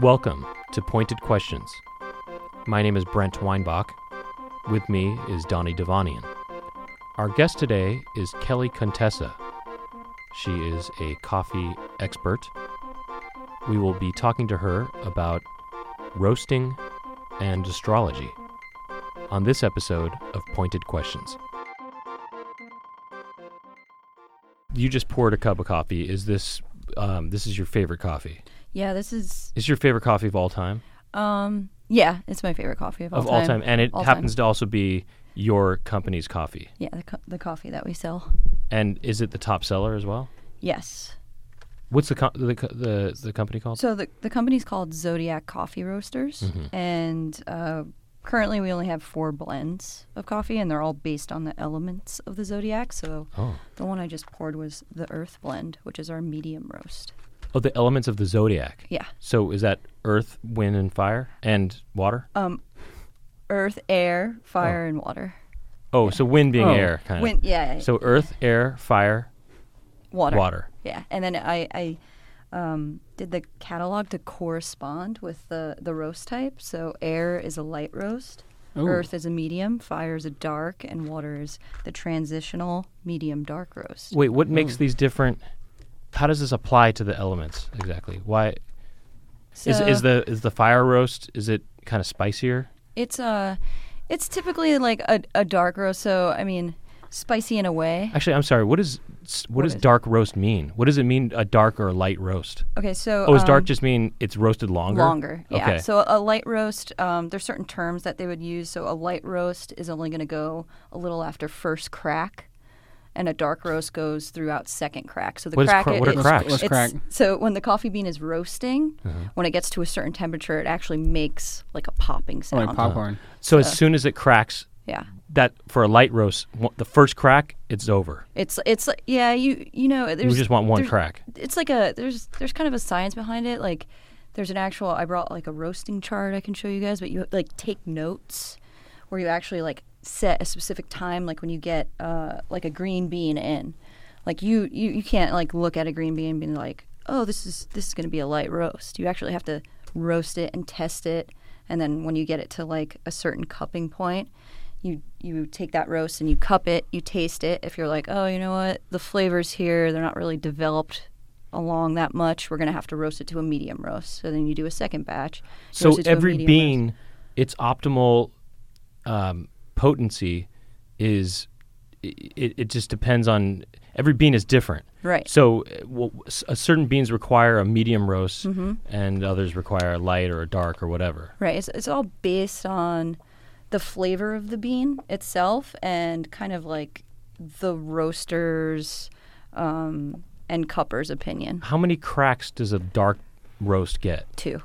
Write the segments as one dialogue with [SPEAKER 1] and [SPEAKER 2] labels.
[SPEAKER 1] Welcome to Pointed Questions. My name is Brent Weinbach. With me is Donnie Devonian. Our guest today is Kelly Contessa. She is a coffee expert. We will be talking to her about roasting and astrology on this episode of Pointed Questions. You just poured a cup of coffee. Is this um, this is your favorite coffee?
[SPEAKER 2] Yeah, this is
[SPEAKER 1] Is your favorite coffee of all time?
[SPEAKER 2] um yeah, it's my favorite coffee of all
[SPEAKER 1] of
[SPEAKER 2] time.
[SPEAKER 1] all time, and it
[SPEAKER 2] All time.
[SPEAKER 1] happens to also be your company's coffee.
[SPEAKER 2] Yeah, the co- the coffee that we sell.
[SPEAKER 1] And is it the top seller as well?
[SPEAKER 2] Yes.
[SPEAKER 1] What's the co- the, co- the the company called?
[SPEAKER 2] So the the company's called Zodiac Coffee Roasters,
[SPEAKER 1] Mm-hmm.
[SPEAKER 2] and uh, currently we only have four blends of coffee, and they're all based on the elements of the zodiac. So
[SPEAKER 1] Oh.
[SPEAKER 2] the one I just poured was the Earth blend, which is our medium roast.
[SPEAKER 1] oh, the elements of the zodiac.
[SPEAKER 2] Yeah,
[SPEAKER 1] So is that earth, wind, and fire, and water?
[SPEAKER 2] Uh, Earth, air, fire, and water.
[SPEAKER 1] oh, so wind being
[SPEAKER 3] Oh.
[SPEAKER 1] air, kind
[SPEAKER 2] Wind,
[SPEAKER 1] of.
[SPEAKER 2] yeah, yeah,
[SPEAKER 1] So earth, air, fire,
[SPEAKER 2] water.
[SPEAKER 1] water.
[SPEAKER 2] Yeah, and then I, I um, did the catalog to correspond with the, the roast type. So air is a light roast,
[SPEAKER 3] Ooh.
[SPEAKER 2] earth is a medium, fire is a dark, and water is the transitional medium dark roast.
[SPEAKER 1] Wait, what
[SPEAKER 2] Mm.
[SPEAKER 1] makes these different? How does this apply to the elements exactly? Why
[SPEAKER 2] So
[SPEAKER 1] is is the is the fire roast? Is it kind of spicier?
[SPEAKER 2] it's uh, it's typically like a, a dark roast. So I mean, spicy in a way.
[SPEAKER 1] Actually, I'm sorry. What is s- what,
[SPEAKER 2] What
[SPEAKER 1] does
[SPEAKER 2] is-
[SPEAKER 1] dark roast mean? What does it mean a dark or a light roast?
[SPEAKER 2] Okay, so
[SPEAKER 1] Oh, does dark
[SPEAKER 2] um,
[SPEAKER 1] just mean it's roasted longer?
[SPEAKER 2] longer. Yeah.
[SPEAKER 1] Okay.
[SPEAKER 2] So a light roast, um, there's certain terms that they would use. So a light roast is only going to go a little after first crack, and a dark roast goes throughout second crack. So the
[SPEAKER 1] What is
[SPEAKER 2] crack
[SPEAKER 1] cra-
[SPEAKER 2] i-
[SPEAKER 1] what are
[SPEAKER 2] is-
[SPEAKER 1] cracks? Uh-huh.
[SPEAKER 3] Let's
[SPEAKER 2] it's-
[SPEAKER 3] crack.
[SPEAKER 2] So when the coffee bean is roasting, when it gets to a certain temperature, it actually makes like a popping
[SPEAKER 3] Oh,
[SPEAKER 2] sound.
[SPEAKER 3] like popcorn.
[SPEAKER 1] so as soon as it cracks,
[SPEAKER 2] Yeah.
[SPEAKER 1] that for a light roast, wa- the first crack, it's over.
[SPEAKER 2] It's it's like- yeah you you know there's
[SPEAKER 1] We just want one
[SPEAKER 2] there's-
[SPEAKER 1] crack.
[SPEAKER 2] it's like a there's there's kind of a science behind it like there's an actual i brought like a roasting chart i can show you guys but you like take notes where you actually like set a specific time like when you get uh like a green bean in like you you, you can't like look at a green bean and be like oh this is this is going to be a light roast you actually have to roast it and test it and then when you get it to like a certain cupping point you you take that roast and you cup it you taste it if you're like oh you know what the flavors here they're not really developed along that much we're going to have to roast it to a medium roast so then you do a second batch you
[SPEAKER 1] So
[SPEAKER 2] roast it to a
[SPEAKER 1] every
[SPEAKER 2] medium
[SPEAKER 1] bean, its optimal um, potency is it, it just depends on every bean is different.
[SPEAKER 2] Right.
[SPEAKER 1] So uh, w- w- s- uh, certain beans require a medium roast,
[SPEAKER 2] Mm-hmm.
[SPEAKER 1] and others require a light or a dark or whatever.
[SPEAKER 2] Right. It's, it's all based on the flavor of the bean itself and kind of like the roaster's um, and cupper's opinion,
[SPEAKER 1] How many cracks does a dark roast get?
[SPEAKER 2] too.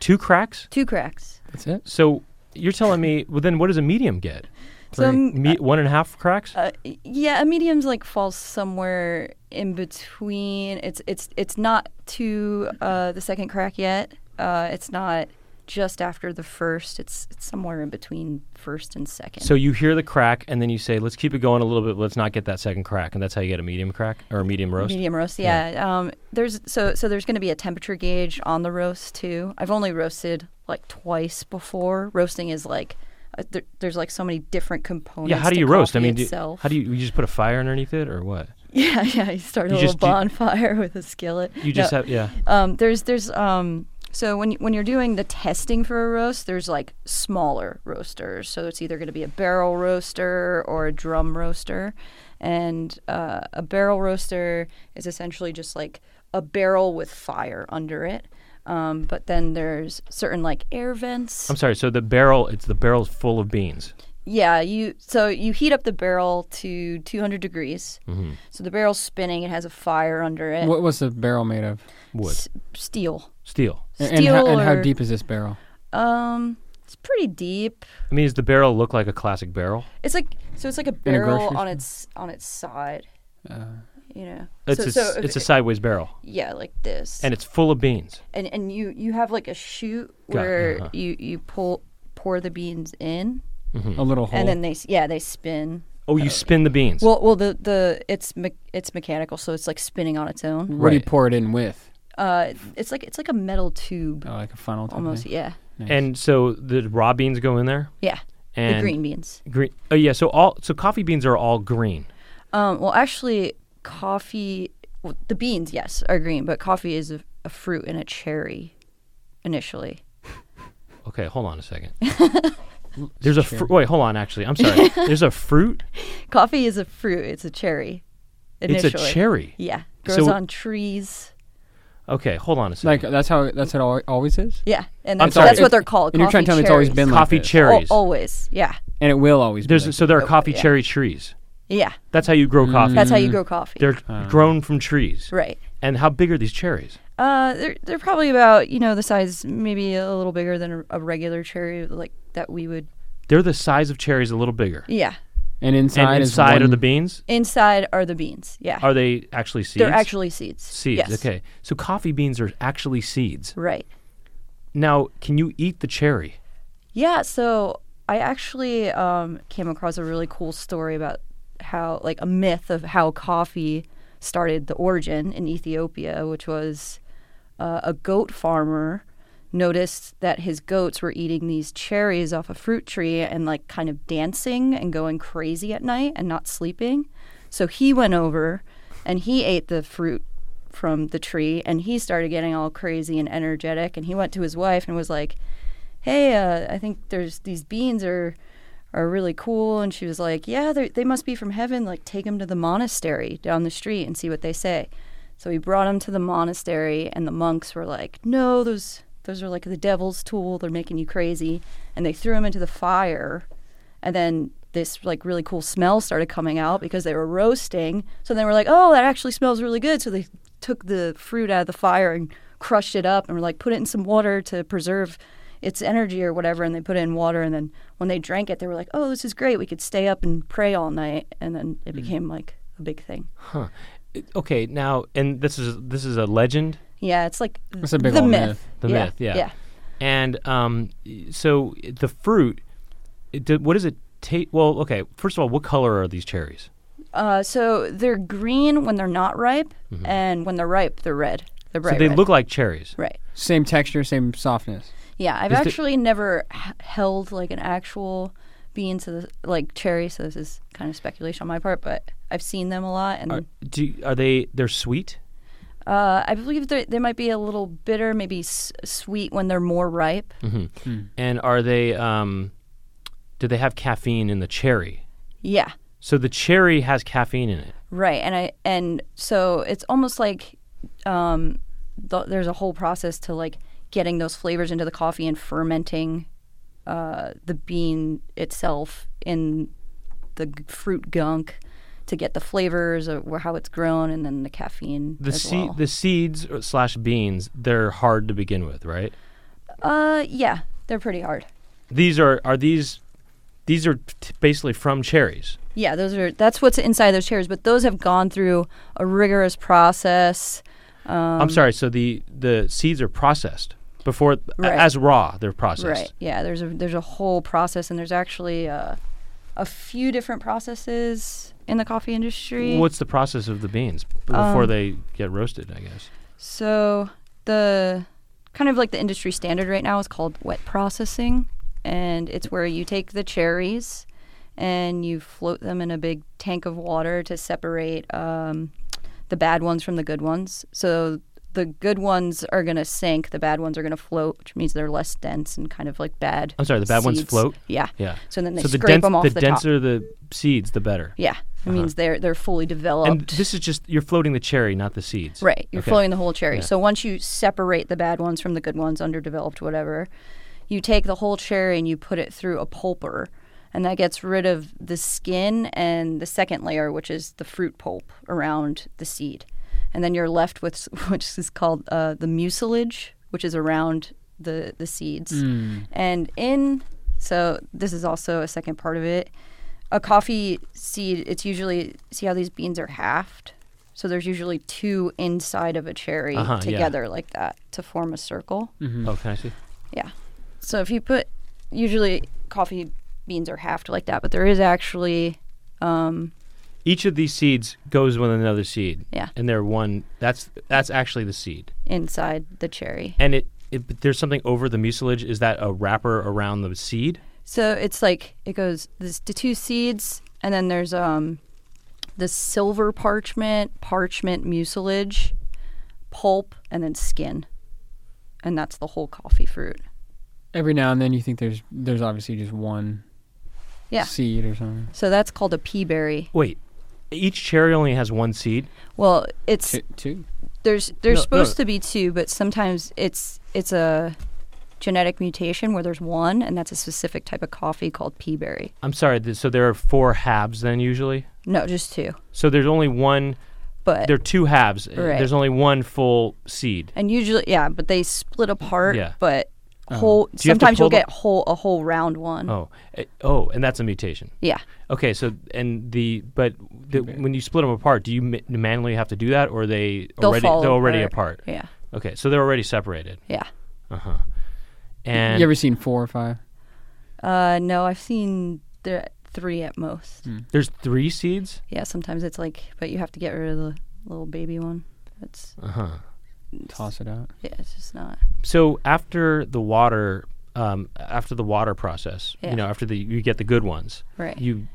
[SPEAKER 1] Two cracks?
[SPEAKER 2] Two cracks.
[SPEAKER 3] That's it.
[SPEAKER 1] So you're telling me, well, then what does a medium get?
[SPEAKER 2] So,
[SPEAKER 1] Three-
[SPEAKER 2] um,
[SPEAKER 1] me- one and a half cracks?
[SPEAKER 2] Uh, yeah, a medium's like falls somewhere in between. It's it's it's not to uh, the second crack yet. Uh, it's not just after the first. It's it's somewhere in between first and second.
[SPEAKER 1] so you hear the crack, and then you say, let's keep it going a little bit, but let's not get that second crack. And that's how you get a medium crack or a medium roast?
[SPEAKER 2] Medium roast, yeah. Um, there's so so there's going to be a temperature gauge on the roast too. I've only roasted like twice before. Roasting is like uh, there, there's like so many different components.
[SPEAKER 1] Yeah, how do
[SPEAKER 2] to
[SPEAKER 1] you roast? I
[SPEAKER 2] coffee
[SPEAKER 1] mean, do,
[SPEAKER 2] itself.
[SPEAKER 1] how do you, you just put a fire underneath it or what?
[SPEAKER 2] Yeah, yeah. You start a
[SPEAKER 1] You
[SPEAKER 2] little
[SPEAKER 1] just do-
[SPEAKER 2] bonfire with a skillet.
[SPEAKER 1] You just have, yeah.
[SPEAKER 2] um, there's there's um so when when you're doing the testing for a roast, there's like smaller roasters. So it's either going to be a barrel roaster or a drum roaster, and uh, a barrel roaster is essentially just like a barrel with fire under it. Um, but then there's certain like air vents.
[SPEAKER 1] I'm sorry. So the barrel, it's the barrel's full of beans.
[SPEAKER 2] Yeah, you so you heat up the barrel to 200 degrees.
[SPEAKER 1] Mm-hmm.
[SPEAKER 2] So the barrel's spinning. It has a fire under it.
[SPEAKER 3] What was the barrel made of?
[SPEAKER 1] Wood,
[SPEAKER 2] S- steel.
[SPEAKER 1] steel.
[SPEAKER 3] A- and, how, and how
[SPEAKER 2] or-
[SPEAKER 3] deep is this barrel?
[SPEAKER 2] Um, it's pretty deep.
[SPEAKER 1] I mean, does the barrel look like a classic barrel?
[SPEAKER 2] It's like so. It's like a
[SPEAKER 3] In a
[SPEAKER 2] barrel
[SPEAKER 3] grocery
[SPEAKER 2] on its on its side. you know.
[SPEAKER 1] Uh, It's,
[SPEAKER 2] so,
[SPEAKER 1] a, s-
[SPEAKER 2] so if
[SPEAKER 1] it's a
[SPEAKER 2] it-
[SPEAKER 1] sideways barrel,
[SPEAKER 2] yeah, like this.
[SPEAKER 1] and it's full of beans.
[SPEAKER 2] and and you you have like a chute
[SPEAKER 1] Got-
[SPEAKER 2] where
[SPEAKER 1] uh-huh.
[SPEAKER 2] you you pull pour the beans in,
[SPEAKER 3] A little hole.
[SPEAKER 2] and then they s- yeah they spin.
[SPEAKER 1] Oh, you
[SPEAKER 2] Uh,
[SPEAKER 1] spin the beans.
[SPEAKER 2] Well, well the the it's me- it's mechanical, so it's like spinning on its own.
[SPEAKER 1] Mm.
[SPEAKER 3] what do you
[SPEAKER 1] Right.
[SPEAKER 3] pour it in with?
[SPEAKER 2] Uh, it's like it's like a metal tube,
[SPEAKER 3] Oh, like a funnel. Type
[SPEAKER 2] almost.
[SPEAKER 3] Thing.
[SPEAKER 2] Yeah,
[SPEAKER 3] Nice.
[SPEAKER 1] And so the raw beans go in there,
[SPEAKER 2] yeah.
[SPEAKER 1] and
[SPEAKER 2] the green beans.
[SPEAKER 1] green. Oh yeah, so all so coffee beans are all green.
[SPEAKER 2] Um, well, actually, coffee. Well, the beans, yes, are green, but coffee is a, a fruit and a cherry, initially.
[SPEAKER 1] Okay, hold on a second. There's a
[SPEAKER 3] Sure.
[SPEAKER 1] fr- wait. Hold on. Actually, I'm sorry. There's a fruit.
[SPEAKER 2] Coffee is a fruit. It's a cherry. Initially.
[SPEAKER 1] It's a cherry.
[SPEAKER 2] Yeah,
[SPEAKER 1] So-
[SPEAKER 2] grows on trees.
[SPEAKER 1] Okay, hold on a second.
[SPEAKER 3] like that's how that's how it al- always is.
[SPEAKER 2] Yeah, and
[SPEAKER 1] I'm
[SPEAKER 2] that's,
[SPEAKER 1] sorry,
[SPEAKER 2] that's
[SPEAKER 1] it-
[SPEAKER 2] what they're called.
[SPEAKER 3] and you're trying to tell me it's always been like
[SPEAKER 1] coffee
[SPEAKER 3] this.
[SPEAKER 1] cherries.
[SPEAKER 2] always. Yeah,
[SPEAKER 3] And it will always be.
[SPEAKER 1] There's
[SPEAKER 3] like
[SPEAKER 1] so there are coffee
[SPEAKER 2] Oh, yeah.
[SPEAKER 1] cherry trees.
[SPEAKER 2] yeah.
[SPEAKER 1] That's how you grow
[SPEAKER 3] Mm.
[SPEAKER 1] coffee.
[SPEAKER 2] That's how you grow coffee.
[SPEAKER 1] Mm. They're
[SPEAKER 3] Uh.
[SPEAKER 1] grown from trees.
[SPEAKER 2] right.
[SPEAKER 1] And how big are these cherries?
[SPEAKER 2] Uh, they're they're probably about you know the size maybe a little bigger than a, a regular cherry like that we would.
[SPEAKER 1] They're the size of cherries, a little bigger.
[SPEAKER 2] Yeah,
[SPEAKER 3] and inside
[SPEAKER 1] and
[SPEAKER 3] is
[SPEAKER 1] inside are
[SPEAKER 3] one-
[SPEAKER 1] the beans.
[SPEAKER 2] inside are the beans. Yeah,
[SPEAKER 1] Are they actually seeds?
[SPEAKER 2] they're actually seeds.
[SPEAKER 1] seeds.
[SPEAKER 2] Yes.
[SPEAKER 1] Okay, so coffee beans are actually seeds.
[SPEAKER 2] Right.
[SPEAKER 1] Now, can you eat the cherry?
[SPEAKER 2] Yeah, so I actually um, came across a really cool story about how, like, a myth of how coffee started the origin in Ethiopia, which was uh, a goat farmer noticed that his goats were eating these cherries off a fruit tree and, like, kind of dancing and going crazy at night and not sleeping. So he went over and he ate the fruit from the tree and he started getting all crazy and energetic and he went to his wife and was like, hey, uh, I think there's these beans are are really cool. And she was like, yeah, they're- they must be from heaven. Like, take them to the monastery down the street and see what they say. So he brought them to the monastery, and the monks were like, no, those those are like the devil's tool. They're making you crazy. And they threw him into the fire, and then this like really cool smell started coming out because they were roasting. So they were like, oh, that actually smells really good. So they took the fruit out of the fire and crushed it up and were like, put it in some water to preserve its energy or whatever, and they put it in water. And then when they drank it, they were like, "Oh, this is great. We could stay up and pray all night." And then
[SPEAKER 1] Hmm.
[SPEAKER 2] it became like a big thing.
[SPEAKER 1] It- Okay, now, and this is this is a legend,
[SPEAKER 2] Yeah, it's like
[SPEAKER 3] That's a big
[SPEAKER 2] the
[SPEAKER 3] old
[SPEAKER 2] myth.
[SPEAKER 3] myth.
[SPEAKER 1] the myth, yeah.
[SPEAKER 2] yeah.
[SPEAKER 1] And um, y- so the fruit, it, do- what does it taste? Well, okay, first of all, what color are these cherries?
[SPEAKER 2] Uh, so they're green when they're not ripe, and when they're ripe, they're red. They're bright
[SPEAKER 1] Mm-hmm. so they
[SPEAKER 2] red.
[SPEAKER 1] look like cherries.
[SPEAKER 2] right.
[SPEAKER 3] same texture, same softness.
[SPEAKER 2] Yeah, I've
[SPEAKER 1] Is the-
[SPEAKER 2] actually never h- held like an actual bean to the like cherry, so this is kind of speculation on my part, but I've seen them a lot, and
[SPEAKER 1] Are, do are they? They're sweet.
[SPEAKER 2] uh, I believe they they might be a little bitter, maybe s- sweet when they're more ripe.
[SPEAKER 1] Hmm. And are they? Um, do they have caffeine in the cherry?
[SPEAKER 2] Yeah.
[SPEAKER 1] So the cherry has caffeine in it.
[SPEAKER 2] Right, and I and so it's almost like um, th- there's a whole process to like getting those flavors into the coffee and fermenting uh, the bean itself in the g- fruit gunk to get the flavors of wh- how it's grown and then the caffeine
[SPEAKER 1] The
[SPEAKER 2] as
[SPEAKER 1] se-
[SPEAKER 2] well.
[SPEAKER 1] the seeds or slash beans, they're hard to begin with, right?
[SPEAKER 2] uh, yeah, they're pretty hard.
[SPEAKER 1] These are are these these are t- basically from cherries.
[SPEAKER 2] Yeah, those are that's what's inside those cherries, but those have gone through a rigorous process. Um,
[SPEAKER 1] I'm sorry. So the the seeds are processed before a-
[SPEAKER 2] Right.
[SPEAKER 1] as raw. They're processed.
[SPEAKER 2] Right. Yeah. There's a there's a whole process, and there's actually uh, a few different processes in the coffee industry.
[SPEAKER 1] What's the process of the beans
[SPEAKER 2] Um,
[SPEAKER 1] before they get roasted? I guess.
[SPEAKER 2] So the kind of like the industry standard right now is called wet processing, and it's where you take the cherries and you float them in a big tank of water to separate um, the bad ones from the good ones. So the good ones are going to sink, the bad ones are going to float, which means they're less dense and kind of like bad.
[SPEAKER 1] I'm sorry. The bad ones
[SPEAKER 2] seeds.
[SPEAKER 1] float.
[SPEAKER 2] Yeah.
[SPEAKER 1] Yeah.
[SPEAKER 2] So then they
[SPEAKER 1] so the,
[SPEAKER 2] scrape
[SPEAKER 1] dense,
[SPEAKER 2] them off
[SPEAKER 1] the,
[SPEAKER 2] the, top.
[SPEAKER 1] denser the seeds, the better.
[SPEAKER 2] Yeah, it means they're they're fully developed.
[SPEAKER 1] Uh-huh. And this is just you're floating the cherry, not the seeds.
[SPEAKER 2] right, you're
[SPEAKER 1] Okay.
[SPEAKER 2] flowing the whole cherry.
[SPEAKER 1] Yeah.
[SPEAKER 2] So once you separate the bad ones from the good ones, underdeveloped, whatever, you take the whole cherry and you put it through a pulper, and that gets rid of the skin and the second layer, which is the fruit pulp around the seed, and then you're left with s- which is called uh, the mucilage, which is around the the seeds,
[SPEAKER 1] Hmm.
[SPEAKER 2] and in so this is also a second part of it. a coffee seed, it's usually see how these beans are halved. So there's usually two inside of a cherry
[SPEAKER 1] Uh-huh, yeah.
[SPEAKER 2] together like that to form a circle.
[SPEAKER 1] Oh, can I see?
[SPEAKER 2] Yeah. So if you put usually coffee beans are halved like that, but there is actually um,
[SPEAKER 1] Each of these seeds goes with another seed.
[SPEAKER 2] Yeah.
[SPEAKER 1] And they're one. That's that's actually the seed.
[SPEAKER 2] inside the cherry.
[SPEAKER 1] And it, it but there's something over the mucilage. Is that a wrapper around the seed?
[SPEAKER 2] So it's like it goes this the two seeds, and then there's um the silver parchment, parchment mucilage, pulp, and then skin, and that's the whole coffee fruit.
[SPEAKER 3] Every now and then, you think there's there's obviously just one
[SPEAKER 2] Yeah.
[SPEAKER 3] seed or something.
[SPEAKER 2] So that's called a pea berry.
[SPEAKER 1] Wait. Each cherry only has one seed.
[SPEAKER 2] Well, it's
[SPEAKER 3] Two, two.
[SPEAKER 2] there's there's
[SPEAKER 1] No, no.
[SPEAKER 2] supposed to be two, but sometimes it's it's a genetic mutation where there's one, and that's a specific type of coffee called pea berry.
[SPEAKER 1] I'm sorry. Th- so there are four halves then usually.
[SPEAKER 2] No, just two.
[SPEAKER 1] So there's only one.
[SPEAKER 2] But
[SPEAKER 1] There are two halves. Uh,
[SPEAKER 2] Right.
[SPEAKER 1] There's only one full seed.
[SPEAKER 2] and usually yeah but they split apart
[SPEAKER 1] Yeah. Uh-huh.
[SPEAKER 2] but whole
[SPEAKER 1] you have to
[SPEAKER 2] sometimes you'll
[SPEAKER 1] pull the-
[SPEAKER 2] get whole a whole round one.
[SPEAKER 1] Oh, Uh, oh, and that's a mutation.
[SPEAKER 2] yeah
[SPEAKER 1] Okay, so and the but the, when you split them apart, do you ma- manually have to do that, or they
[SPEAKER 2] They'll
[SPEAKER 1] already
[SPEAKER 2] fall
[SPEAKER 1] they're already
[SPEAKER 2] apart.
[SPEAKER 1] apart?
[SPEAKER 2] yeah
[SPEAKER 1] Okay, so they're already separated. Uh-huh.
[SPEAKER 2] yeah
[SPEAKER 1] And
[SPEAKER 3] you ever seen four or five?
[SPEAKER 2] uh no i've seen there three at most
[SPEAKER 1] there's three seeds.
[SPEAKER 2] yeah sometimes it's like but you have to get rid of the little baby one it's
[SPEAKER 3] Toss it out.
[SPEAKER 2] yeah it's just not
[SPEAKER 1] Uh-huh. So after the water, um, after the water process,
[SPEAKER 2] Yeah.
[SPEAKER 1] you know, after the you get the good ones,
[SPEAKER 2] Right.
[SPEAKER 1] You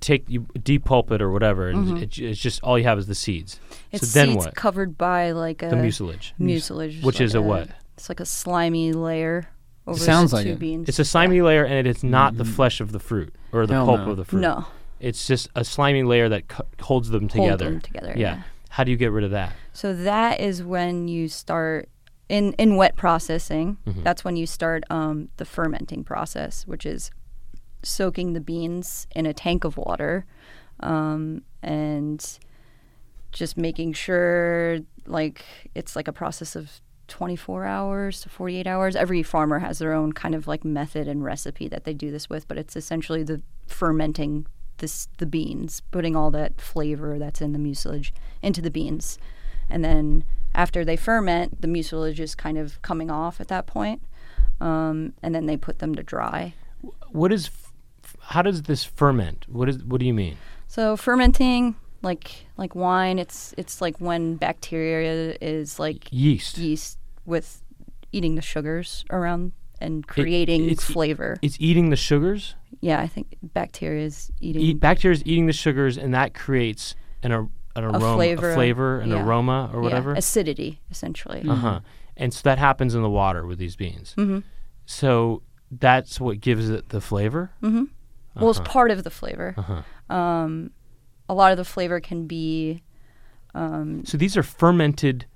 [SPEAKER 1] take you depulp it or whatever, and it, it's just all you have is the seeds.
[SPEAKER 2] Mm-hmm. it's
[SPEAKER 1] so then
[SPEAKER 2] seeds
[SPEAKER 1] what?
[SPEAKER 2] covered by like a
[SPEAKER 1] the mucilage.
[SPEAKER 2] mucilage
[SPEAKER 1] Which
[SPEAKER 2] like
[SPEAKER 1] is a what?
[SPEAKER 2] it's like a slimy layer over
[SPEAKER 3] sounds
[SPEAKER 2] the
[SPEAKER 3] like
[SPEAKER 2] two
[SPEAKER 3] it.
[SPEAKER 2] beans
[SPEAKER 1] It's a slimy layer, and it is not the flesh of the fruit or the
[SPEAKER 3] Mm-hmm. Hell
[SPEAKER 1] pulp
[SPEAKER 3] no.
[SPEAKER 1] of the fruit.
[SPEAKER 2] no
[SPEAKER 1] It's just a slimy layer that co- holds them together.
[SPEAKER 2] them together, yeah.
[SPEAKER 1] How do you get rid of that?
[SPEAKER 2] So that is when you start in in wet processing. That's when you start um, the fermenting process, which is soaking the beans in a tank of water, um, and just making sure like it's like a process of 24 hours to 48 hours every farmer has their own kind of like method and recipe that they do this with but it's essentially the fermenting this the beans putting all that flavor that's in the mucilage into the beans and then after they ferment the mucilage is kind of coming off at that point um, and then they put them to dry
[SPEAKER 1] What is? F- f- how does this ferment? What is? What do you mean?
[SPEAKER 2] So fermenting, like like wine, it's it's like when bacteria is like
[SPEAKER 1] Yeast.
[SPEAKER 2] yeast with eating the sugars around and
[SPEAKER 1] It-
[SPEAKER 2] creating
[SPEAKER 1] it's e-
[SPEAKER 2] flavor.
[SPEAKER 1] It's eating the sugars.
[SPEAKER 2] yeah, I think bacteria is eating.
[SPEAKER 1] Eat, bacteria is eating the sugars, and that creates an ar- an aroma,
[SPEAKER 2] flavor,
[SPEAKER 1] an
[SPEAKER 2] yeah.
[SPEAKER 1] aroma, or
[SPEAKER 2] yeah,
[SPEAKER 1] whatever.
[SPEAKER 2] acidity essentially.
[SPEAKER 1] uh huh. And so that happens in the water with these beans. Mm-hmm. So that's what gives it the flavor.
[SPEAKER 2] mm-hmm. Well,
[SPEAKER 1] Uh-huh.
[SPEAKER 2] it's part of the flavor. Um, a lot of the flavor can be
[SPEAKER 1] So these are fermented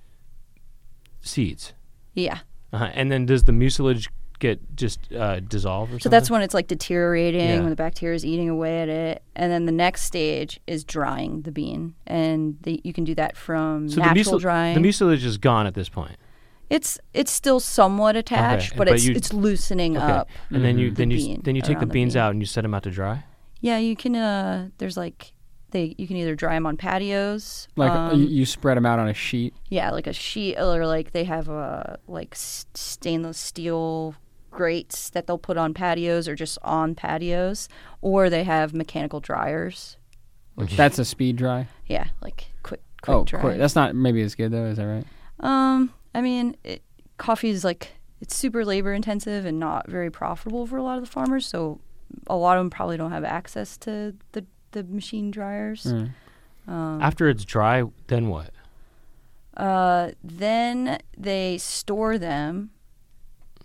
[SPEAKER 1] seeds.
[SPEAKER 2] yeah.
[SPEAKER 1] Uh-huh. And then does the mucilage get just uh, dissolved or
[SPEAKER 2] So
[SPEAKER 1] something?
[SPEAKER 2] that's when it's like deteriorating,
[SPEAKER 1] Yeah.
[SPEAKER 2] when the bacteria is eating away at it, and then the next stage is drying the bean, and the, you can do that from
[SPEAKER 1] so
[SPEAKER 2] natural
[SPEAKER 1] the, mucil-
[SPEAKER 2] drying.
[SPEAKER 1] the mucilage is gone at this point.
[SPEAKER 2] It's it's still somewhat attached,
[SPEAKER 1] Okay,
[SPEAKER 2] but,
[SPEAKER 1] but
[SPEAKER 2] it's
[SPEAKER 1] you-
[SPEAKER 2] it's loosening
[SPEAKER 1] Okay.
[SPEAKER 2] up.
[SPEAKER 1] And then you then you
[SPEAKER 2] bean,
[SPEAKER 1] then you take the
[SPEAKER 2] around Mm-hmm. the
[SPEAKER 1] beans
[SPEAKER 2] bean.
[SPEAKER 1] out and you set them out to dry.
[SPEAKER 2] Yeah, you can. Uh, there's like they you can either dry them on patios,
[SPEAKER 1] uh,
[SPEAKER 3] Like
[SPEAKER 2] um,
[SPEAKER 3] you, you spread them out on a sheet.
[SPEAKER 2] yeah, like a sheet, or like they have uh like s- stainless steel grates that they'll put on patios or just on patios, or they have mechanical dryers.
[SPEAKER 3] That's a speed dry.
[SPEAKER 2] Yeah, like quick quick
[SPEAKER 3] Oh,
[SPEAKER 2] dry.
[SPEAKER 3] quick. That's not maybe as good though. Is that right?
[SPEAKER 2] Um, I mean, it, coffee is like it's super labor intensive and not very profitable for a lot of the farmers. So a lot of them probably don't have access to the the machine dryers. Um,
[SPEAKER 1] After it's dry, then what?
[SPEAKER 2] Uh, then they store them,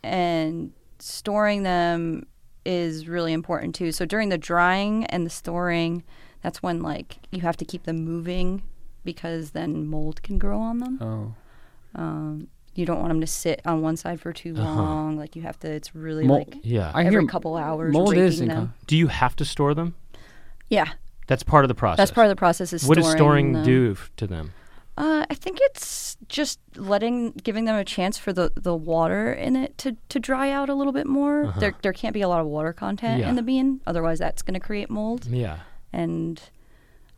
[SPEAKER 2] and storing them is really important too. So during the drying and the storing, that's when like you have to keep them moving because then mold can grow on them.
[SPEAKER 3] Oh,
[SPEAKER 2] Um, you don't want them to sit on one side for too long. Like you have to. It's really
[SPEAKER 3] Uh-huh. Mol-
[SPEAKER 2] like
[SPEAKER 1] Yeah.
[SPEAKER 3] I
[SPEAKER 2] every
[SPEAKER 3] hear
[SPEAKER 2] couple hours.
[SPEAKER 3] mold
[SPEAKER 2] raking
[SPEAKER 3] is in
[SPEAKER 2] them.
[SPEAKER 3] co-
[SPEAKER 1] Do you have to store them?
[SPEAKER 2] Yeah,
[SPEAKER 1] That's part of the process.
[SPEAKER 2] that's part of the process. Is
[SPEAKER 1] What
[SPEAKER 2] storing
[SPEAKER 1] does storing
[SPEAKER 2] them.
[SPEAKER 1] do f- to them?
[SPEAKER 2] Uh, I think it's just letting, giving them a chance for the, the water in it to, to dry out a little bit more.
[SPEAKER 3] Uh-huh.
[SPEAKER 2] There there can't be a lot of water content
[SPEAKER 1] Yeah.
[SPEAKER 2] in the bean, otherwise that's going to create mold.
[SPEAKER 1] Yeah.
[SPEAKER 2] And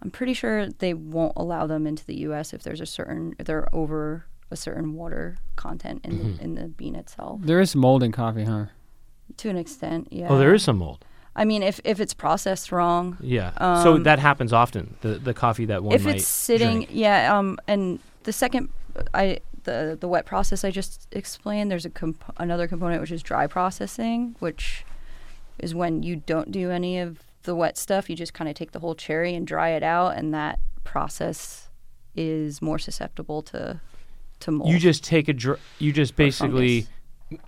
[SPEAKER 2] I'm pretty sure they won't allow them into the U.S. if there's a certain if they're over a certain water content in
[SPEAKER 3] Mm-hmm.
[SPEAKER 2] the in the bean itself
[SPEAKER 3] there is mold in coffee, huh?
[SPEAKER 2] to an extent. Yeah.
[SPEAKER 1] Oh, there is some mold.
[SPEAKER 2] I mean, if if it's processed wrong,
[SPEAKER 1] Yeah. so
[SPEAKER 2] Um,
[SPEAKER 1] that happens often. The the coffee that one
[SPEAKER 2] if
[SPEAKER 1] might
[SPEAKER 2] it's sitting,
[SPEAKER 1] drink.
[SPEAKER 2] yeah. Um, and the second, uh, I the the wet process I just explained. There's a comp- another component which is dry processing, which is when you don't do any of the wet stuff. You just kind of take the whole cherry and dry it out, and that process is more susceptible to to mold.
[SPEAKER 1] you just take a dr- you just basically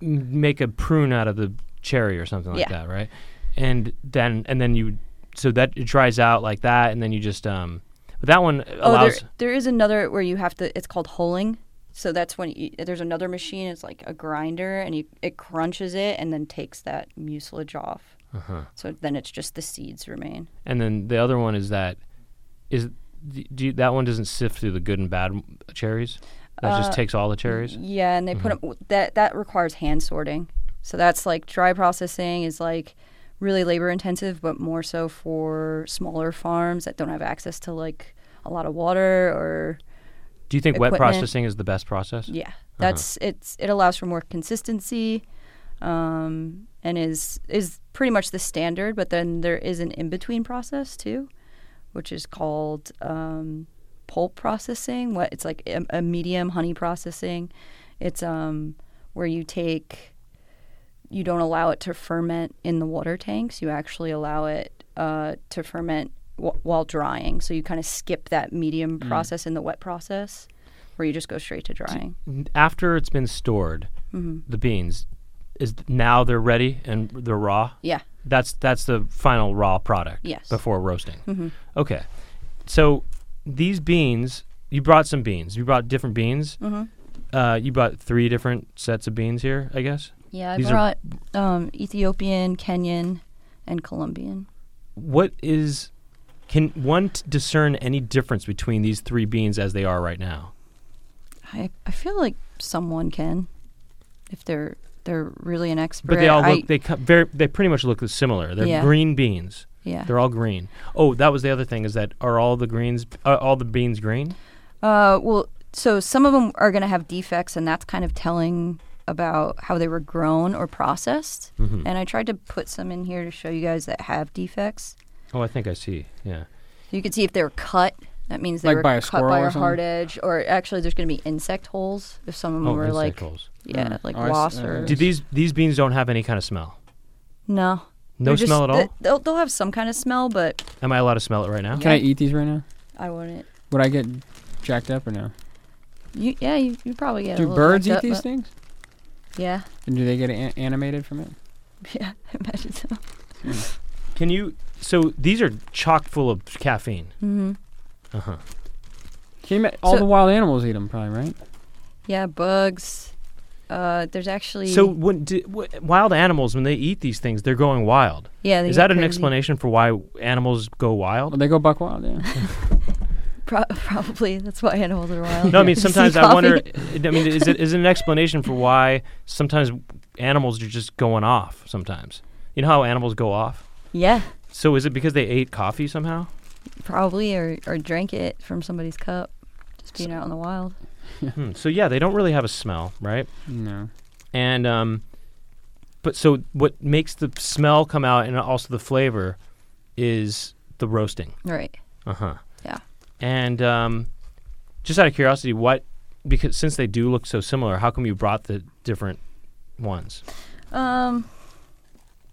[SPEAKER 1] m- make a prune out of the cherry or something like
[SPEAKER 2] Yeah.
[SPEAKER 1] that, right? And then and then you so that it dries out like that, and then you just um. But that one
[SPEAKER 2] oh, there,
[SPEAKER 1] allows.
[SPEAKER 2] there is another where you have to. It's called hulling. So that's when you, there's another machine. It's like a grinder, and you, it crunches it and then takes that mucilage off.
[SPEAKER 1] Uh-huh.
[SPEAKER 2] So then it's just the seeds remain.
[SPEAKER 1] And then the other one is that is d- do you, that one doesn't sift through the good and bad m- cherries. That
[SPEAKER 2] Uh,
[SPEAKER 1] just takes all the cherries.
[SPEAKER 2] Yeah, and they put 'em
[SPEAKER 1] Mm-hmm.
[SPEAKER 2] put that that requires hand sorting. So that's like dry processing is like really labor intensive, but more so for smaller farms that don't have access to like a lot of water or
[SPEAKER 1] Do you think wet
[SPEAKER 2] Equipment.
[SPEAKER 1] processing is the best process?
[SPEAKER 2] Yeah, that's it's it allows for more consistency, um, and is is pretty much the standard. But then there is an in between process too, which is called um, pulp processing. What it's like a, a medium honey processing. It's um, where you take you don't allow it to ferment in the water tanks. You actually allow it uh, to ferment w- while drying. So you kind of skip that medium process and the wet process, where you just go straight to drying.
[SPEAKER 1] N- After it's been stored,
[SPEAKER 2] mm-hmm.
[SPEAKER 1] the beans is now they're ready and they're raw.
[SPEAKER 2] Yeah.
[SPEAKER 1] That's that's the final raw product.
[SPEAKER 2] Yes. Mm-hmm.
[SPEAKER 1] Before roasting. Okay. So these beans, you brought some beans. You brought different beans.
[SPEAKER 2] Mm-hmm.
[SPEAKER 1] Uh, you brought three different sets of beans here, I guess.
[SPEAKER 2] Yeah, I
[SPEAKER 1] These are-
[SPEAKER 2] brought um, Ethiopian, Kenyan, and Colombian.
[SPEAKER 1] What is can one t- discern any difference between these three beans as they are right now?
[SPEAKER 2] I, I feel like someone can, if they're they're really an expert.
[SPEAKER 1] But they all
[SPEAKER 2] I-
[SPEAKER 1] look they co- very they pretty much look similar. They're
[SPEAKER 2] Yeah.
[SPEAKER 1] green beans.
[SPEAKER 2] yeah.
[SPEAKER 1] They're all green. Oh, that was the other thing is that are all the greens are all the beans green?
[SPEAKER 2] Uh, well, so some of them are going to have defects, and that's kind of telling about how they were grown or processed.
[SPEAKER 1] Mm-hmm.
[SPEAKER 2] And I tried to put some in here to show you guys that have defects.
[SPEAKER 1] Oh, I think I see. Yeah.
[SPEAKER 2] So you can see if they were cut. That means they
[SPEAKER 3] Like
[SPEAKER 2] were
[SPEAKER 3] by a
[SPEAKER 2] cut
[SPEAKER 3] squirrel
[SPEAKER 2] by
[SPEAKER 3] or
[SPEAKER 2] a hard
[SPEAKER 3] something?
[SPEAKER 2] edge, or actually, there's going to be insect holes if some of them
[SPEAKER 1] Oh,
[SPEAKER 2] were
[SPEAKER 1] insect
[SPEAKER 2] like,
[SPEAKER 1] holes.
[SPEAKER 2] yeah,
[SPEAKER 3] Mm.
[SPEAKER 2] like
[SPEAKER 3] Oh, I s-
[SPEAKER 2] lost
[SPEAKER 3] uh,
[SPEAKER 2] or
[SPEAKER 1] Do these these beans don't have any kind of smell?
[SPEAKER 2] no.
[SPEAKER 1] No
[SPEAKER 2] They're just-
[SPEAKER 1] smell at all?
[SPEAKER 2] they- They'll, they'll have some kind of smell, but
[SPEAKER 1] Am I allowed to smell it right now?
[SPEAKER 3] Can I
[SPEAKER 2] Yeah.
[SPEAKER 3] eat these right now?
[SPEAKER 2] I wouldn't.
[SPEAKER 3] Would I get jacked up or no?
[SPEAKER 2] You, yeah, you, you probably get. a
[SPEAKER 3] do
[SPEAKER 2] little
[SPEAKER 3] birds eat
[SPEAKER 2] jacked up,
[SPEAKER 3] these
[SPEAKER 2] but-
[SPEAKER 3] things?
[SPEAKER 2] Yeah,
[SPEAKER 3] And do they get an- animated from it?
[SPEAKER 2] yeah, I imagine so.
[SPEAKER 1] Can you so these are chock full of caffeine.
[SPEAKER 2] hmm
[SPEAKER 1] Uh-huh.
[SPEAKER 3] Can you ima- all
[SPEAKER 2] So-
[SPEAKER 3] the wild animals eat them, probably, right?
[SPEAKER 2] Yeah, bugs. Uh, there's actually.
[SPEAKER 1] So when do, w- wild animals when they eat these things, they're going wild.
[SPEAKER 2] yeah, they
[SPEAKER 1] Is
[SPEAKER 2] get
[SPEAKER 1] that an
[SPEAKER 2] crazy.
[SPEAKER 1] explanation for why animals go
[SPEAKER 3] Well,
[SPEAKER 1] wild?
[SPEAKER 3] they go buck wild, yeah.
[SPEAKER 2] Pro- probably that's why animals are wild.
[SPEAKER 1] No, I mean
[SPEAKER 2] They see
[SPEAKER 1] sometimes I wonder.
[SPEAKER 2] coffee.
[SPEAKER 1] I mean, is it is it an explanation for why sometimes animals are just going off? Sometimes you know how animals go off.
[SPEAKER 2] Yeah,
[SPEAKER 1] So is it because they ate coffee somehow?
[SPEAKER 2] probably or or drank it from somebody's cup, just being out in the wild.
[SPEAKER 1] Hmm. So yeah, they don't really have a smell, right?
[SPEAKER 3] no.
[SPEAKER 1] And um, but so what makes the smell come out and also the flavor is the roasting.
[SPEAKER 2] Right.
[SPEAKER 1] Uh huh.
[SPEAKER 2] Yeah.
[SPEAKER 1] And um, just out of curiosity, what because since they do look so similar, how come you brought the different ones?
[SPEAKER 2] Um,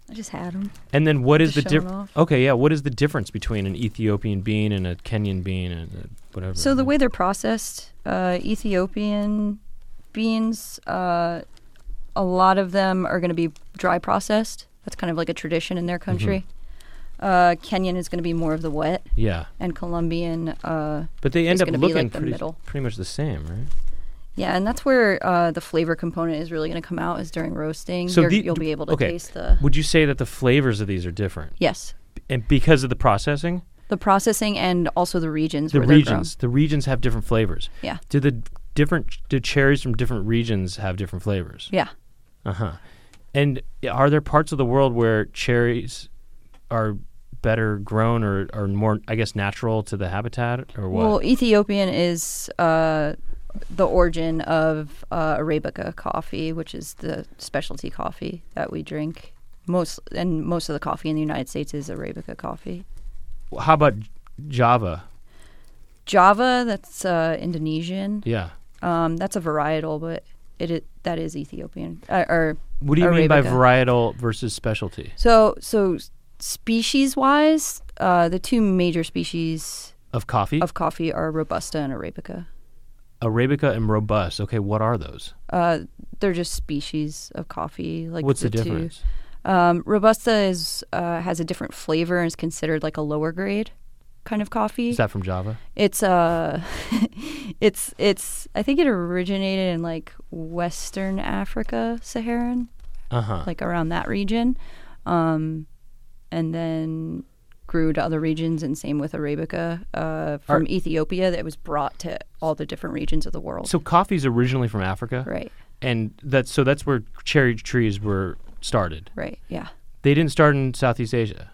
[SPEAKER 2] I just had them.
[SPEAKER 1] And then what is
[SPEAKER 2] Just
[SPEAKER 1] the
[SPEAKER 2] showing
[SPEAKER 1] difference?
[SPEAKER 2] off.
[SPEAKER 1] Okay, yeah. What is the difference between an Ethiopian bean and a Kenyan bean and uh, whatever?
[SPEAKER 2] So the way they're processed, uh, Ethiopian beans, uh, a lot of them are going to be dry processed. That's kind of like a tradition in their
[SPEAKER 1] Mm-hmm.
[SPEAKER 2] country. Uh, Kenyan is going to be more of the wet,
[SPEAKER 1] yeah,
[SPEAKER 2] and Colombian, uh,
[SPEAKER 1] but they end
[SPEAKER 2] It's
[SPEAKER 1] up
[SPEAKER 2] gonna be,
[SPEAKER 1] looking
[SPEAKER 2] like, the
[SPEAKER 1] pretty
[SPEAKER 2] middle.
[SPEAKER 1] pretty much the same, right?
[SPEAKER 2] yeah, and that's where uh, the flavor component is really going to come out is during roasting.
[SPEAKER 1] So
[SPEAKER 2] You're-
[SPEAKER 1] the-
[SPEAKER 2] you'll be able to
[SPEAKER 1] okay.
[SPEAKER 2] taste the
[SPEAKER 1] Would you say that the flavors of these are different,
[SPEAKER 2] yes,
[SPEAKER 1] and because of the processing,
[SPEAKER 2] the processing, and also the regions.
[SPEAKER 1] the
[SPEAKER 2] where they're
[SPEAKER 1] regions, the regions have different flavors?
[SPEAKER 2] grown. yeah,
[SPEAKER 1] Do the different do cherries from different regions have different flavors?
[SPEAKER 2] yeah.
[SPEAKER 1] Uh huh. And are there parts of the world where cherries are better grown or are more, I guess, natural to the habitat or what?
[SPEAKER 2] Well, Ethiopian is uh, the origin of uh, Arabica coffee, which is the specialty coffee that we drink Most and most of the coffee in the United States is Arabica coffee.
[SPEAKER 1] How about Java?
[SPEAKER 2] Java, that's uh, Indonesian.
[SPEAKER 1] Yeah.
[SPEAKER 2] Um, that's a varietal, but it, it that is Ethiopian uh, or
[SPEAKER 1] What do you mean by
[SPEAKER 2] Arabica.
[SPEAKER 1] varietal versus specialty?
[SPEAKER 2] So so species wise, uh, the two major species
[SPEAKER 1] Of coffee?
[SPEAKER 2] of coffee are robusta and arabica.
[SPEAKER 1] Arabica and robust. Okay, what are those?
[SPEAKER 2] Uh, they're just species of coffee. Like
[SPEAKER 1] What's the,
[SPEAKER 2] two-
[SPEAKER 1] difference?
[SPEAKER 2] Um, robusta is uh, has a different flavor and is considered like a lower grade kind of coffee.
[SPEAKER 1] Is that from Java?
[SPEAKER 2] it's uh, it's it's I think it originated in like Western Africa, Saharan.
[SPEAKER 1] Uh huh.
[SPEAKER 2] like around that region, um, and then grew to other regions. And same with arabica uh, from
[SPEAKER 1] Are-
[SPEAKER 2] Ethiopia that was brought to all the different regions of the world.
[SPEAKER 1] so coffee's originally from Africa,
[SPEAKER 2] right,
[SPEAKER 1] and that's so that's where cherry trees were started.
[SPEAKER 2] right, yeah. Uh,
[SPEAKER 1] They didn't start in Southeast Asia.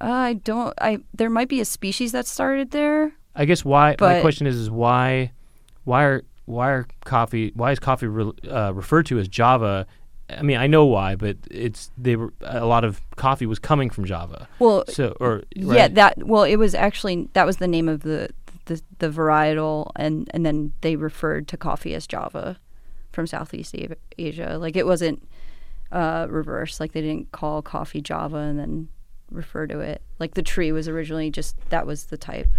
[SPEAKER 2] I don't. I there might be a species that started there.
[SPEAKER 1] I guess why my
[SPEAKER 2] But-
[SPEAKER 1] question is is why why are why are coffee why is coffee re, uh, referred to as Java? I mean, I know why, but it's they were a lot of coffee was coming from Java.
[SPEAKER 2] Well,
[SPEAKER 1] So or
[SPEAKER 2] yeah,
[SPEAKER 1] right?
[SPEAKER 2] that. Well, it was actually that was the name of the the, the varietal, and and then they referred to coffee as Java from Southeast A- Asia. Like it wasn't uh, reversed. Like they didn't call coffee Java and then refer to it. Like the tree was originally just that was the type,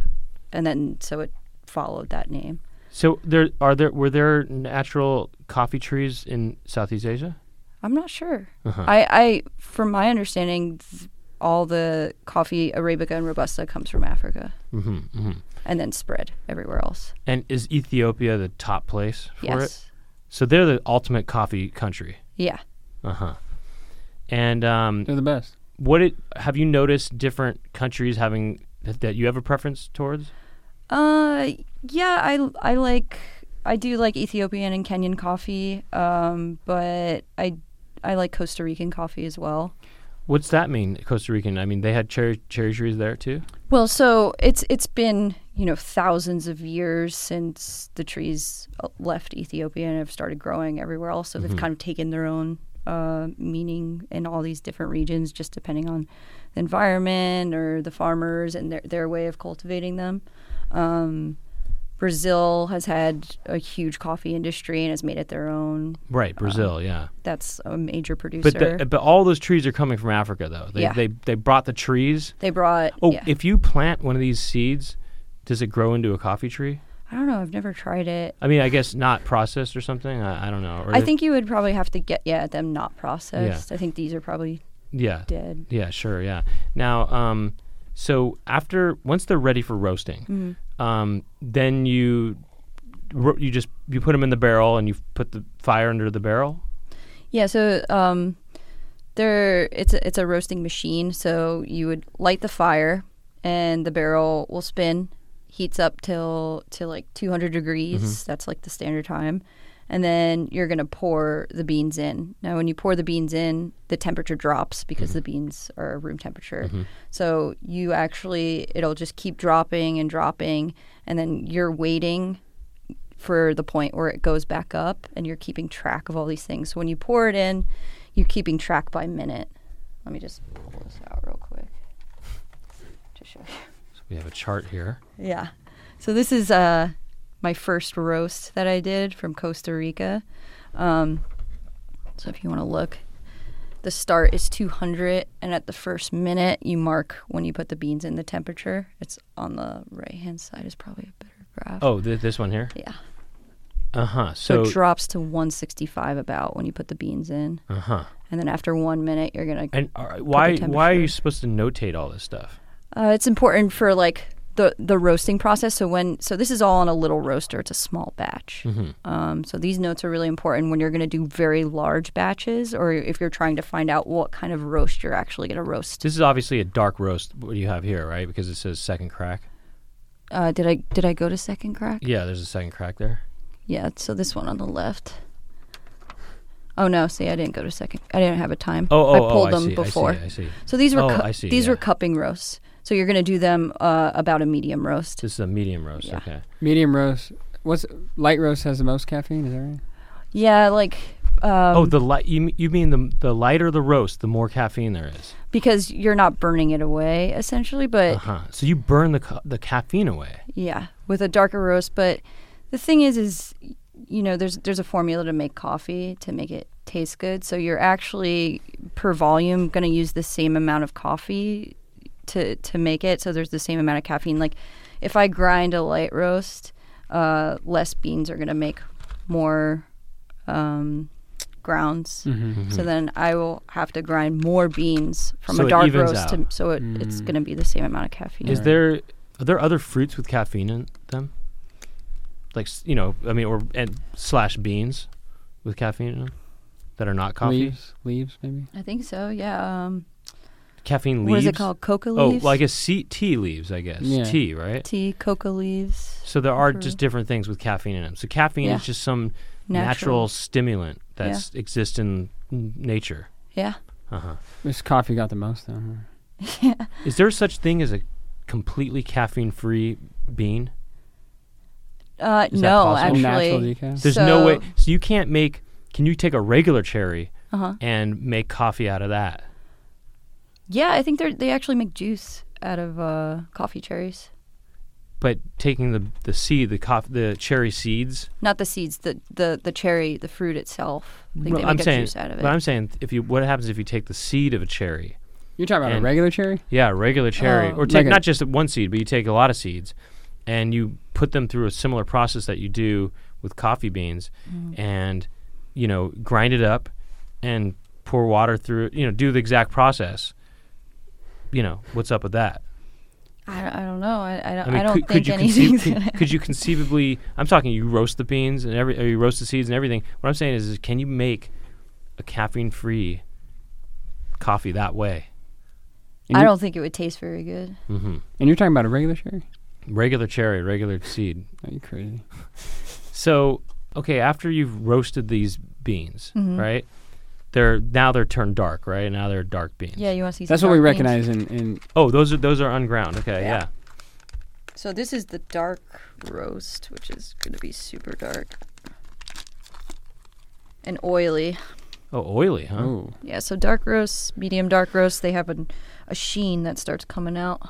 [SPEAKER 2] and then so it followed that name.
[SPEAKER 1] So there are there were there natural coffee trees in Southeast Asia?
[SPEAKER 2] I'm not sure.
[SPEAKER 1] Uh-huh.
[SPEAKER 2] I, I from my understanding, th- all the coffee arabica and robusta comes from Africa
[SPEAKER 1] Mm-hmm, mm-hmm.
[SPEAKER 2] and then spread everywhere else.
[SPEAKER 1] And is Ethiopia the top place for it?
[SPEAKER 2] yes.
[SPEAKER 1] So they're the ultimate coffee country.
[SPEAKER 2] Yeah.
[SPEAKER 1] Uh huh. And um,
[SPEAKER 3] They're the best.
[SPEAKER 1] what it, have you noticed different countries having that, that you have a preference towards?
[SPEAKER 2] Uh, yeah, I I like I do like Ethiopian and Kenyan coffee, um, but I I like Costa Rican coffee as well.
[SPEAKER 1] What's that mean, Costa Rican? I mean, they had cherry cherry trees there too.
[SPEAKER 2] Well, so it's it's been you know thousands of years since the trees uh, left Ethiopia and have started growing everywhere else. So they've
[SPEAKER 1] Mm-hmm.
[SPEAKER 2] kind of taken their own uh, meaning in all these different regions, just depending on the environment or the farmers and their their way of cultivating them. Um, Brazil has had a huge coffee industry and has made it their own.
[SPEAKER 1] Right, Brazil, yeah.
[SPEAKER 2] That's a major producer.
[SPEAKER 1] But the, but all those trees are coming from Africa though. They
[SPEAKER 2] Yeah.
[SPEAKER 1] they they brought the trees.
[SPEAKER 2] they brought.
[SPEAKER 1] Oh,
[SPEAKER 2] yeah.
[SPEAKER 1] if you plant one of these seeds, does it grow into a coffee tree?
[SPEAKER 2] I don't know. I've never tried it.
[SPEAKER 1] I mean, I guess not processed or something. I, I don't know. Or
[SPEAKER 2] I
[SPEAKER 1] if-
[SPEAKER 2] think you would probably have to get yeah them not processed. I think these are probably
[SPEAKER 1] yeah,
[SPEAKER 2] dead.
[SPEAKER 1] Yeah, sure. Yeah. Now, um, so after once they're ready for roasting,
[SPEAKER 2] Mm-hmm.
[SPEAKER 1] um, then you ro- you just you put them in the barrel and you put the fire under the barrel.
[SPEAKER 2] Yeah, so um, there it's a, it's a roasting machine. So you would light the fire, and the barrel will spin, heats up till to like 200 degrees. That's like the standard time, and then you're gonna pour the beans in. Now, when you pour the beans in, the temperature drops because the beans are room temperature. So you actually it'll just keep dropping and dropping, and then you're waiting for the point where it goes back up and you're keeping track of all these things. So when you pour it in, you're keeping track by minute. Let me just pull this out real quick to show you.
[SPEAKER 1] So we have a chart here.
[SPEAKER 2] Yeah. So this is uh, my first roast that I did from Costa Rica. Um, so if you want to look, the start is 200, and at the first minute, you mark when you put the beans in the temperature. It's on the right hand side, is probably a better graph.
[SPEAKER 1] Oh, th- this one here.
[SPEAKER 2] Yeah.
[SPEAKER 1] Uh huh.
[SPEAKER 2] So
[SPEAKER 1] So,
[SPEAKER 2] it drops to 165 about when you put the beans in,
[SPEAKER 1] uh huh.
[SPEAKER 2] and then after one minute you're gonna.
[SPEAKER 1] And uh, why why are you
[SPEAKER 2] temperature.
[SPEAKER 1] supposed to notate all this stuff?
[SPEAKER 2] Uh, it's important for like the the roasting process. So when so this is all on a little roaster. It's a small batch.
[SPEAKER 1] Mm-hmm. Hmm.
[SPEAKER 2] Um, so these notes are really important when you're gonna do very large batches, or if you're trying to find out what kind of roast you're actually gonna roast.
[SPEAKER 1] This is obviously a dark roast. What you have here, right? Because it says second crack.
[SPEAKER 2] Uh, did I did I go to second crack?
[SPEAKER 1] Yeah, there's a second crack there.
[SPEAKER 2] Yeah. So this one on the left. Oh no! See, I didn't go to second. I didn't have a time.
[SPEAKER 1] Oh, oh,
[SPEAKER 2] I
[SPEAKER 1] oh,
[SPEAKER 2] pulled
[SPEAKER 1] I
[SPEAKER 2] them
[SPEAKER 1] see, I see,
[SPEAKER 2] before.
[SPEAKER 1] I see.
[SPEAKER 2] So these were
[SPEAKER 1] Oh,
[SPEAKER 2] cu-
[SPEAKER 1] I see,
[SPEAKER 2] these were
[SPEAKER 1] yeah.
[SPEAKER 2] cupping roasts. So you're gonna do them uh, about a medium roast.
[SPEAKER 1] This is a medium roast.
[SPEAKER 2] Yeah.
[SPEAKER 1] Okay.
[SPEAKER 3] Medium roast. What's light roast has the most caffeine? Is that right?
[SPEAKER 2] Yeah, like um,
[SPEAKER 1] oh, the light. You, m- you mean the the lighter the roast, the more caffeine there is.
[SPEAKER 2] because you're not burning it away essentially, but
[SPEAKER 1] Uh huh. So you burn the ca- the caffeine away.
[SPEAKER 2] yeah, with a darker roast. But the thing is, is you know, there's there's a formula to make coffee to make it taste good. So you're actually per volume going to use the same amount of coffee to to make it. So there's the same amount of caffeine. Like if I grind a light roast, uh, less beans are going to make more um, grounds.
[SPEAKER 1] Mm-hmm.
[SPEAKER 2] So then I will have to grind more beans from
[SPEAKER 1] So
[SPEAKER 2] a
[SPEAKER 1] it
[SPEAKER 2] dark
[SPEAKER 1] evens
[SPEAKER 2] roast, to,
[SPEAKER 1] out. Mm.
[SPEAKER 2] so it, it's going to be the same amount of caffeine.
[SPEAKER 1] Is there are there other fruits with caffeine in them? Like s- you know, I mean, or and slash beans with caffeine in them that are not coffee.
[SPEAKER 3] Leaves, leaves maybe.
[SPEAKER 2] I think so. Yeah. Um,
[SPEAKER 1] Caffeine leaves.
[SPEAKER 2] what is it called? Coca
[SPEAKER 1] Oh,
[SPEAKER 2] leaves.
[SPEAKER 1] well, I guess sea- tea leaves. I guess
[SPEAKER 3] Yeah.
[SPEAKER 1] tea, right?
[SPEAKER 2] tea, coca leaves.
[SPEAKER 1] So there are
[SPEAKER 2] Mhm.
[SPEAKER 1] just different things with caffeine in them. So caffeine
[SPEAKER 2] Yeah.
[SPEAKER 1] is just some natural,
[SPEAKER 2] Natural.
[SPEAKER 1] stimulant that exists in n- nature.
[SPEAKER 2] Yeah.
[SPEAKER 1] Uh-huh.
[SPEAKER 3] This coffee got the most though. huh?
[SPEAKER 1] Is there such thing as a completely caffeine-free bean?
[SPEAKER 2] Uh,
[SPEAKER 1] Is that
[SPEAKER 2] no,
[SPEAKER 1] possible?
[SPEAKER 3] A
[SPEAKER 2] actually.
[SPEAKER 3] natural decaf.
[SPEAKER 1] There's no way.
[SPEAKER 2] So-
[SPEAKER 1] So you can't make. Can you take a regular cherry
[SPEAKER 2] Uh-huh.
[SPEAKER 1] and make coffee out of that?
[SPEAKER 2] Yeah, I think they they actually make juice out of uh, coffee cherries.
[SPEAKER 1] But taking the the seed, the coff, the cherry seeds.
[SPEAKER 2] Not the seeds, the the, the cherry, the fruit itself. I think
[SPEAKER 1] No,
[SPEAKER 2] they make
[SPEAKER 1] I'm
[SPEAKER 2] a
[SPEAKER 1] saying.
[SPEAKER 2] juice out of it.
[SPEAKER 1] But I'm saying, if you what happens if you take the seed of a cherry?
[SPEAKER 3] You're talking about a
[SPEAKER 1] And-
[SPEAKER 3] regular cherry?
[SPEAKER 1] Yeah, regular cherry,
[SPEAKER 2] Oh.
[SPEAKER 1] or take
[SPEAKER 3] Like a-
[SPEAKER 1] not just one seed, but you take a lot of seeds, and you put them through a similar process that you do with coffee beans,
[SPEAKER 2] Mm.
[SPEAKER 1] and you know grind it up, and pour water through it. You know, do the exact process. You know, what's up with that?
[SPEAKER 2] I, don't- I don't know. I, I don't, I
[SPEAKER 1] mean,
[SPEAKER 2] don't
[SPEAKER 1] could,
[SPEAKER 2] think
[SPEAKER 1] could you
[SPEAKER 2] anything's
[SPEAKER 1] conceive,
[SPEAKER 2] going
[SPEAKER 1] could, could you conceivably? I'm talking. You roast the beans and every, or you roast the seeds and everything. What I'm saying is, is can you make a caffeine-free coffee that way?
[SPEAKER 3] And
[SPEAKER 2] I
[SPEAKER 3] you-
[SPEAKER 2] don't think it would taste very good.
[SPEAKER 1] hmm
[SPEAKER 3] And you're talking about a regular cherry?
[SPEAKER 1] Regular cherry, regular seed.
[SPEAKER 3] Are you crazy?
[SPEAKER 1] So, okay, after you've roasted these beans,
[SPEAKER 2] Mm-hmm.
[SPEAKER 1] right? They're now they're turned dark, right? Now they're dark beans.
[SPEAKER 2] Yeah, you want to see. some
[SPEAKER 3] That's what we
[SPEAKER 2] dark beans?
[SPEAKER 3] recognize in, in
[SPEAKER 1] Oh, those are those are unground. Okay, yeah.
[SPEAKER 2] Yeah. So this is the dark roast, which is going to be super dark and oily.
[SPEAKER 1] Oh, oily, huh?
[SPEAKER 3] oh.
[SPEAKER 2] Yeah, so dark roasts, medium dark roasts, they have an, a sheen that starts coming out.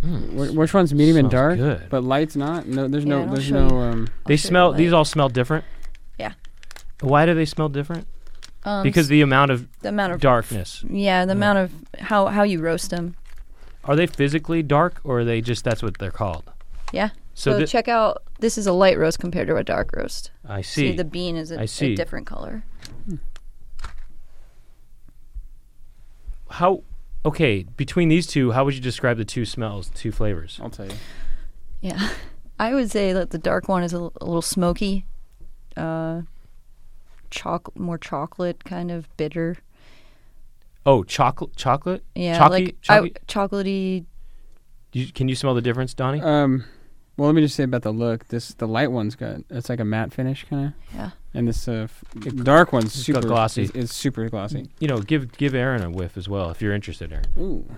[SPEAKER 1] Hmm.
[SPEAKER 3] Wh- which one's medium and
[SPEAKER 1] Smells
[SPEAKER 3] dark?
[SPEAKER 1] good.
[SPEAKER 3] But light's not? No there's
[SPEAKER 2] Yeah,
[SPEAKER 3] no
[SPEAKER 2] it'll
[SPEAKER 3] there's
[SPEAKER 2] show
[SPEAKER 3] no
[SPEAKER 2] you.
[SPEAKER 3] um
[SPEAKER 1] They
[SPEAKER 2] I'll show you
[SPEAKER 1] smell.
[SPEAKER 2] the
[SPEAKER 1] These
[SPEAKER 2] light.
[SPEAKER 1] all smell different.
[SPEAKER 2] Yeah.
[SPEAKER 1] Why do they smell different?
[SPEAKER 2] Um,
[SPEAKER 1] Because the amount of
[SPEAKER 2] the amount of
[SPEAKER 1] darkness.
[SPEAKER 2] yeah, the amount of how how you roast them.
[SPEAKER 1] Are they physically dark, or are they just that's what they're called?
[SPEAKER 2] Yeah.
[SPEAKER 1] So,
[SPEAKER 2] So,
[SPEAKER 1] thi-
[SPEAKER 2] check out this is a light roast compared to a dark roast.
[SPEAKER 1] I see.
[SPEAKER 2] the bean is a,
[SPEAKER 1] I
[SPEAKER 2] a
[SPEAKER 1] see.
[SPEAKER 2] different color.
[SPEAKER 1] how? Okay, between these two, how would you describe the two smells, two flavors?
[SPEAKER 3] I'll tell you.
[SPEAKER 2] Yeah. I would say that the dark one is a, l- a little smoky, uh, choc- more chocolate kind of bitter.
[SPEAKER 1] Oh, chocolate, chocolate.
[SPEAKER 2] Yeah,
[SPEAKER 1] Chalky?
[SPEAKER 2] like I w-
[SPEAKER 1] Chalky?
[SPEAKER 2] chocolatey.
[SPEAKER 1] Do you- can you smell the difference, Donnie?
[SPEAKER 3] Um well let me just say about the look. This the light one's got it's like a matte finish kinda.
[SPEAKER 2] Yeah.
[SPEAKER 3] And this uh, f- dark one's
[SPEAKER 1] It's got
[SPEAKER 3] super
[SPEAKER 1] glossy.
[SPEAKER 3] It's, it's super glossy.
[SPEAKER 1] you know, give give Aaron a whiff as well if you're interested, Aaron.
[SPEAKER 2] Mm.
[SPEAKER 3] Ooh.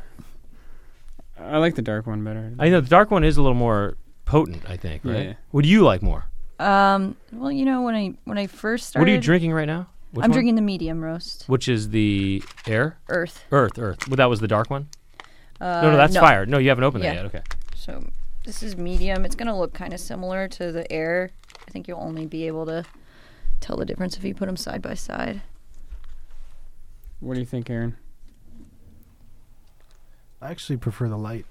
[SPEAKER 3] I like the dark one better.
[SPEAKER 1] I know the dark one is a little more potent, I think. Right?
[SPEAKER 3] Yeah.
[SPEAKER 1] What do you like more?
[SPEAKER 2] Um, well, you know when I when I first started,
[SPEAKER 1] What are you drinking right now? Which
[SPEAKER 2] I'm
[SPEAKER 1] one?
[SPEAKER 2] drinking the medium roast.
[SPEAKER 1] Which is the air,
[SPEAKER 2] Earth.
[SPEAKER 1] earth, earth. Well, that was the dark one.
[SPEAKER 2] Uh,
[SPEAKER 1] no, no, that's fire. No, you haven't opened
[SPEAKER 2] Yeah.
[SPEAKER 1] that yet. Okay.
[SPEAKER 2] So this is medium. It's gonna look kind of similar to the air. I think you'll only be able to tell the difference if you put them side by side.
[SPEAKER 3] What do you think, Aaron?
[SPEAKER 4] I actually prefer the light.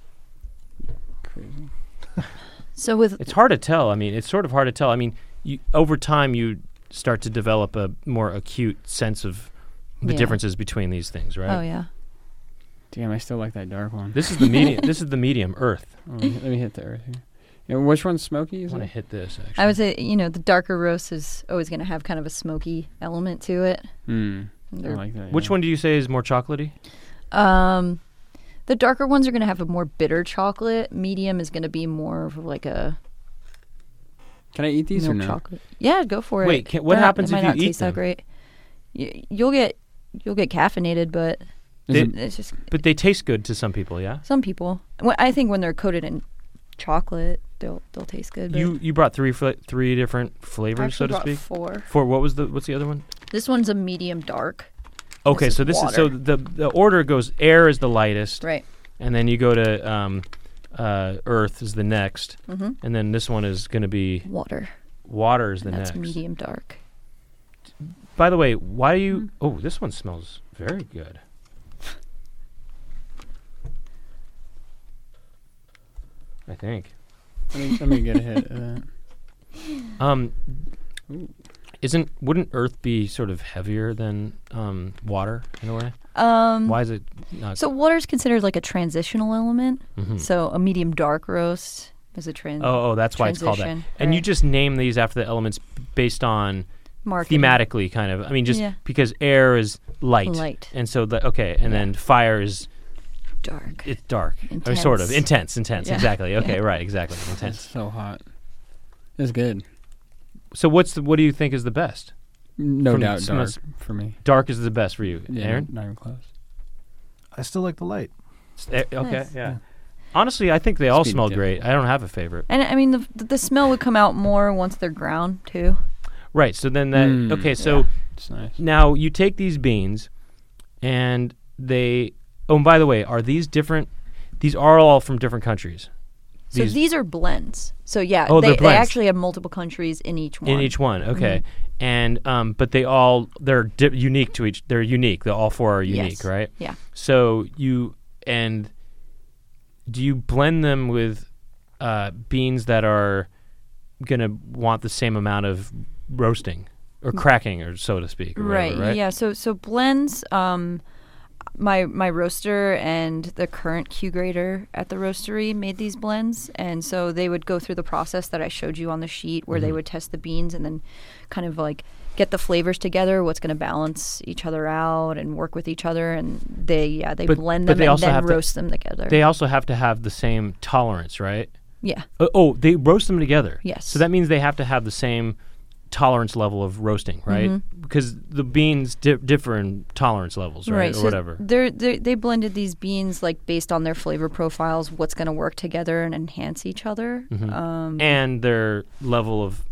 [SPEAKER 3] Crazy.
[SPEAKER 2] So with
[SPEAKER 1] It's hard to tell. I mean, it's sort of hard to tell. I mean, you, over time you start to develop a more acute sense of the
[SPEAKER 2] Yeah.
[SPEAKER 1] differences between these things, right?
[SPEAKER 2] oh yeah,
[SPEAKER 3] Damn, I still like that dark one.
[SPEAKER 1] This is the medium. this is the medium earth.
[SPEAKER 3] Oh, let me hit- let me hit the earth here. Yeah, which one's smoky?
[SPEAKER 1] I
[SPEAKER 3] Is
[SPEAKER 1] want to
[SPEAKER 3] it?
[SPEAKER 1] hit this. Actually.
[SPEAKER 2] I would say you know the darker roast is always gonna have kind of a smoky element to it.
[SPEAKER 3] Hmm. I
[SPEAKER 2] They're-
[SPEAKER 3] like that.
[SPEAKER 1] Which one do you say is more chocolatey?
[SPEAKER 2] Um, the darker ones are gonna have a more bitter chocolate. Medium is gonna be more of like a
[SPEAKER 3] Can I eat these or
[SPEAKER 2] milk
[SPEAKER 3] no?
[SPEAKER 2] chocolate. Yeah, go for
[SPEAKER 1] Wait,
[SPEAKER 2] it.
[SPEAKER 1] can- what
[SPEAKER 2] They're not-
[SPEAKER 1] happens
[SPEAKER 2] they
[SPEAKER 1] if
[SPEAKER 2] might
[SPEAKER 1] you
[SPEAKER 2] not
[SPEAKER 1] eat
[SPEAKER 2] taste
[SPEAKER 1] them?
[SPEAKER 2] that great? You, you'll get you'll get caffeinated, but
[SPEAKER 3] Is
[SPEAKER 1] They-
[SPEAKER 3] it-
[SPEAKER 2] it's just
[SPEAKER 1] But they taste good to some people, yeah.
[SPEAKER 2] some people. Wh- I think when they're coated in chocolate, they'll they'll taste good. But
[SPEAKER 1] You you brought three fla- three different
[SPEAKER 2] I
[SPEAKER 1] flavors,
[SPEAKER 2] actually
[SPEAKER 1] so to
[SPEAKER 2] brought
[SPEAKER 1] speak.
[SPEAKER 2] four.
[SPEAKER 1] For what was the what's the other one?
[SPEAKER 2] This one's a medium dark.
[SPEAKER 1] Okay,
[SPEAKER 2] is
[SPEAKER 1] so this is so
[SPEAKER 2] water.
[SPEAKER 1] the the order goes air is the lightest,
[SPEAKER 2] Right.
[SPEAKER 1] and then you go to um, uh, earth is the next,
[SPEAKER 2] Mm-hmm.
[SPEAKER 1] and then this one is going to be
[SPEAKER 2] Water.
[SPEAKER 1] water is the
[SPEAKER 2] and that's
[SPEAKER 1] next.
[SPEAKER 2] medium dark.
[SPEAKER 1] By the way, why do
[SPEAKER 2] Hmm.
[SPEAKER 1] you? Oh, this one smells very good. I think.
[SPEAKER 3] Let me, let me get a hit of that.
[SPEAKER 1] Um,
[SPEAKER 3] Ooh.
[SPEAKER 1] isn't wouldn't Earth be sort of heavier than um, water in a way?
[SPEAKER 2] Um,
[SPEAKER 1] Why is it not?
[SPEAKER 2] So water's considered like a transitional element.
[SPEAKER 1] Mhm.
[SPEAKER 2] So a medium dark roast is a trans.
[SPEAKER 1] oh, oh, that's why it's called that.
[SPEAKER 2] transition,
[SPEAKER 1] And you
[SPEAKER 2] right.
[SPEAKER 1] just name these after the elements based on
[SPEAKER 2] Marketing.
[SPEAKER 1] thematically, kind of. I mean, just
[SPEAKER 2] Yeah.
[SPEAKER 1] because air is light,
[SPEAKER 2] Light.
[SPEAKER 1] and so the okay, and
[SPEAKER 2] Yeah.
[SPEAKER 1] then fire is
[SPEAKER 2] dark.
[SPEAKER 1] it's dark, or sort of
[SPEAKER 2] Intense.
[SPEAKER 1] intense, intense,
[SPEAKER 2] Yeah.
[SPEAKER 1] exactly. Okay,
[SPEAKER 2] Yeah.
[SPEAKER 1] right, exactly,
[SPEAKER 3] That's
[SPEAKER 1] intense.
[SPEAKER 3] so hot. It's good.
[SPEAKER 1] So what's the, what do you think is the best?
[SPEAKER 3] No
[SPEAKER 1] From
[SPEAKER 3] doubt, dark
[SPEAKER 1] smells-
[SPEAKER 3] for me.
[SPEAKER 1] Dark is the best for you,
[SPEAKER 3] Yeah,
[SPEAKER 1] Aaron.
[SPEAKER 3] not even close.
[SPEAKER 4] I still like the light.
[SPEAKER 1] S- eh, Okay,
[SPEAKER 2] Nice.
[SPEAKER 1] yeah.
[SPEAKER 4] Yeah.
[SPEAKER 1] Honestly, I think they all
[SPEAKER 3] Speed
[SPEAKER 1] smell
[SPEAKER 3] dip.
[SPEAKER 1] great. I don't have a favorite.
[SPEAKER 2] And I mean the the smell would come out more once they're ground too.
[SPEAKER 1] Right. So then that
[SPEAKER 3] Mm.
[SPEAKER 1] okay. So
[SPEAKER 2] Yeah.
[SPEAKER 3] It's nice.
[SPEAKER 1] now you take these beans, and they. Oh, and by the way, are these different? These are all from different countries.
[SPEAKER 2] So
[SPEAKER 1] These-
[SPEAKER 2] these, are blends. So yeah,
[SPEAKER 1] Oh, they're
[SPEAKER 2] they, they
[SPEAKER 1] blends.
[SPEAKER 2] actually have multiple countries in each one. Mm-hmm.
[SPEAKER 1] in each one. Okay, and um, but they all they're di- unique to each. They're unique. The all four are unique,
[SPEAKER 2] Yes.
[SPEAKER 1] right?
[SPEAKER 2] Yeah.
[SPEAKER 1] So you and do you blend them with uh, beans that are gonna want the same amount of roasting
[SPEAKER 2] Mm.
[SPEAKER 1] or cracking or so to speak? or whatever, right.
[SPEAKER 2] Yeah. So so blends. Um, my my roaster and the current Q grader at the roastery made these blends, and so they would go through the process that I showed you on the sheet, where
[SPEAKER 1] Mm-hmm.
[SPEAKER 2] they would test the beans and then kind of like get the flavors together, what's going to balance each other out and work with each other, and they yeah they
[SPEAKER 1] But-
[SPEAKER 2] blend
[SPEAKER 1] but
[SPEAKER 2] them
[SPEAKER 1] they
[SPEAKER 2] and
[SPEAKER 1] also
[SPEAKER 2] then
[SPEAKER 1] have to-
[SPEAKER 2] roast them together.
[SPEAKER 1] They also have to have the same tolerance, right?
[SPEAKER 2] yeah.
[SPEAKER 1] Uh, oh, they roast them together.
[SPEAKER 2] Yes.
[SPEAKER 1] So that means they have to have the same tolerance level of roasting, right?
[SPEAKER 2] Mm-hmm.
[SPEAKER 1] Because the beans di- differ in tolerance levels, right, or
[SPEAKER 2] so
[SPEAKER 1] whatever.
[SPEAKER 2] They're, they they blended these beans like based on their flavor profiles, what's going to work together and enhance each other. Um,
[SPEAKER 1] and their level of,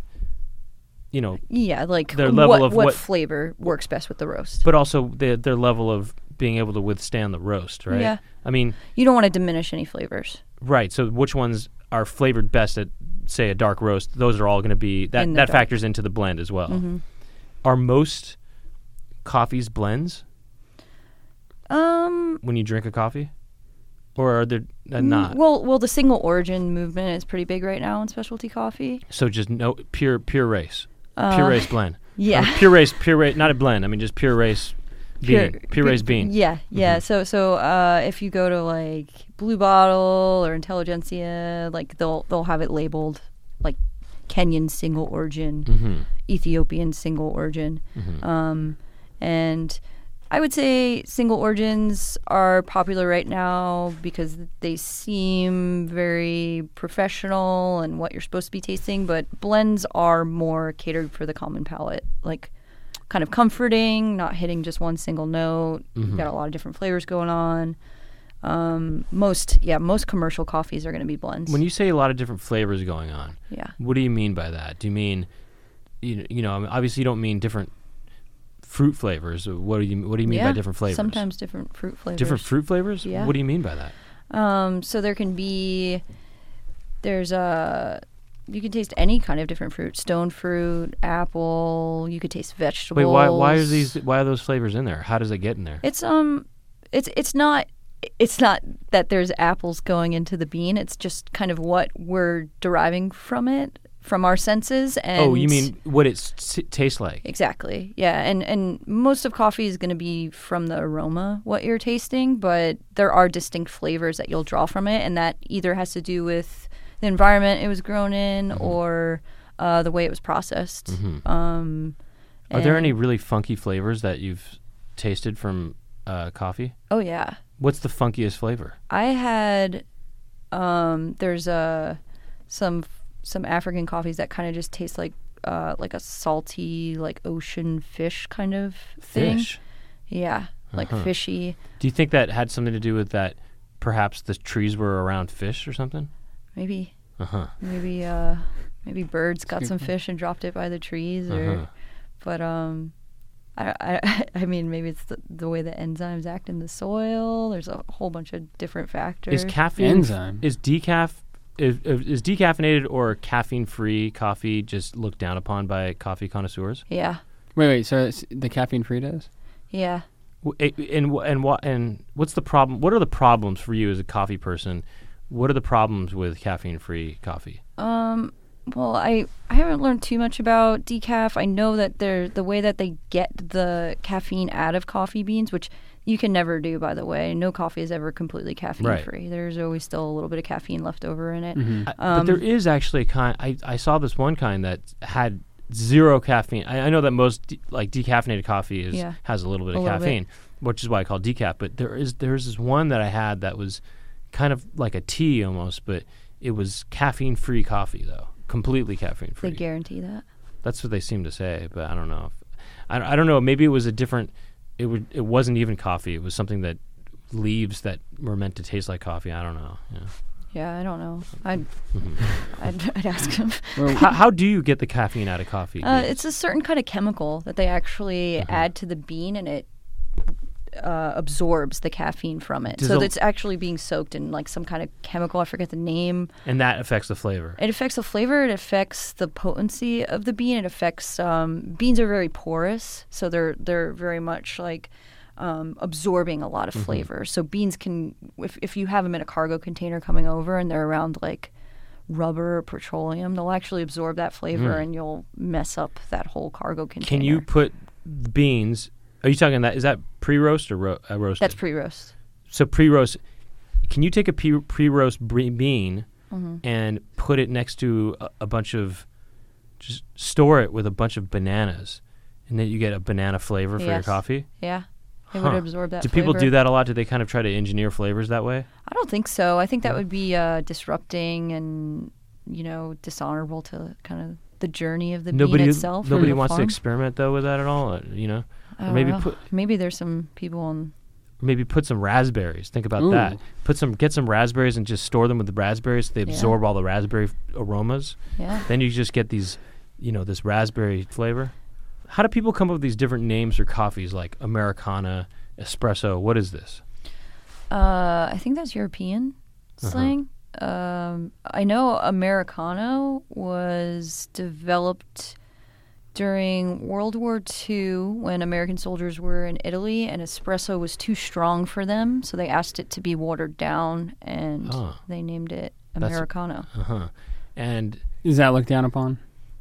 [SPEAKER 1] you know,
[SPEAKER 2] Yeah, like
[SPEAKER 1] Their level
[SPEAKER 2] what,
[SPEAKER 1] of
[SPEAKER 2] what,
[SPEAKER 1] what-
[SPEAKER 2] flavor works best with the roast.
[SPEAKER 1] but also their their level of being able to withstand the roast, right?
[SPEAKER 2] Yeah.
[SPEAKER 1] I mean,
[SPEAKER 2] You don't want to diminish any flavors.
[SPEAKER 1] right. So which ones are flavored best at, say, a dark roast? Those are all going to be that
[SPEAKER 2] In the
[SPEAKER 1] that
[SPEAKER 2] dark. Mm-hmm.
[SPEAKER 1] factors into the blend as well. Are most coffees blends
[SPEAKER 2] Um,
[SPEAKER 1] when you drink a coffee, or are there
[SPEAKER 2] Mm,
[SPEAKER 1] uh, not?
[SPEAKER 2] well, well, the single origin movement is pretty big right now in specialty coffee.
[SPEAKER 1] So just no pure pure race, pure race blend.
[SPEAKER 2] Uh, yeah.
[SPEAKER 1] Or pure race, pure race, not a blend. I mean just pure race bean, Mm-hmm. pure, race bean.
[SPEAKER 2] Yeah, yeah. So, so uh, if you go to like Blue Bottle or Intelligentsia, like they'll they'll have it labeled like Kenyan single origin,
[SPEAKER 1] Mhm.
[SPEAKER 2] Ethiopian single origin,
[SPEAKER 1] Mm-hmm.
[SPEAKER 2] um, and I would say single origins are popular right now because they seem very professional and what you're supposed to be tasting, but blends are more catered for the common palate, like kind of comforting, not hitting just one single note.
[SPEAKER 1] Mm-hmm.
[SPEAKER 2] You've got a lot of different flavors going on. Um, most, yeah, most commercial coffees are going to be blends.
[SPEAKER 1] When you say a lot of different flavors going on,
[SPEAKER 2] yeah.
[SPEAKER 1] what do you mean by that? Do you mean you know, you know I mean, obviously you don't mean different fruit flavors. What do you what do you mean by
[SPEAKER 2] Yeah,
[SPEAKER 1] different flavors?
[SPEAKER 2] Sometimes different fruit flavors.
[SPEAKER 1] different fruit flavors?
[SPEAKER 2] Yeah.
[SPEAKER 1] What do you mean by that?
[SPEAKER 2] Um, so there can be, there's a, you can taste any kind of different fruit, stone fruit, apple. You could taste vegetables.
[SPEAKER 1] Wait, why why are these why are those flavors in there? How does it get in there?
[SPEAKER 2] It's um, it's it's not. It's not that there's apples going into the bean. It's just kind of what we're deriving from it, from our senses. And
[SPEAKER 1] oh, you mean what it s- tastes like?
[SPEAKER 2] Exactly. Yeah, and and most of coffee is going to be from the aroma what you're tasting, but there are distinct flavors that you'll draw from it, and that either has to do with the environment it was grown in
[SPEAKER 1] Mm-hmm.
[SPEAKER 2] or uh, the way it was processed. Um,
[SPEAKER 1] Are there
[SPEAKER 2] and-
[SPEAKER 1] any really funky flavors that you've tasted from uh, coffee?
[SPEAKER 2] Oh yeah,
[SPEAKER 1] What's the funkiest flavor?
[SPEAKER 2] I had. Um, there's a some some African coffees that kind of just taste like uh, like a salty like ocean fish kind of thing.
[SPEAKER 1] Fish.
[SPEAKER 2] Yeah, like
[SPEAKER 1] Uh-huh.
[SPEAKER 2] fishy.
[SPEAKER 1] Do you think that had something to do with that? Perhaps the trees were around fish or something.
[SPEAKER 2] Maybe
[SPEAKER 1] Uh huh.
[SPEAKER 2] Maybe uh, maybe birds got
[SPEAKER 3] good
[SPEAKER 2] some
[SPEAKER 3] point.
[SPEAKER 2] fish and dropped it by the trees, or
[SPEAKER 1] Uh-huh.
[SPEAKER 2] but um, I, I I mean maybe it's the, the way the enzymes act in the soil. There's a whole bunch of different factors.
[SPEAKER 1] Is caffeine
[SPEAKER 3] Enzyme.
[SPEAKER 1] is decaf is, is decaffeinated or caffeine free coffee just looked down upon by coffee connoisseurs?
[SPEAKER 2] yeah,
[SPEAKER 3] Wait, wait. So it's the caffeine free does?
[SPEAKER 2] yeah.
[SPEAKER 1] W- a- And wh- and what and what's the problem? What are the problems for you as a coffee person? What are the problems with caffeine free coffee?
[SPEAKER 2] Um, well, I I haven't learned too much about decaf. I know that they're the way that they get the caffeine out of coffee beans, which you can never do, by the way. No coffee is ever completely caffeine free. There's always still a little bit of caffeine left over in it.
[SPEAKER 1] I- but
[SPEAKER 2] Um,
[SPEAKER 1] there is actually a kind. I, I saw this one kind that had zero caffeine. I, I know that most de- like decaffeinated coffee is
[SPEAKER 2] Yeah.
[SPEAKER 1] has a little bit
[SPEAKER 2] A
[SPEAKER 1] of
[SPEAKER 2] little bit.
[SPEAKER 1] caffeine, which is why I call it decaf. But there is there's this one that I had that was kind of like a tea almost, but it was caffeine free coffee though, completely caffeine
[SPEAKER 2] They
[SPEAKER 1] free.
[SPEAKER 2] guarantee that.
[SPEAKER 1] That's what they seem to say, but I don't know. If, I, don't- I don't know. Maybe it was a different. It would. It wasn't even coffee. It was something that leaves that were meant to taste like coffee. I don't know. Yeah.
[SPEAKER 2] Yeah, I don't know. I'd I'd, I'd ask him.
[SPEAKER 3] Well,
[SPEAKER 1] how, how do you get the caffeine out of coffee?
[SPEAKER 2] Uh,
[SPEAKER 1] Ian?
[SPEAKER 2] it's a certain kind of chemical that they actually
[SPEAKER 1] Uh-huh.
[SPEAKER 2] add to the bean, and it uh, absorbs the caffeine from it.
[SPEAKER 1] Does
[SPEAKER 2] so
[SPEAKER 1] the-
[SPEAKER 2] it's actually being soaked in like some kind of chemical. I forget the name.
[SPEAKER 1] and that affects the flavor.
[SPEAKER 2] It affects the flavor. It affects the potency of the bean. It affects um, beans are very porous, so they're they're very much like um, absorbing a lot
[SPEAKER 1] Mm-hmm.
[SPEAKER 2] of flavor. So beans can, if if you have them in a cargo container coming over and they're around like rubber or petroleum, they'll actually absorb that flavor and you'll mess up that whole cargo container.
[SPEAKER 1] Hmm. Can you put beans? Are you talking that? Is that pre-roast or ro- uh, roasted?
[SPEAKER 2] That's pre-roast.
[SPEAKER 1] so pre-roast. Can you take a pre- pre-roast bre- bean
[SPEAKER 2] Mm-hmm.
[SPEAKER 1] and put it next to a, a bunch of, just store it with a bunch of bananas, and then you get a banana flavor for your
[SPEAKER 2] Yes.
[SPEAKER 1] coffee?
[SPEAKER 2] Yeah. It
[SPEAKER 1] Huh.
[SPEAKER 2] would absorb that.
[SPEAKER 1] Do people
[SPEAKER 2] flavor.
[SPEAKER 1] do that a lot? Do they kind of try to engineer flavors that way?
[SPEAKER 2] I don't think so. I think that would be uh, disrupting and you know dishonorable to kind of the journey of the
[SPEAKER 1] nobody
[SPEAKER 2] bean itself. or
[SPEAKER 1] nobody
[SPEAKER 2] the
[SPEAKER 1] wants to
[SPEAKER 2] farm.
[SPEAKER 1] experiment though with that at all. uh, You know,
[SPEAKER 2] I
[SPEAKER 1] Or
[SPEAKER 2] don't
[SPEAKER 1] maybe
[SPEAKER 2] know.
[SPEAKER 1] put-
[SPEAKER 2] maybe there's some people on.
[SPEAKER 1] maybe put some raspberries. Think about
[SPEAKER 3] Ooh.
[SPEAKER 1] that. Put some, get some raspberries and just store them with the raspberries. so They
[SPEAKER 2] Yeah.
[SPEAKER 1] absorb all the raspberry f- aromas.
[SPEAKER 2] Yeah,
[SPEAKER 1] Then you just get these, you know, this raspberry flavor. How do people come up with these different names for coffees like Americana, espresso? What is this?
[SPEAKER 2] uh, I think that's European
[SPEAKER 1] Uh-huh.
[SPEAKER 2] slang. Um, I know Americano was developed during World War II when American soldiers were in Italy, and espresso was too strong for them, so they asked it to be watered down, and
[SPEAKER 1] Ah.
[SPEAKER 2] they named it
[SPEAKER 1] That's-
[SPEAKER 2] Americano.
[SPEAKER 1] Uh huh. And
[SPEAKER 3] is that looked down upon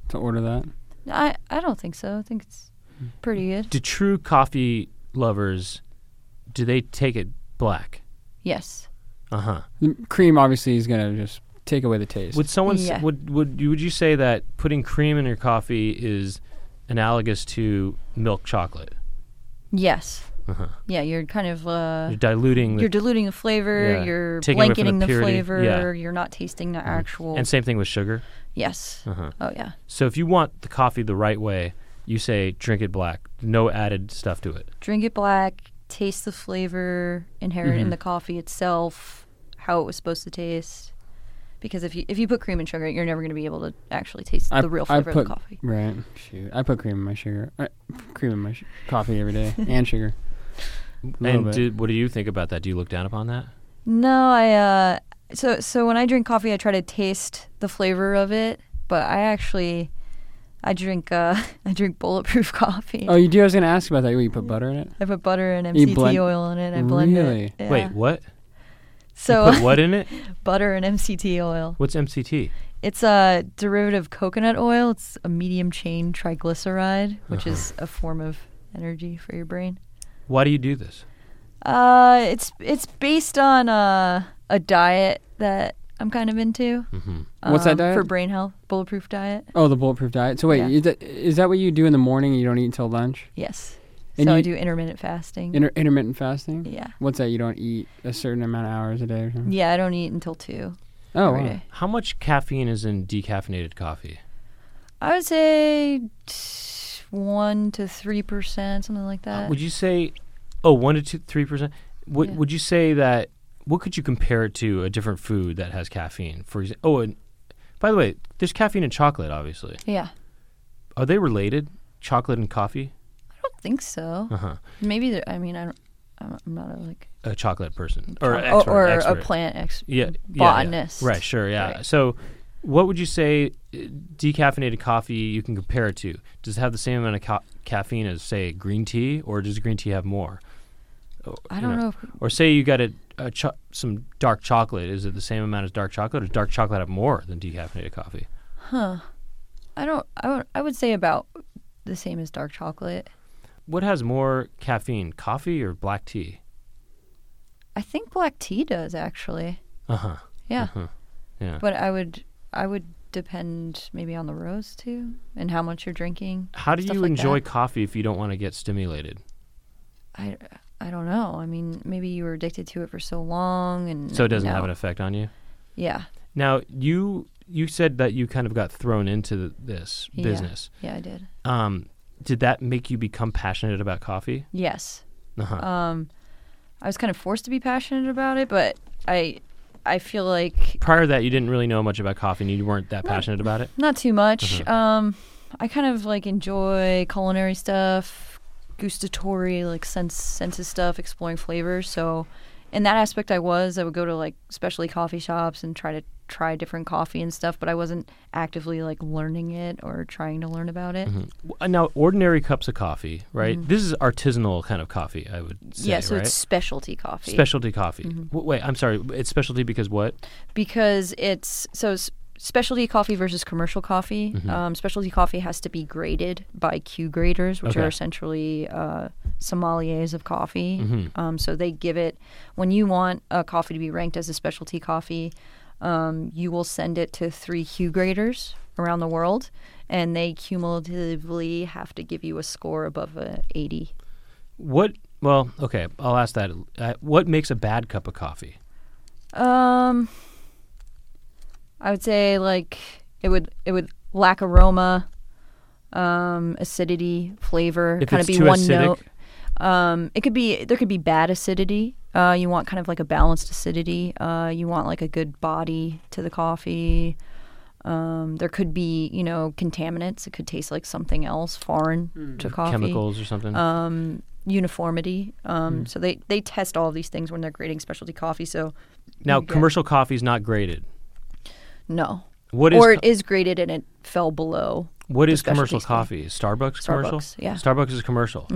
[SPEAKER 3] to order that?
[SPEAKER 2] I, I don't think so. I think it's
[SPEAKER 1] Hmm.
[SPEAKER 2] pretty good.
[SPEAKER 1] do true coffee lovers, do they take it black?
[SPEAKER 2] Yes.
[SPEAKER 1] Uh huh.
[SPEAKER 3] The cream obviously is gonna just take away the taste.
[SPEAKER 1] Would someone s-
[SPEAKER 2] Yeah.
[SPEAKER 1] would would you, would you say that putting cream in your coffee is analogous to milk chocolate?
[SPEAKER 2] Yes.
[SPEAKER 1] Uh-huh.
[SPEAKER 2] Yeah, you're kind of uh,
[SPEAKER 1] You're diluting the
[SPEAKER 2] you're diluting the flavor.
[SPEAKER 1] Yeah.
[SPEAKER 2] You're
[SPEAKER 1] Taking away from
[SPEAKER 2] blanketing
[SPEAKER 1] the
[SPEAKER 2] the,
[SPEAKER 1] purity.
[SPEAKER 2] flavor.
[SPEAKER 1] Yeah. Mm-hmm.
[SPEAKER 2] You're not tasting the actual.
[SPEAKER 1] and same thing with sugar.
[SPEAKER 2] yes.
[SPEAKER 1] Uh-huh.
[SPEAKER 2] Oh yeah.
[SPEAKER 1] So if you want the coffee the right way, you say drink it black, no added stuff to it.
[SPEAKER 2] Drink it black. Taste the flavor inherent
[SPEAKER 1] Mm-hmm.
[SPEAKER 2] in the coffee itself. How it was supposed to taste. Because if you if you put cream and sugar, you're never going to be able to actually taste the real flavor
[SPEAKER 3] put,
[SPEAKER 2] of the coffee.
[SPEAKER 3] Right. Shoot. I put cream in my sugar. I, cream in my sh- coffee every day and sugar. A little
[SPEAKER 1] And
[SPEAKER 3] bit.
[SPEAKER 1] do, what do you think about that? Do you look down upon that?
[SPEAKER 2] No, I uh so so when I drink coffee I try to taste the flavor of it, but I actually I drink uh I drink bulletproof coffee.
[SPEAKER 3] oh, you do. I was gonna ask about that. Wait, you put butter in it?
[SPEAKER 2] I put butter and
[SPEAKER 3] You
[SPEAKER 2] MCT
[SPEAKER 3] blend-
[SPEAKER 2] oil in it. I blend it.
[SPEAKER 3] Really?
[SPEAKER 2] Yeah.
[SPEAKER 1] Wait, what?
[SPEAKER 2] so
[SPEAKER 1] you put what in it?
[SPEAKER 2] butter and MCT oil.
[SPEAKER 1] What's MCT?
[SPEAKER 2] It's a derivative of coconut oil. It's a medium chain triglyceride, which is
[SPEAKER 3] Uh-huh.
[SPEAKER 2] a form of energy for your brain.
[SPEAKER 1] Why do you do this?
[SPEAKER 2] Uh, it's it's based on uh, a diet that I'm kind of into. um,
[SPEAKER 1] Mhm.
[SPEAKER 3] What's that diet?
[SPEAKER 2] For brain health, bulletproof diet.
[SPEAKER 3] Oh, the bulletproof diet. So wait,
[SPEAKER 2] Yeah.
[SPEAKER 3] is, that, is that what you do in the morning? and You don't eat until lunch?
[SPEAKER 2] Yes.
[SPEAKER 3] And
[SPEAKER 2] so I
[SPEAKER 3] you-
[SPEAKER 2] do intermittent fasting.
[SPEAKER 3] Inter- intermittent fasting.
[SPEAKER 2] yeah.
[SPEAKER 3] What's that? You don't eat a certain amount of hours a day or something?
[SPEAKER 2] Yeah, I don't eat until two
[SPEAKER 3] Oh,
[SPEAKER 2] every
[SPEAKER 3] wow.
[SPEAKER 2] day.
[SPEAKER 1] How much caffeine is in decaffeinated coffee?
[SPEAKER 2] I would say t- one to three percent, something like that.
[SPEAKER 1] would you say, oh, one to two, three percent? Would
[SPEAKER 2] Uh, Yeah.
[SPEAKER 1] Would you say that? What could you compare it to? A different food that has caffeine, for example. Oh, an, By the way, there's caffeine in chocolate, obviously.
[SPEAKER 2] Yeah.
[SPEAKER 1] Are they related? Chocolate and coffee?
[SPEAKER 2] I don't think so.
[SPEAKER 1] Uh
[SPEAKER 3] Uh-huh.
[SPEAKER 1] huh.
[SPEAKER 2] Maybe there, I mean I don't. I'm I'm not a like
[SPEAKER 1] A chocolate person or
[SPEAKER 2] chom-
[SPEAKER 1] an expert,
[SPEAKER 2] oh, or, a
[SPEAKER 1] expert.
[SPEAKER 2] plant ex-
[SPEAKER 1] Yeah, yeah,
[SPEAKER 2] botanist.
[SPEAKER 1] Yeah, Right. Sure. Yeah.
[SPEAKER 2] Right.
[SPEAKER 1] So, what would you say uh, decaffeinated coffee you can compare it to? Does it have the same amount of ca- caffeine as say green tea, or does green tea have more? Oh,
[SPEAKER 2] I
[SPEAKER 1] you
[SPEAKER 2] don't know. if,
[SPEAKER 1] Or say you got a, a cho- some dark chocolate. Is it the same amount as dark chocolate, or does dark chocolate have more than decaffeinated coffee?
[SPEAKER 2] huh? I don't. I would. I would say about the same as dark chocolate.
[SPEAKER 1] What has more caffeine, coffee or black tea?
[SPEAKER 2] I think black tea does actually.
[SPEAKER 1] Uh huh.
[SPEAKER 2] Uh-huh, Yeah.
[SPEAKER 1] Yeah.
[SPEAKER 2] But I would. I would depend maybe on the roast too and how much you're drinking.
[SPEAKER 1] How do
[SPEAKER 2] Stuff
[SPEAKER 1] you
[SPEAKER 2] like
[SPEAKER 1] enjoy
[SPEAKER 2] that.
[SPEAKER 1] coffee if you don't want to get stimulated?
[SPEAKER 2] I. I don't know. I mean, maybe you were addicted to it for so long, and
[SPEAKER 1] So it doesn't have
[SPEAKER 2] now-
[SPEAKER 1] an effect on you.
[SPEAKER 2] Yeah,
[SPEAKER 1] Now you you said that you kind of got thrown into th- this
[SPEAKER 2] Yeah.
[SPEAKER 1] business.
[SPEAKER 2] yeah, I did.
[SPEAKER 1] Um, did that make you become passionate about coffee?
[SPEAKER 2] Yes,
[SPEAKER 1] Uh-huh.
[SPEAKER 2] um, I was kind of forced to be passionate about it, but I, I feel like
[SPEAKER 1] Prior to that, you didn't really know much about coffee, and you weren't that passionate about it.
[SPEAKER 2] Not too much. Um, I kind of like enjoy culinary stuff, gustatory, like sense senses stuff, exploring flavors. So, in that aspect, I was. I would go to like specialty coffee shops and try to try different coffee and stuff, but I wasn't actively like learning it or trying to learn about it.
[SPEAKER 1] W- uh, Now, ordinary cups of coffee, right? This is artisanal kind of coffee, I would say,
[SPEAKER 2] yeah, so
[SPEAKER 1] right?
[SPEAKER 2] Mm-hmm. it's Mm-hmm. specialty coffee
[SPEAKER 1] specialty coffee. W- wait, I'm sorry. It's specialty because what?
[SPEAKER 2] because it's so. s Specialty coffee versus commercial coffee. Um, specialty coffee has to be graded by Q graders, which
[SPEAKER 1] Okay.
[SPEAKER 2] are essentially uh, sommeliers of coffee. Um, so they give it when you want a coffee to be ranked as a specialty coffee, um, you will send it to three Q graders around the world, and they cumulatively have to give you a score above a 80.
[SPEAKER 1] What? Well, okay. I'll ask that. Uh, what makes a bad cup of coffee?
[SPEAKER 2] Um, I would say like it would it would lack aroma, um, acidity, flavor,
[SPEAKER 1] If
[SPEAKER 2] kind of
[SPEAKER 1] it's
[SPEAKER 2] be
[SPEAKER 1] too
[SPEAKER 2] one
[SPEAKER 1] acidic?
[SPEAKER 2] note. Um, it could be there could be bad acidity. Uh, you want kind of like a balanced acidity. Uh, you want like a good body to the coffee. Um, there could be you know contaminants. It could taste like something else foreign to coffee
[SPEAKER 1] Chemicals Hmm. or something?
[SPEAKER 2] um, uniformity. Um, So they, they test all of these things when they're grading specialty coffee. So
[SPEAKER 1] now,
[SPEAKER 2] you get-
[SPEAKER 1] commercial coffee is not graded.
[SPEAKER 2] no,
[SPEAKER 1] What is
[SPEAKER 2] or
[SPEAKER 1] co-
[SPEAKER 2] it is graded and it fell below.
[SPEAKER 1] What
[SPEAKER 2] the
[SPEAKER 1] is commercial
[SPEAKER 2] specialty
[SPEAKER 1] coffee? Is Starbucks, commercial?
[SPEAKER 2] Starbucks, yeah. Mm-hmm.
[SPEAKER 1] Starbucks is commercial.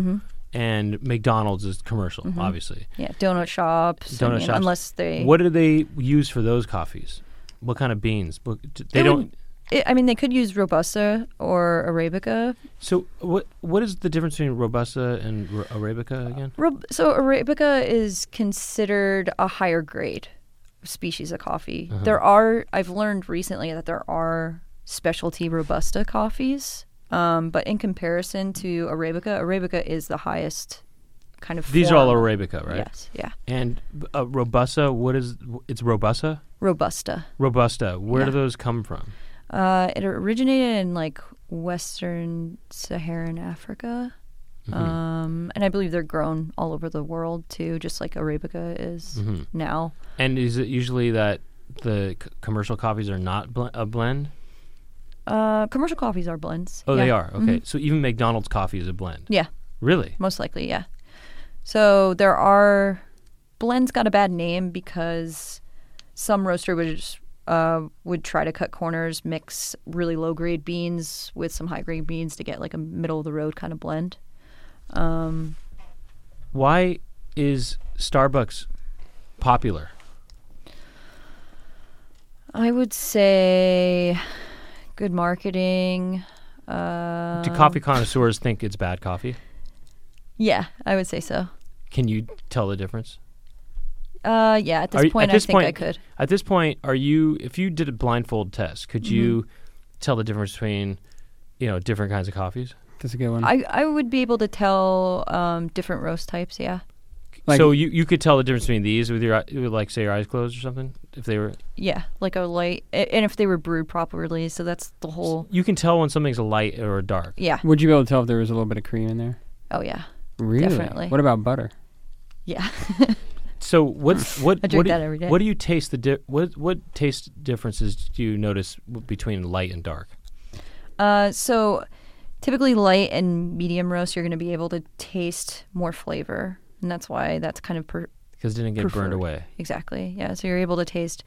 [SPEAKER 1] And McDonald's is commercial, obviously.
[SPEAKER 2] Yeah, donut shops. I
[SPEAKER 1] Donut
[SPEAKER 2] mean,
[SPEAKER 1] shops.
[SPEAKER 2] Unless they
[SPEAKER 1] What do they use for those coffees? What kind of beans? What- d- They
[SPEAKER 2] It
[SPEAKER 1] don't.
[SPEAKER 2] would- it- I mean, they could use robusta or arabica.
[SPEAKER 1] so what? What is the difference between robusta and r-
[SPEAKER 2] Uh,
[SPEAKER 1] arabica again?
[SPEAKER 2] Rob- so arabica is considered a higher grade species of coffee.
[SPEAKER 1] Uh-huh.
[SPEAKER 2] There are I've learned recently that there are specialty robusta coffees, um, but in comparison to arabica, arabica is the highest kind of.
[SPEAKER 1] These are all
[SPEAKER 2] form.
[SPEAKER 1] arabica, right?
[SPEAKER 2] Yes, yeah,
[SPEAKER 1] And uh, robusta. What is? It's robusta.
[SPEAKER 2] robusta.
[SPEAKER 1] Robusta. Where do
[SPEAKER 2] Yeah.
[SPEAKER 1] those come from?
[SPEAKER 2] Uh, it originated in like Western Saharan Africa.
[SPEAKER 1] Mm-hmm.
[SPEAKER 2] Um, and I believe they're grown all over the world too, just like Arabica is
[SPEAKER 1] Mm-hmm.
[SPEAKER 2] now.
[SPEAKER 1] And is it usually that the c- commercial coffees are not bl- a blend?
[SPEAKER 2] Uh, commercial coffees are blends.
[SPEAKER 1] Oh,
[SPEAKER 2] yeah. Mm-hmm.
[SPEAKER 1] they are. Okay. So even McDonald's coffee is a blend.
[SPEAKER 2] Yeah,
[SPEAKER 1] Really?
[SPEAKER 2] most likely, yeah. So there are blends got a bad name because some roaster would just, uh, would try to cut corners, mix really low grade beans with some high grade beans to get like a middle of the road kind of blend. Um,
[SPEAKER 1] why is Starbucks popular?
[SPEAKER 2] I would say good marketing. Uh,
[SPEAKER 1] Do coffee connoisseurs think it's bad coffee?
[SPEAKER 2] yeah, I would say so.
[SPEAKER 1] Can you tell the difference?
[SPEAKER 2] Uh, yeah, at
[SPEAKER 1] Are
[SPEAKER 2] this
[SPEAKER 1] you-
[SPEAKER 2] point,
[SPEAKER 1] at this
[SPEAKER 2] I think I
[SPEAKER 1] point-
[SPEAKER 2] could.
[SPEAKER 1] At this point, are you if you did a blindfold test, could
[SPEAKER 2] Mm-hmm.
[SPEAKER 1] you tell the difference between you know different kinds of coffees?
[SPEAKER 3] That's a good
[SPEAKER 1] Mm.
[SPEAKER 3] one.
[SPEAKER 2] I, I would be able to tell um, different roast types, yeah.
[SPEAKER 3] Like-
[SPEAKER 1] so you, you could tell the difference between these with your eye- with like say your eyes closed or something if they were
[SPEAKER 2] Yeah, like a light, a- and if they were brewed properly. So that's the whole.
[SPEAKER 1] you can tell when something's a light or a dark.
[SPEAKER 2] Yeah.
[SPEAKER 3] Would you be able to tell if there was a little bit of cream in there?
[SPEAKER 2] Oh yeah.
[SPEAKER 3] Really?
[SPEAKER 2] Definitely.
[SPEAKER 3] What about butter?
[SPEAKER 2] Yeah.
[SPEAKER 1] So what's what?
[SPEAKER 2] I drink
[SPEAKER 1] what do,
[SPEAKER 2] that every day.
[SPEAKER 1] What do you taste the di- what what taste differences do you notice w- between light and dark?
[SPEAKER 2] Uh, so typically light and medium roast, you're going to be able to taste more flavor, and that's why that's kind of per-
[SPEAKER 1] Because it didn't get burned
[SPEAKER 2] Preferred.
[SPEAKER 1] away.
[SPEAKER 2] exactly yeah. So you're able to taste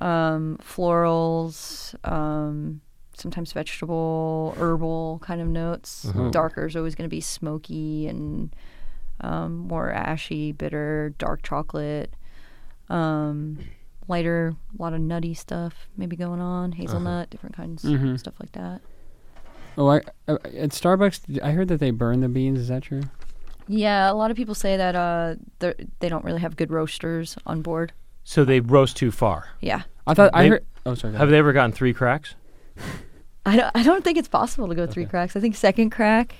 [SPEAKER 2] um, florals, um, sometimes vegetable, herbal kind of notes.
[SPEAKER 1] Mhm.
[SPEAKER 2] Darker is always going to be smoky and um, more ashy, bitter, dark chocolate. Um, lighter, a lot of nutty stuff maybe going on, hazelnut, different kinds,
[SPEAKER 3] Mhm.
[SPEAKER 2] stuff like that.
[SPEAKER 3] Oh, I, uh, at Starbucks, I heard that they burn the beans. Is that true?
[SPEAKER 2] Yeah, a lot of people say that uh, they're- they don't really have good roasters on board.
[SPEAKER 1] So they roast too far.
[SPEAKER 2] Yeah,
[SPEAKER 3] I thought I
[SPEAKER 1] They-
[SPEAKER 3] heard. Oh, sorry. go
[SPEAKER 1] Have
[SPEAKER 3] ahead.
[SPEAKER 1] they ever gotten three cracks?
[SPEAKER 2] I don't. I don't think it's possible to go three
[SPEAKER 1] Okay.
[SPEAKER 2] cracks. I think second crack,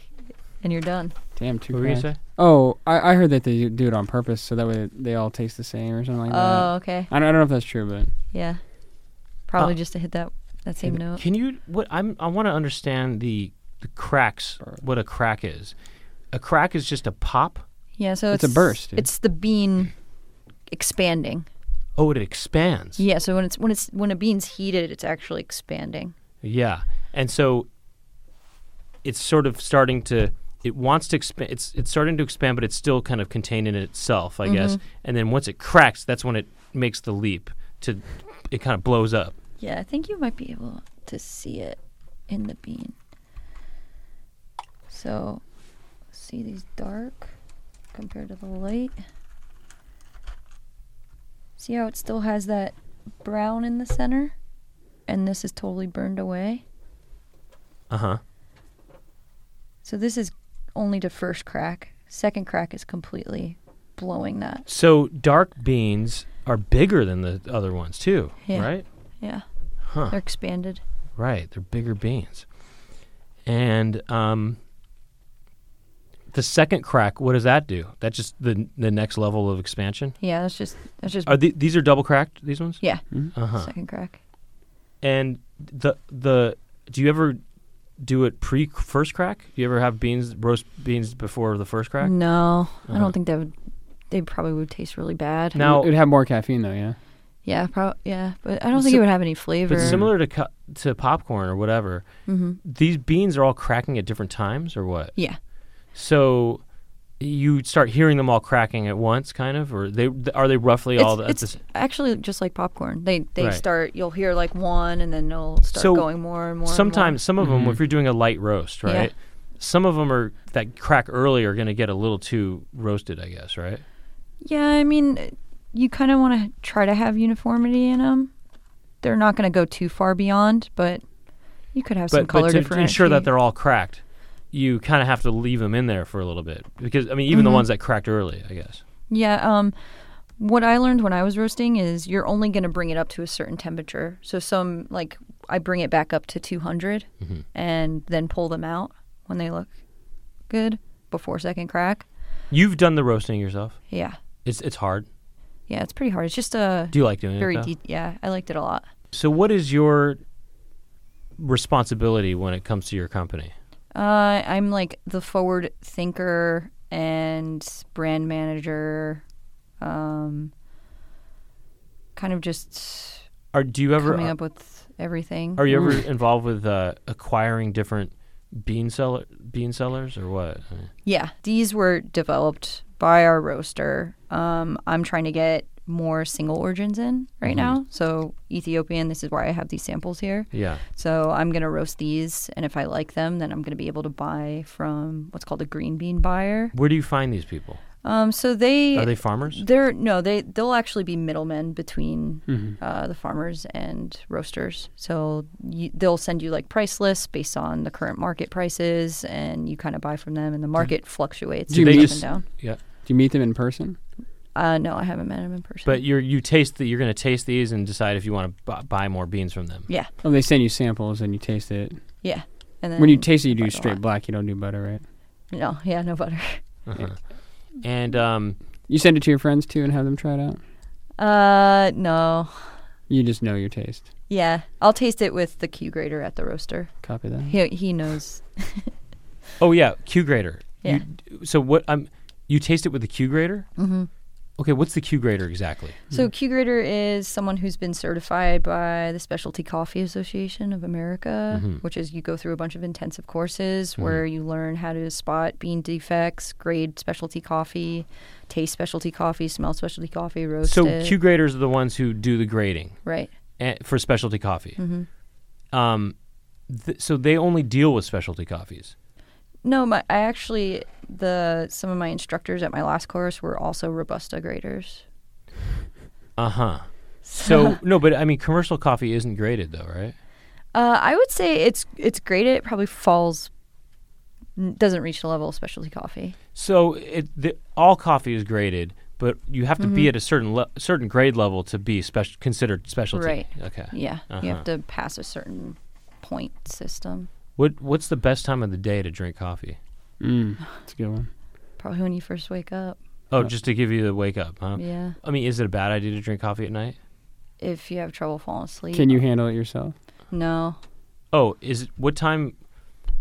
[SPEAKER 2] and you're done.
[SPEAKER 3] Damn, two.
[SPEAKER 1] what were you
[SPEAKER 3] cracks.
[SPEAKER 1] gonna say?
[SPEAKER 3] Oh, I, I heard that they do it on purpose so that way they all taste the same or something like
[SPEAKER 2] Oh,
[SPEAKER 3] that.
[SPEAKER 2] okay.
[SPEAKER 3] I don't, I don't know if that's true, but
[SPEAKER 2] Yeah, probably
[SPEAKER 3] Ah.
[SPEAKER 1] Huh.
[SPEAKER 2] just to hit that that same note.
[SPEAKER 1] Can you? What I'm I want to understand the the cracks.
[SPEAKER 3] Burn.
[SPEAKER 1] What a crack is. A crack is just a pop.
[SPEAKER 2] Yeah, so
[SPEAKER 3] It's
[SPEAKER 2] it's,
[SPEAKER 3] a burst, dude.
[SPEAKER 2] It's the bean expanding.
[SPEAKER 1] Oh, it expands.
[SPEAKER 2] Yeah, so when it's when it's when a bean's heated, it's actually expanding.
[SPEAKER 1] Yeah. And so it's sort of starting to it wants to expand it's it's starting to expand but it's still kind of contained in itself, I guess. And then once it cracks, that's when it makes the leap to it kind of blows up.
[SPEAKER 2] Yeah, I think you might be able to see it in the bean. So, see these dark compared to the light. See how it still has that brown in the center? And this is totally burned away.
[SPEAKER 1] Uh-huh.
[SPEAKER 2] So, this is only to first crack. Second crack is completely blowing that.
[SPEAKER 1] So dark beans are bigger than the other ones too,
[SPEAKER 2] Yeah.
[SPEAKER 1] right?
[SPEAKER 2] Yeah.
[SPEAKER 1] Huh.
[SPEAKER 2] They're expanded.
[SPEAKER 1] Right, they're bigger beans. And um the second crack, what does that do? That just the the next level of expansion?
[SPEAKER 2] Yeah, that's just that's just
[SPEAKER 1] Are the, these are double cracked these ones?
[SPEAKER 2] yeah,
[SPEAKER 1] Uh-huh.
[SPEAKER 2] second crack.
[SPEAKER 1] And the the do you ever do it pre first crack? Do you ever have beans roast beans before the first crack?
[SPEAKER 2] No, I
[SPEAKER 1] Uh-huh.
[SPEAKER 2] don't think that would. They probably would taste really bad.
[SPEAKER 1] Now-
[SPEAKER 3] it would have more caffeine though. Yeah.
[SPEAKER 2] yeah, probably. Yeah, but I don't think it
[SPEAKER 1] Sim-
[SPEAKER 2] would have any flavor.
[SPEAKER 1] But similar to cu- to popcorn or whatever,
[SPEAKER 2] hmm
[SPEAKER 1] these beans are all cracking at different times or what?
[SPEAKER 2] Yeah,
[SPEAKER 1] So you start hearing them all cracking at once, kind of, or they th- are they roughly all
[SPEAKER 2] It's-
[SPEAKER 1] at the
[SPEAKER 2] it's
[SPEAKER 1] s-
[SPEAKER 2] actually just like popcorn. They they
[SPEAKER 1] Right.
[SPEAKER 2] start. You'll hear like one, and then they'll start
[SPEAKER 1] So,
[SPEAKER 2] going more and more. and
[SPEAKER 1] sometimes some of them
[SPEAKER 3] Mhm.
[SPEAKER 1] if you're doing a light roast,
[SPEAKER 2] Yeah.
[SPEAKER 1] right? Some of them are that crack early are going to get a little too roasted, I guess, right?
[SPEAKER 2] more. Yeah, I mean, you kind of want to try to have uniformity in them. They're not going to go too far beyond, but you could have some
[SPEAKER 1] but,
[SPEAKER 2] color
[SPEAKER 1] but to, to
[SPEAKER 2] differentiate.
[SPEAKER 1] ensure that they're all cracked, you kind of have to leave them in there for a little bit because I mean, even the
[SPEAKER 2] Mhm.
[SPEAKER 1] ones that cracked early, I guess.
[SPEAKER 2] Yeah. Um, what I learned when I was roasting is you're only going to bring it up to a certain temperature. So some like I bring it back up to 200
[SPEAKER 1] Mhm.
[SPEAKER 2] and then pull them out when they look good before second crack.
[SPEAKER 1] You've done the roasting yourself.
[SPEAKER 2] Yeah.
[SPEAKER 1] It's it's hard.
[SPEAKER 2] Yeah, it's pretty hard. It's just a
[SPEAKER 1] Do you like doing
[SPEAKER 2] very
[SPEAKER 1] it? though?
[SPEAKER 2] deep. Yeah, I liked it a lot.
[SPEAKER 1] So, what is your responsibility when it comes to your company?
[SPEAKER 2] Uh, I'm like the forward thinker and brand manager. Um, kind of just
[SPEAKER 1] Are do you ever
[SPEAKER 2] coming
[SPEAKER 1] are,
[SPEAKER 2] up with everything.
[SPEAKER 1] you ever involved with uh, acquiring different bean seller bean sellers or what? I mean,
[SPEAKER 2] Yeah, these were developed by our roaster. Um, I'm trying to get more single origins in right
[SPEAKER 1] Mhm.
[SPEAKER 2] now. So Ethiopian, this is where I have these samples here.
[SPEAKER 1] yeah.
[SPEAKER 2] So I'm gonna roast these, and if I like them, then I'm gonna be able to buy from what's called a green bean buyer.
[SPEAKER 1] Where do you find these people?
[SPEAKER 2] Um, so they
[SPEAKER 1] Are they farmers?
[SPEAKER 2] they're no they they'll actually be middlemen between
[SPEAKER 3] Mhm.
[SPEAKER 1] Mm-hmm.
[SPEAKER 2] uh, the farmers and roasters. So you, they'll send you like price lists based on the current market prices, and you kind of buy from them. And the market fluctuates
[SPEAKER 3] Do
[SPEAKER 2] it
[SPEAKER 3] they
[SPEAKER 2] goes up
[SPEAKER 1] just-
[SPEAKER 2] and down.
[SPEAKER 1] Yeah.
[SPEAKER 3] Do you meet them in person?
[SPEAKER 2] Uh, no, I haven't met him in person.
[SPEAKER 1] But you're you taste the, you're going to taste these and decide if you want to bu buy more beans from them.
[SPEAKER 2] yeah,
[SPEAKER 3] Oh, they send you samples and you taste it.
[SPEAKER 2] yeah. And then
[SPEAKER 3] When you taste it, you do
[SPEAKER 2] quite Mm. a
[SPEAKER 3] straight
[SPEAKER 2] lot.
[SPEAKER 3] black. You don't do butter, right?
[SPEAKER 2] no, yeah, no butter.
[SPEAKER 1] Uh-huh. And um,
[SPEAKER 3] You send it to your friends too and have them try it out.
[SPEAKER 2] Uh, no,
[SPEAKER 3] You just know your taste.
[SPEAKER 2] yeah. I'll taste it with the Q grader at the roaster.
[SPEAKER 3] Copy that.
[SPEAKER 2] He he knows.
[SPEAKER 1] oh yeah, Q grader.
[SPEAKER 2] Yeah.
[SPEAKER 1] You, so what? Um, you taste it with the Q grader.
[SPEAKER 2] hmm
[SPEAKER 1] Okay, what's the Q grader exactly?
[SPEAKER 3] hmm.
[SPEAKER 2] So Q grader is someone who's been certified by the Specialty Coffee Association of America,
[SPEAKER 3] Mm-hmm.
[SPEAKER 1] Mhm.
[SPEAKER 2] which is you go through a bunch of intensive courses where you learn how to spot bean defects, grade specialty coffee, taste specialty coffee, smell specialty coffee, roast
[SPEAKER 1] So
[SPEAKER 2] it.
[SPEAKER 1] Q graders are the ones who do the grading
[SPEAKER 2] right.
[SPEAKER 1] eh, for specialty coffee. Um, th- so they only deal with specialty coffees.
[SPEAKER 2] No, my I actually the some of my instructors at my last course were also robusta graders.
[SPEAKER 1] Uh huh. So no, but I mean, commercial coffee isn't graded though, right?
[SPEAKER 2] Uh, I would say it's it's graded. It probably falls, n- doesn't reach the level of specialty coffee.
[SPEAKER 1] So it the, all coffee is graded, but you have to
[SPEAKER 2] Mm-hmm.
[SPEAKER 1] be at a certain le- certain grade level to be spec- considered specialty.
[SPEAKER 2] Right.
[SPEAKER 1] Okay.
[SPEAKER 2] Yeah, you
[SPEAKER 1] Uh-huh.
[SPEAKER 2] have to pass a certain point system.
[SPEAKER 1] What what's the best time of the day to drink coffee?
[SPEAKER 3] Mm, that's a good one.
[SPEAKER 2] Probably when you first wake up.
[SPEAKER 1] Oh, just to give you the wake up, huh?
[SPEAKER 2] Yeah,
[SPEAKER 1] I mean, is it a bad idea to drink coffee at night?
[SPEAKER 2] if you have trouble falling asleep.
[SPEAKER 3] Can you handle it yourself?
[SPEAKER 2] No,
[SPEAKER 1] Oh, is it, what time?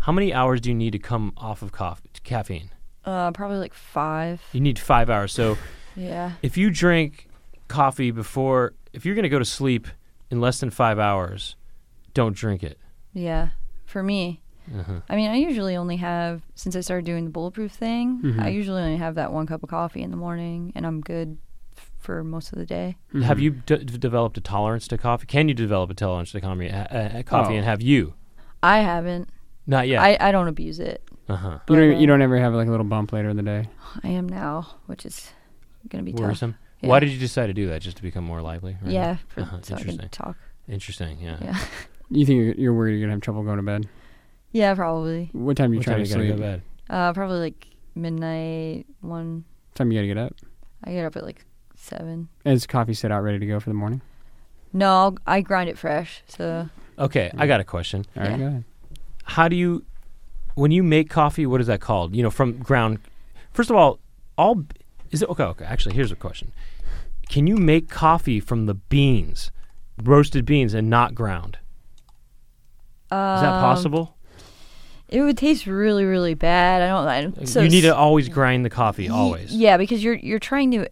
[SPEAKER 1] How many hours do you need to come off of coffee, caffeine?
[SPEAKER 2] uh, probably like five.
[SPEAKER 1] You need five hours. So
[SPEAKER 2] Yeah,
[SPEAKER 1] if you drink coffee before, if you're going to go to sleep in less than five hours, don't drink it.
[SPEAKER 2] yeah. For me,
[SPEAKER 1] Uh-huh.
[SPEAKER 2] I mean, I usually only have since I started doing the bulletproof thing.
[SPEAKER 1] Mm-hmm.
[SPEAKER 2] I usually only have that one cup of coffee in the morning, and I'm good f- for most of the day.
[SPEAKER 1] Have you d- d- developed a tolerance to coffee? Can you develop a tolerance to coffee, uh, uh, coffee
[SPEAKER 3] Oh.
[SPEAKER 1] and have you?
[SPEAKER 2] I haven't.
[SPEAKER 1] Not yet.
[SPEAKER 2] I, I don't abuse it.
[SPEAKER 1] uh-huh.
[SPEAKER 3] You don't, you
[SPEAKER 2] Yeah.
[SPEAKER 3] don't ever have like a little bump later in the day.
[SPEAKER 2] I am now, which is gonna be tough.
[SPEAKER 1] Worrisome.
[SPEAKER 2] Yeah.
[SPEAKER 1] Why did you decide to do that? Just to become more lively? right?
[SPEAKER 2] Yeah, for,
[SPEAKER 1] Uh-huh,
[SPEAKER 2] so I can
[SPEAKER 1] interesting.
[SPEAKER 2] talk.
[SPEAKER 1] Interesting. Yeah.
[SPEAKER 2] Yeah.
[SPEAKER 3] You think you're, you're worried you're gonna have trouble going to bed?
[SPEAKER 2] Yeah, probably.
[SPEAKER 3] What time do you
[SPEAKER 1] What
[SPEAKER 3] try
[SPEAKER 1] time
[SPEAKER 3] to
[SPEAKER 1] you gotta
[SPEAKER 3] sleep?
[SPEAKER 1] go to bed?
[SPEAKER 2] Uh, probably like midnight one.
[SPEAKER 3] time you gotta get up?
[SPEAKER 2] I get up at like seven.
[SPEAKER 3] Is coffee set out ready to go for the morning?
[SPEAKER 2] No, I'll, I grind it fresh. So
[SPEAKER 1] Okay, I got a question.
[SPEAKER 3] All right,
[SPEAKER 2] Yeah.
[SPEAKER 3] go ahead.
[SPEAKER 1] How do you, when you make coffee, what is that called? You know, from ground. First of all, all b- is it okay? Okay, actually, here's a question: Can you make coffee from the beans, roasted beans, and not ground? Is
[SPEAKER 2] Um,
[SPEAKER 1] that possible?
[SPEAKER 2] it would taste really, really bad. I don't. I don't so
[SPEAKER 1] Uh, you need
[SPEAKER 2] s-
[SPEAKER 1] to always grind the coffee,
[SPEAKER 2] ye-
[SPEAKER 1] always.
[SPEAKER 2] Yeah, because you're you're trying to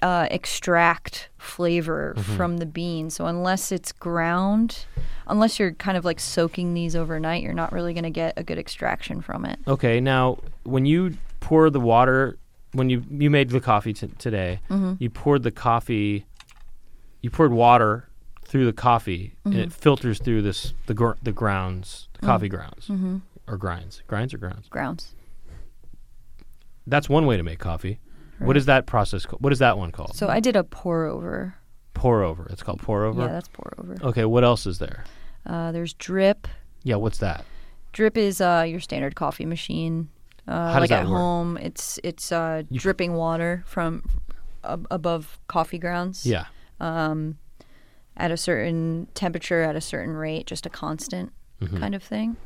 [SPEAKER 2] uh, extract flavor
[SPEAKER 1] Mm-hmm.
[SPEAKER 2] from the bean. So unless it's ground, unless you're kind of like soaking these overnight, you're not really going to get a good extraction from it.
[SPEAKER 1] Okay, now when you pour the water, when you you made the coffee t- today,
[SPEAKER 2] Mm-hmm.
[SPEAKER 1] you poured the coffee, you poured water through the coffee,
[SPEAKER 2] Mm-hmm.
[SPEAKER 1] and it filters through this the gr- the grounds, the coffee grounds,
[SPEAKER 2] Mm-hmm.
[SPEAKER 1] or grinds, grinds or grounds.
[SPEAKER 2] Grounds.
[SPEAKER 1] That's one way to make coffee. What
[SPEAKER 2] Right.
[SPEAKER 1] is that process? Called? What is that one called?
[SPEAKER 2] So I did a pour over.
[SPEAKER 1] pour over. It's called pour over.
[SPEAKER 2] Yeah, that's pour over.
[SPEAKER 1] okay, what else is there?
[SPEAKER 2] Uh, there's drip.
[SPEAKER 1] Yeah, what's that?
[SPEAKER 2] Drip is uh, your standard coffee machine.
[SPEAKER 1] How
[SPEAKER 2] Uh,
[SPEAKER 1] does
[SPEAKER 2] like
[SPEAKER 1] that
[SPEAKER 2] at
[SPEAKER 1] work?
[SPEAKER 2] home, it's it's uh, dripping water from ab- above coffee grounds.
[SPEAKER 1] Yeah.
[SPEAKER 2] At a certain temperature, at a certain rate, just a constant
[SPEAKER 1] Mm-hmm.
[SPEAKER 2] kind of thing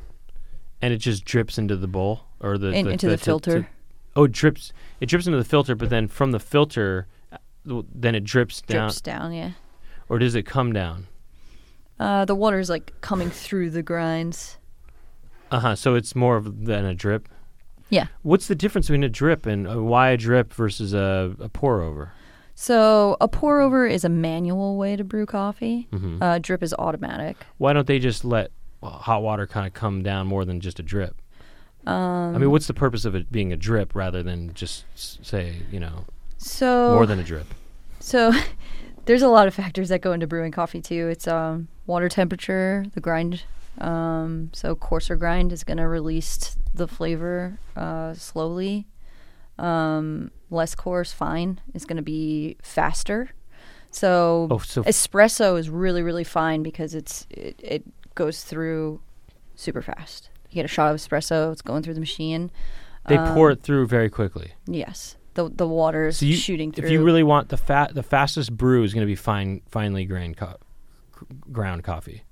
[SPEAKER 1] And it just drips into the bowl or the,
[SPEAKER 2] In- into the,
[SPEAKER 1] to-
[SPEAKER 2] filter.
[SPEAKER 1] to- oh, it drips. It drips into the filter, but then from the filter, uh, w- then it drips down,
[SPEAKER 2] drips down. Yeah.
[SPEAKER 1] or does it come down?
[SPEAKER 2] Uh, the water's like coming through the grinds.
[SPEAKER 1] Uh huh. So it's more of than a drip.
[SPEAKER 2] Yeah.
[SPEAKER 1] What's the difference between a drip and uh, why a drip versus a, a pour over?
[SPEAKER 2] So a pour over is a manual way to brew coffee.
[SPEAKER 1] Mm-hmm.
[SPEAKER 2] Uh, drip is automatic.
[SPEAKER 1] Why don't they just let uh, hot water kind of come down more than just a drip? Um, I mean, what's the purpose of it being a drip rather than just s- say you know
[SPEAKER 2] So
[SPEAKER 1] more than a drip?
[SPEAKER 2] So there's a lot of factors that go into brewing coffee too. It's um, water temperature, the grind. Um, so coarser grind is going to release the flavor uh, slowly. Um, less coarse, fine is going to be faster. So
[SPEAKER 1] Oh, so
[SPEAKER 2] espresso is really really fine because it's it, it goes through super fast. You get a shot of espresso, it's going through the machine.
[SPEAKER 1] they
[SPEAKER 2] uh,
[SPEAKER 1] pour it through very quickly.
[SPEAKER 2] Yes, the the water is
[SPEAKER 1] So you,
[SPEAKER 2] shooting through.
[SPEAKER 1] If you really want the fat, the fastest brew is going to be fine, finely grained co- gr- ground coffee.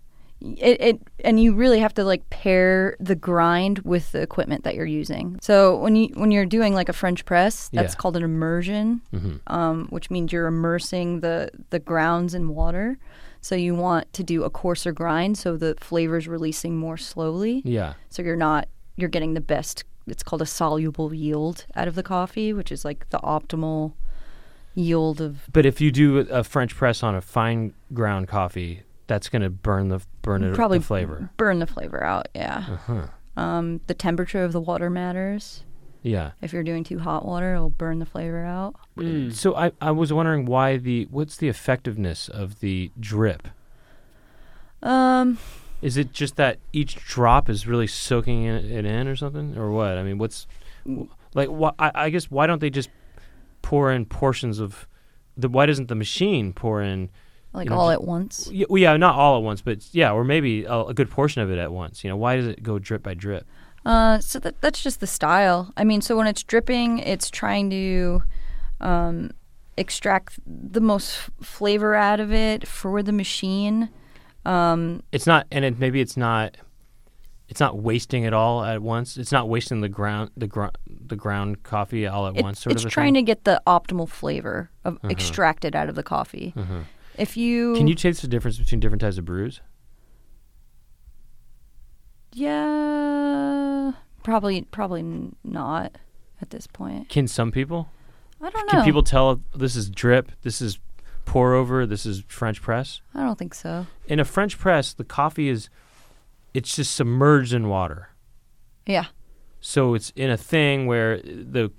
[SPEAKER 2] it, it and you really have to like pair the grind with the equipment that you're using. So when you when you're doing like a French press, that's
[SPEAKER 1] Yeah. Mm-hmm.
[SPEAKER 2] called an immersion, um, which means you're immersing the the grounds in water. So you want to do a coarser grind, so the flavors releasing more slowly.
[SPEAKER 1] Yeah.
[SPEAKER 2] So you're not you're getting the best. It's called a soluble yield out of the coffee, which is like the optimal yield of
[SPEAKER 1] But if you do a French press on a fine ground coffee, that's going to burn the burn it
[SPEAKER 2] probably
[SPEAKER 1] the flavor.
[SPEAKER 2] burn the flavor out. Yeah.
[SPEAKER 1] Uh-huh.
[SPEAKER 2] Um, the temperature of the water matters.
[SPEAKER 1] Yeah.
[SPEAKER 2] If you're doing too hot water, it'll burn the flavor out.
[SPEAKER 3] Hmm.
[SPEAKER 1] So I, I was wondering why the what's the effectiveness of the drip?
[SPEAKER 2] Um,
[SPEAKER 1] Is it just that each drop is really soaking it, it in or something or what? I mean, what's like wh- I, I guess why don't they just pour in portions of the why doesn't the machine pour in
[SPEAKER 2] like
[SPEAKER 1] You know,
[SPEAKER 2] all
[SPEAKER 1] ju-
[SPEAKER 2] at once.
[SPEAKER 1] yeah, well, yeah, not all at once, but yeah, or maybe a, a good portion of it at once. You know, why does it go drip by drip?
[SPEAKER 2] Uh, so that, that's just the style. I mean, so when it's dripping, it's trying to um, extract the most f- flavor out of it for the machine. Um,
[SPEAKER 1] It's not, and it, maybe it's not. It's not wasting it all at once. It's not wasting the ground, the ground, the ground coffee all at
[SPEAKER 2] it-
[SPEAKER 1] once. Sort
[SPEAKER 2] it's
[SPEAKER 1] of a
[SPEAKER 2] trying
[SPEAKER 1] thing. Uh-huh.
[SPEAKER 2] to get the optimal flavor of extracted out of the coffee. If you,
[SPEAKER 1] Mm-hmm. Can you taste the difference between different types of brews?
[SPEAKER 2] yeah, probably probably n- not at this point.
[SPEAKER 1] Can some people?
[SPEAKER 2] I don't know.
[SPEAKER 1] Can people tell if this is drip? This is pour over. This is French press.
[SPEAKER 2] I don't think so.
[SPEAKER 1] In a French press, the coffee is, it's just submerged in water.
[SPEAKER 2] Yeah,
[SPEAKER 1] So it's in a thing where the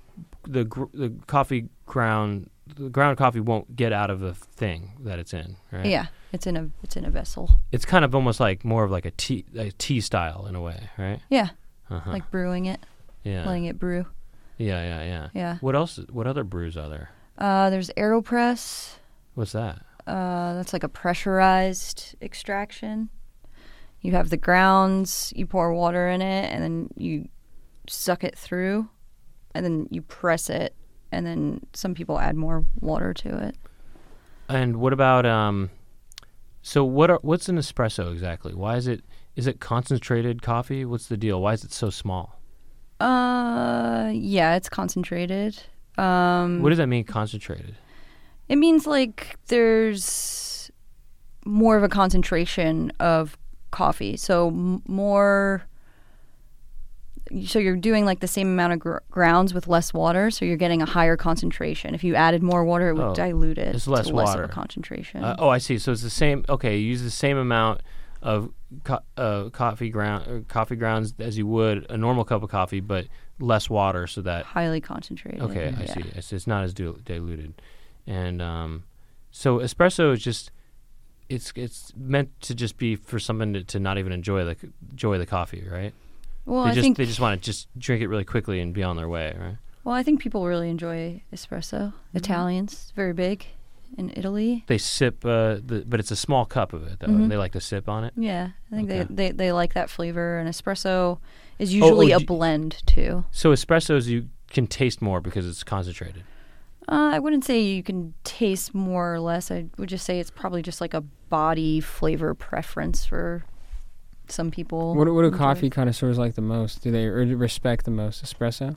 [SPEAKER 1] the gr- the coffee ground the ground coffee won't get out of the thing that it's in. Right?
[SPEAKER 2] yeah. It's in a it's in a vessel.
[SPEAKER 1] It's kind of almost like more of like a tea a tea style in a way, right?
[SPEAKER 2] Yeah,
[SPEAKER 1] Uh-huh.
[SPEAKER 2] like brewing it,
[SPEAKER 1] yeah.
[SPEAKER 2] letting it brew.
[SPEAKER 1] yeah, yeah, yeah,
[SPEAKER 2] Yeah.
[SPEAKER 1] What else? What other brews are there?
[SPEAKER 2] Uh, there's AeroPress.
[SPEAKER 1] What's that?
[SPEAKER 2] Uh, that's like a pressurized extraction. You have the grounds. You pour water in it, and then you suck it through, and then you press it, and then some people add more water to it.
[SPEAKER 1] And what about um? So what are what's an espresso exactly? Why is it is it concentrated coffee? What's the deal? Why is it so small?
[SPEAKER 2] Uh, yeah, it's concentrated. Um,
[SPEAKER 1] What does that mean? Concentrated.
[SPEAKER 2] It means like there's more of a concentration of coffee. So m- more. So you're doing like the same amount of gr- grounds with less water, so you're getting a higher concentration. If you added more water, it would
[SPEAKER 1] Oh,
[SPEAKER 2] dilute it.
[SPEAKER 1] it's
[SPEAKER 2] to
[SPEAKER 1] less
[SPEAKER 2] less of
[SPEAKER 1] water.
[SPEAKER 2] a concentration.
[SPEAKER 1] Uh, oh, I see. So it's the same. Okay, you use the same amount of co- uh, coffee ground or coffee grounds as you would a normal cup of coffee, but less water, so that
[SPEAKER 2] Highly concentrated.
[SPEAKER 1] okay, I
[SPEAKER 2] Mm-hmm. yeah.
[SPEAKER 1] see. It's, it's not as dil- diluted, and um, so espresso is just it's it's meant to just be for someone to, to not even enjoy the c- enjoy the coffee, right?
[SPEAKER 2] Well,
[SPEAKER 1] they
[SPEAKER 2] I
[SPEAKER 1] just
[SPEAKER 2] think
[SPEAKER 1] they just want to just drink it really quickly and be on their way, right?
[SPEAKER 2] well, I think people really enjoy espresso.
[SPEAKER 1] Mm-hmm.
[SPEAKER 2] Italians it's very big in Italy.
[SPEAKER 1] They sip, uh, the, but it's a small cup of it though.
[SPEAKER 2] Mhm.
[SPEAKER 1] They like to sip on it.
[SPEAKER 2] Yeah, I think
[SPEAKER 1] Okay.
[SPEAKER 2] they, they, they like that flavor. And espresso is
[SPEAKER 1] oh,
[SPEAKER 2] usually a
[SPEAKER 1] d-
[SPEAKER 2] blend too.
[SPEAKER 1] So espressos you can taste more because it's concentrated.
[SPEAKER 2] Uh, I wouldn't say you can taste more or less. I would just say it's probably just like a body flavor preference for some people.
[SPEAKER 3] What, what do
[SPEAKER 2] enjoy.
[SPEAKER 3] coffee connoisseurs like the most? Do they re- respect the most? Espresso?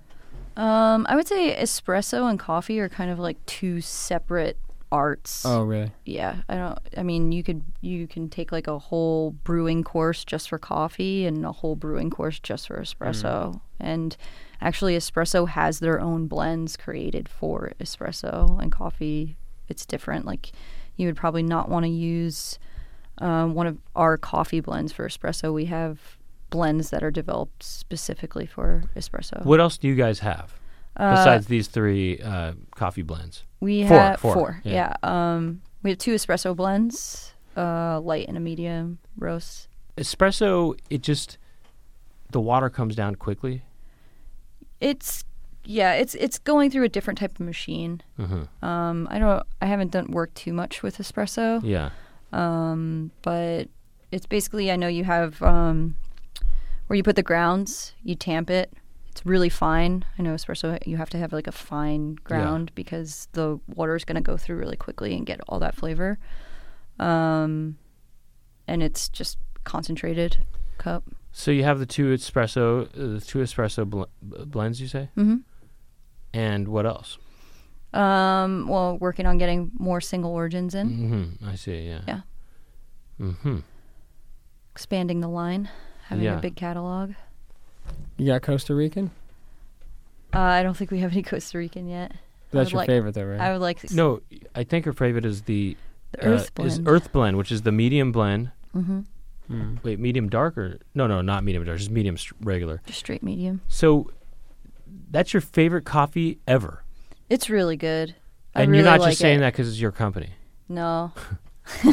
[SPEAKER 2] Um, I would say espresso and coffee are kind of like two separate arts.
[SPEAKER 3] Oh, really?
[SPEAKER 2] Yeah, I don't. I mean, you could you can take like a whole brewing course just for coffee and a whole brewing course just for espresso.
[SPEAKER 1] Mm.
[SPEAKER 2] And actually, espresso has their own blends created for espresso and coffee. It's different. Like, you would probably not want to use um, one of our coffee blends for espresso. We have blends that are developed specifically for espresso.
[SPEAKER 1] What else do you guys have besides these three uh, coffee blends?
[SPEAKER 2] We
[SPEAKER 1] Four,
[SPEAKER 2] have
[SPEAKER 1] four,
[SPEAKER 2] four.
[SPEAKER 1] yeah.
[SPEAKER 2] Yeah. Um, we have two espresso blends, uh, light and a medium roast.
[SPEAKER 1] Espresso, it just the water comes down quickly.
[SPEAKER 2] It's yeah, it's it's going through a different type of machine.
[SPEAKER 1] Mhm.
[SPEAKER 2] Um, I don't, I haven't done work too much with espresso,
[SPEAKER 1] Yeah,
[SPEAKER 2] um, but it's basically I know you have um, where you put the grounds, you tamp it. It's really fine. I know espresso, you have to have like a fine ground because the water is going to go through really quickly and get all that flavor. Um, and it's just concentrated cup.
[SPEAKER 1] so you have the two espresso, uh, the two espresso bl- b- blends. You say,
[SPEAKER 2] Mm-hmm.
[SPEAKER 1] and what else?
[SPEAKER 2] Um, well, working on getting more single origins in,
[SPEAKER 1] Mm-hmm. I see. Yeah.
[SPEAKER 2] Yeah.
[SPEAKER 1] Mm-hmm.
[SPEAKER 2] expanding the line, having
[SPEAKER 1] Yeah.
[SPEAKER 2] a big catalog.
[SPEAKER 3] You got Costa Rican?
[SPEAKER 2] Uh, I don't think we have any Costa Rican yet.
[SPEAKER 3] That's
[SPEAKER 2] would
[SPEAKER 3] your
[SPEAKER 2] like-
[SPEAKER 3] favorite, though, right?
[SPEAKER 2] I would like
[SPEAKER 1] No, I think her favorite is the,
[SPEAKER 2] the
[SPEAKER 1] uh,
[SPEAKER 2] earth
[SPEAKER 1] Is
[SPEAKER 2] blend.
[SPEAKER 1] earth blend, which is the medium blend.
[SPEAKER 2] hmm
[SPEAKER 3] Mm.
[SPEAKER 1] Wait, medium dark or no, no, not medium dark, just medium str regular.
[SPEAKER 2] Just straight medium.
[SPEAKER 1] So that's your favorite coffee ever,
[SPEAKER 2] It's really good. I
[SPEAKER 1] and
[SPEAKER 2] really
[SPEAKER 1] you're not
[SPEAKER 2] like
[SPEAKER 1] just saying
[SPEAKER 2] it.
[SPEAKER 1] that because it's your company.
[SPEAKER 2] No.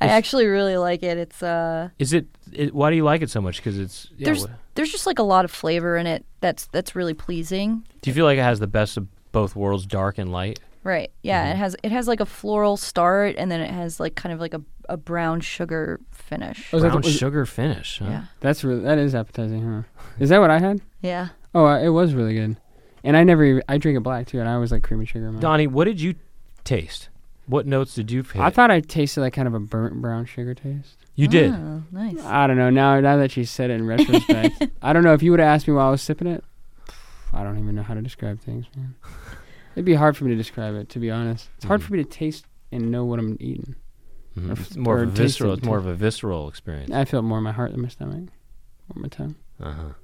[SPEAKER 2] I actually really like it. It's uh
[SPEAKER 1] Is it, it? Why do you like it so much? Because it's. Yeah,
[SPEAKER 2] There's-
[SPEAKER 1] wha-
[SPEAKER 2] there's just like a lot of flavor in it that's that's really pleasing.
[SPEAKER 1] do you feel like it has the best of both worlds, dark and light?
[SPEAKER 2] Right. Yeah,
[SPEAKER 1] Mm-hmm.
[SPEAKER 2] it has it has like a floral start and then it has like kind of like a, a brown sugar finish.
[SPEAKER 3] Oh, is that the-
[SPEAKER 1] Brown
[SPEAKER 3] was-
[SPEAKER 1] sugar finish. Huh?
[SPEAKER 2] Yeah.
[SPEAKER 3] That's really that is appetizing, huh? Is that what I had?
[SPEAKER 2] Yeah.
[SPEAKER 3] Oh, uh, it was really good. And I never even, I drink it black too, and I always like cream and sugar. in mine.
[SPEAKER 1] Donnie, what did you taste? What notes did you pick?
[SPEAKER 3] I thought I tasted like kind of a burnt brown sugar taste.
[SPEAKER 1] you did.
[SPEAKER 2] Oh, nice.
[SPEAKER 3] I don't know. Now now that you said it in retrospect, I don't know if you would have asked me while I was sipping it. I don't even know how to describe things, man. It'd be hard for me to describe it, to be honest. It's hard
[SPEAKER 1] Mhm.
[SPEAKER 3] for me to taste and know what I'm eating.
[SPEAKER 1] Mhm.
[SPEAKER 3] Or f-
[SPEAKER 1] It's more of
[SPEAKER 3] or
[SPEAKER 1] a
[SPEAKER 3] tasted-
[SPEAKER 1] visceral. It's more of a visceral experience.
[SPEAKER 3] I feel it more in my heart than my stomach, or my tongue.
[SPEAKER 1] Uh-huh.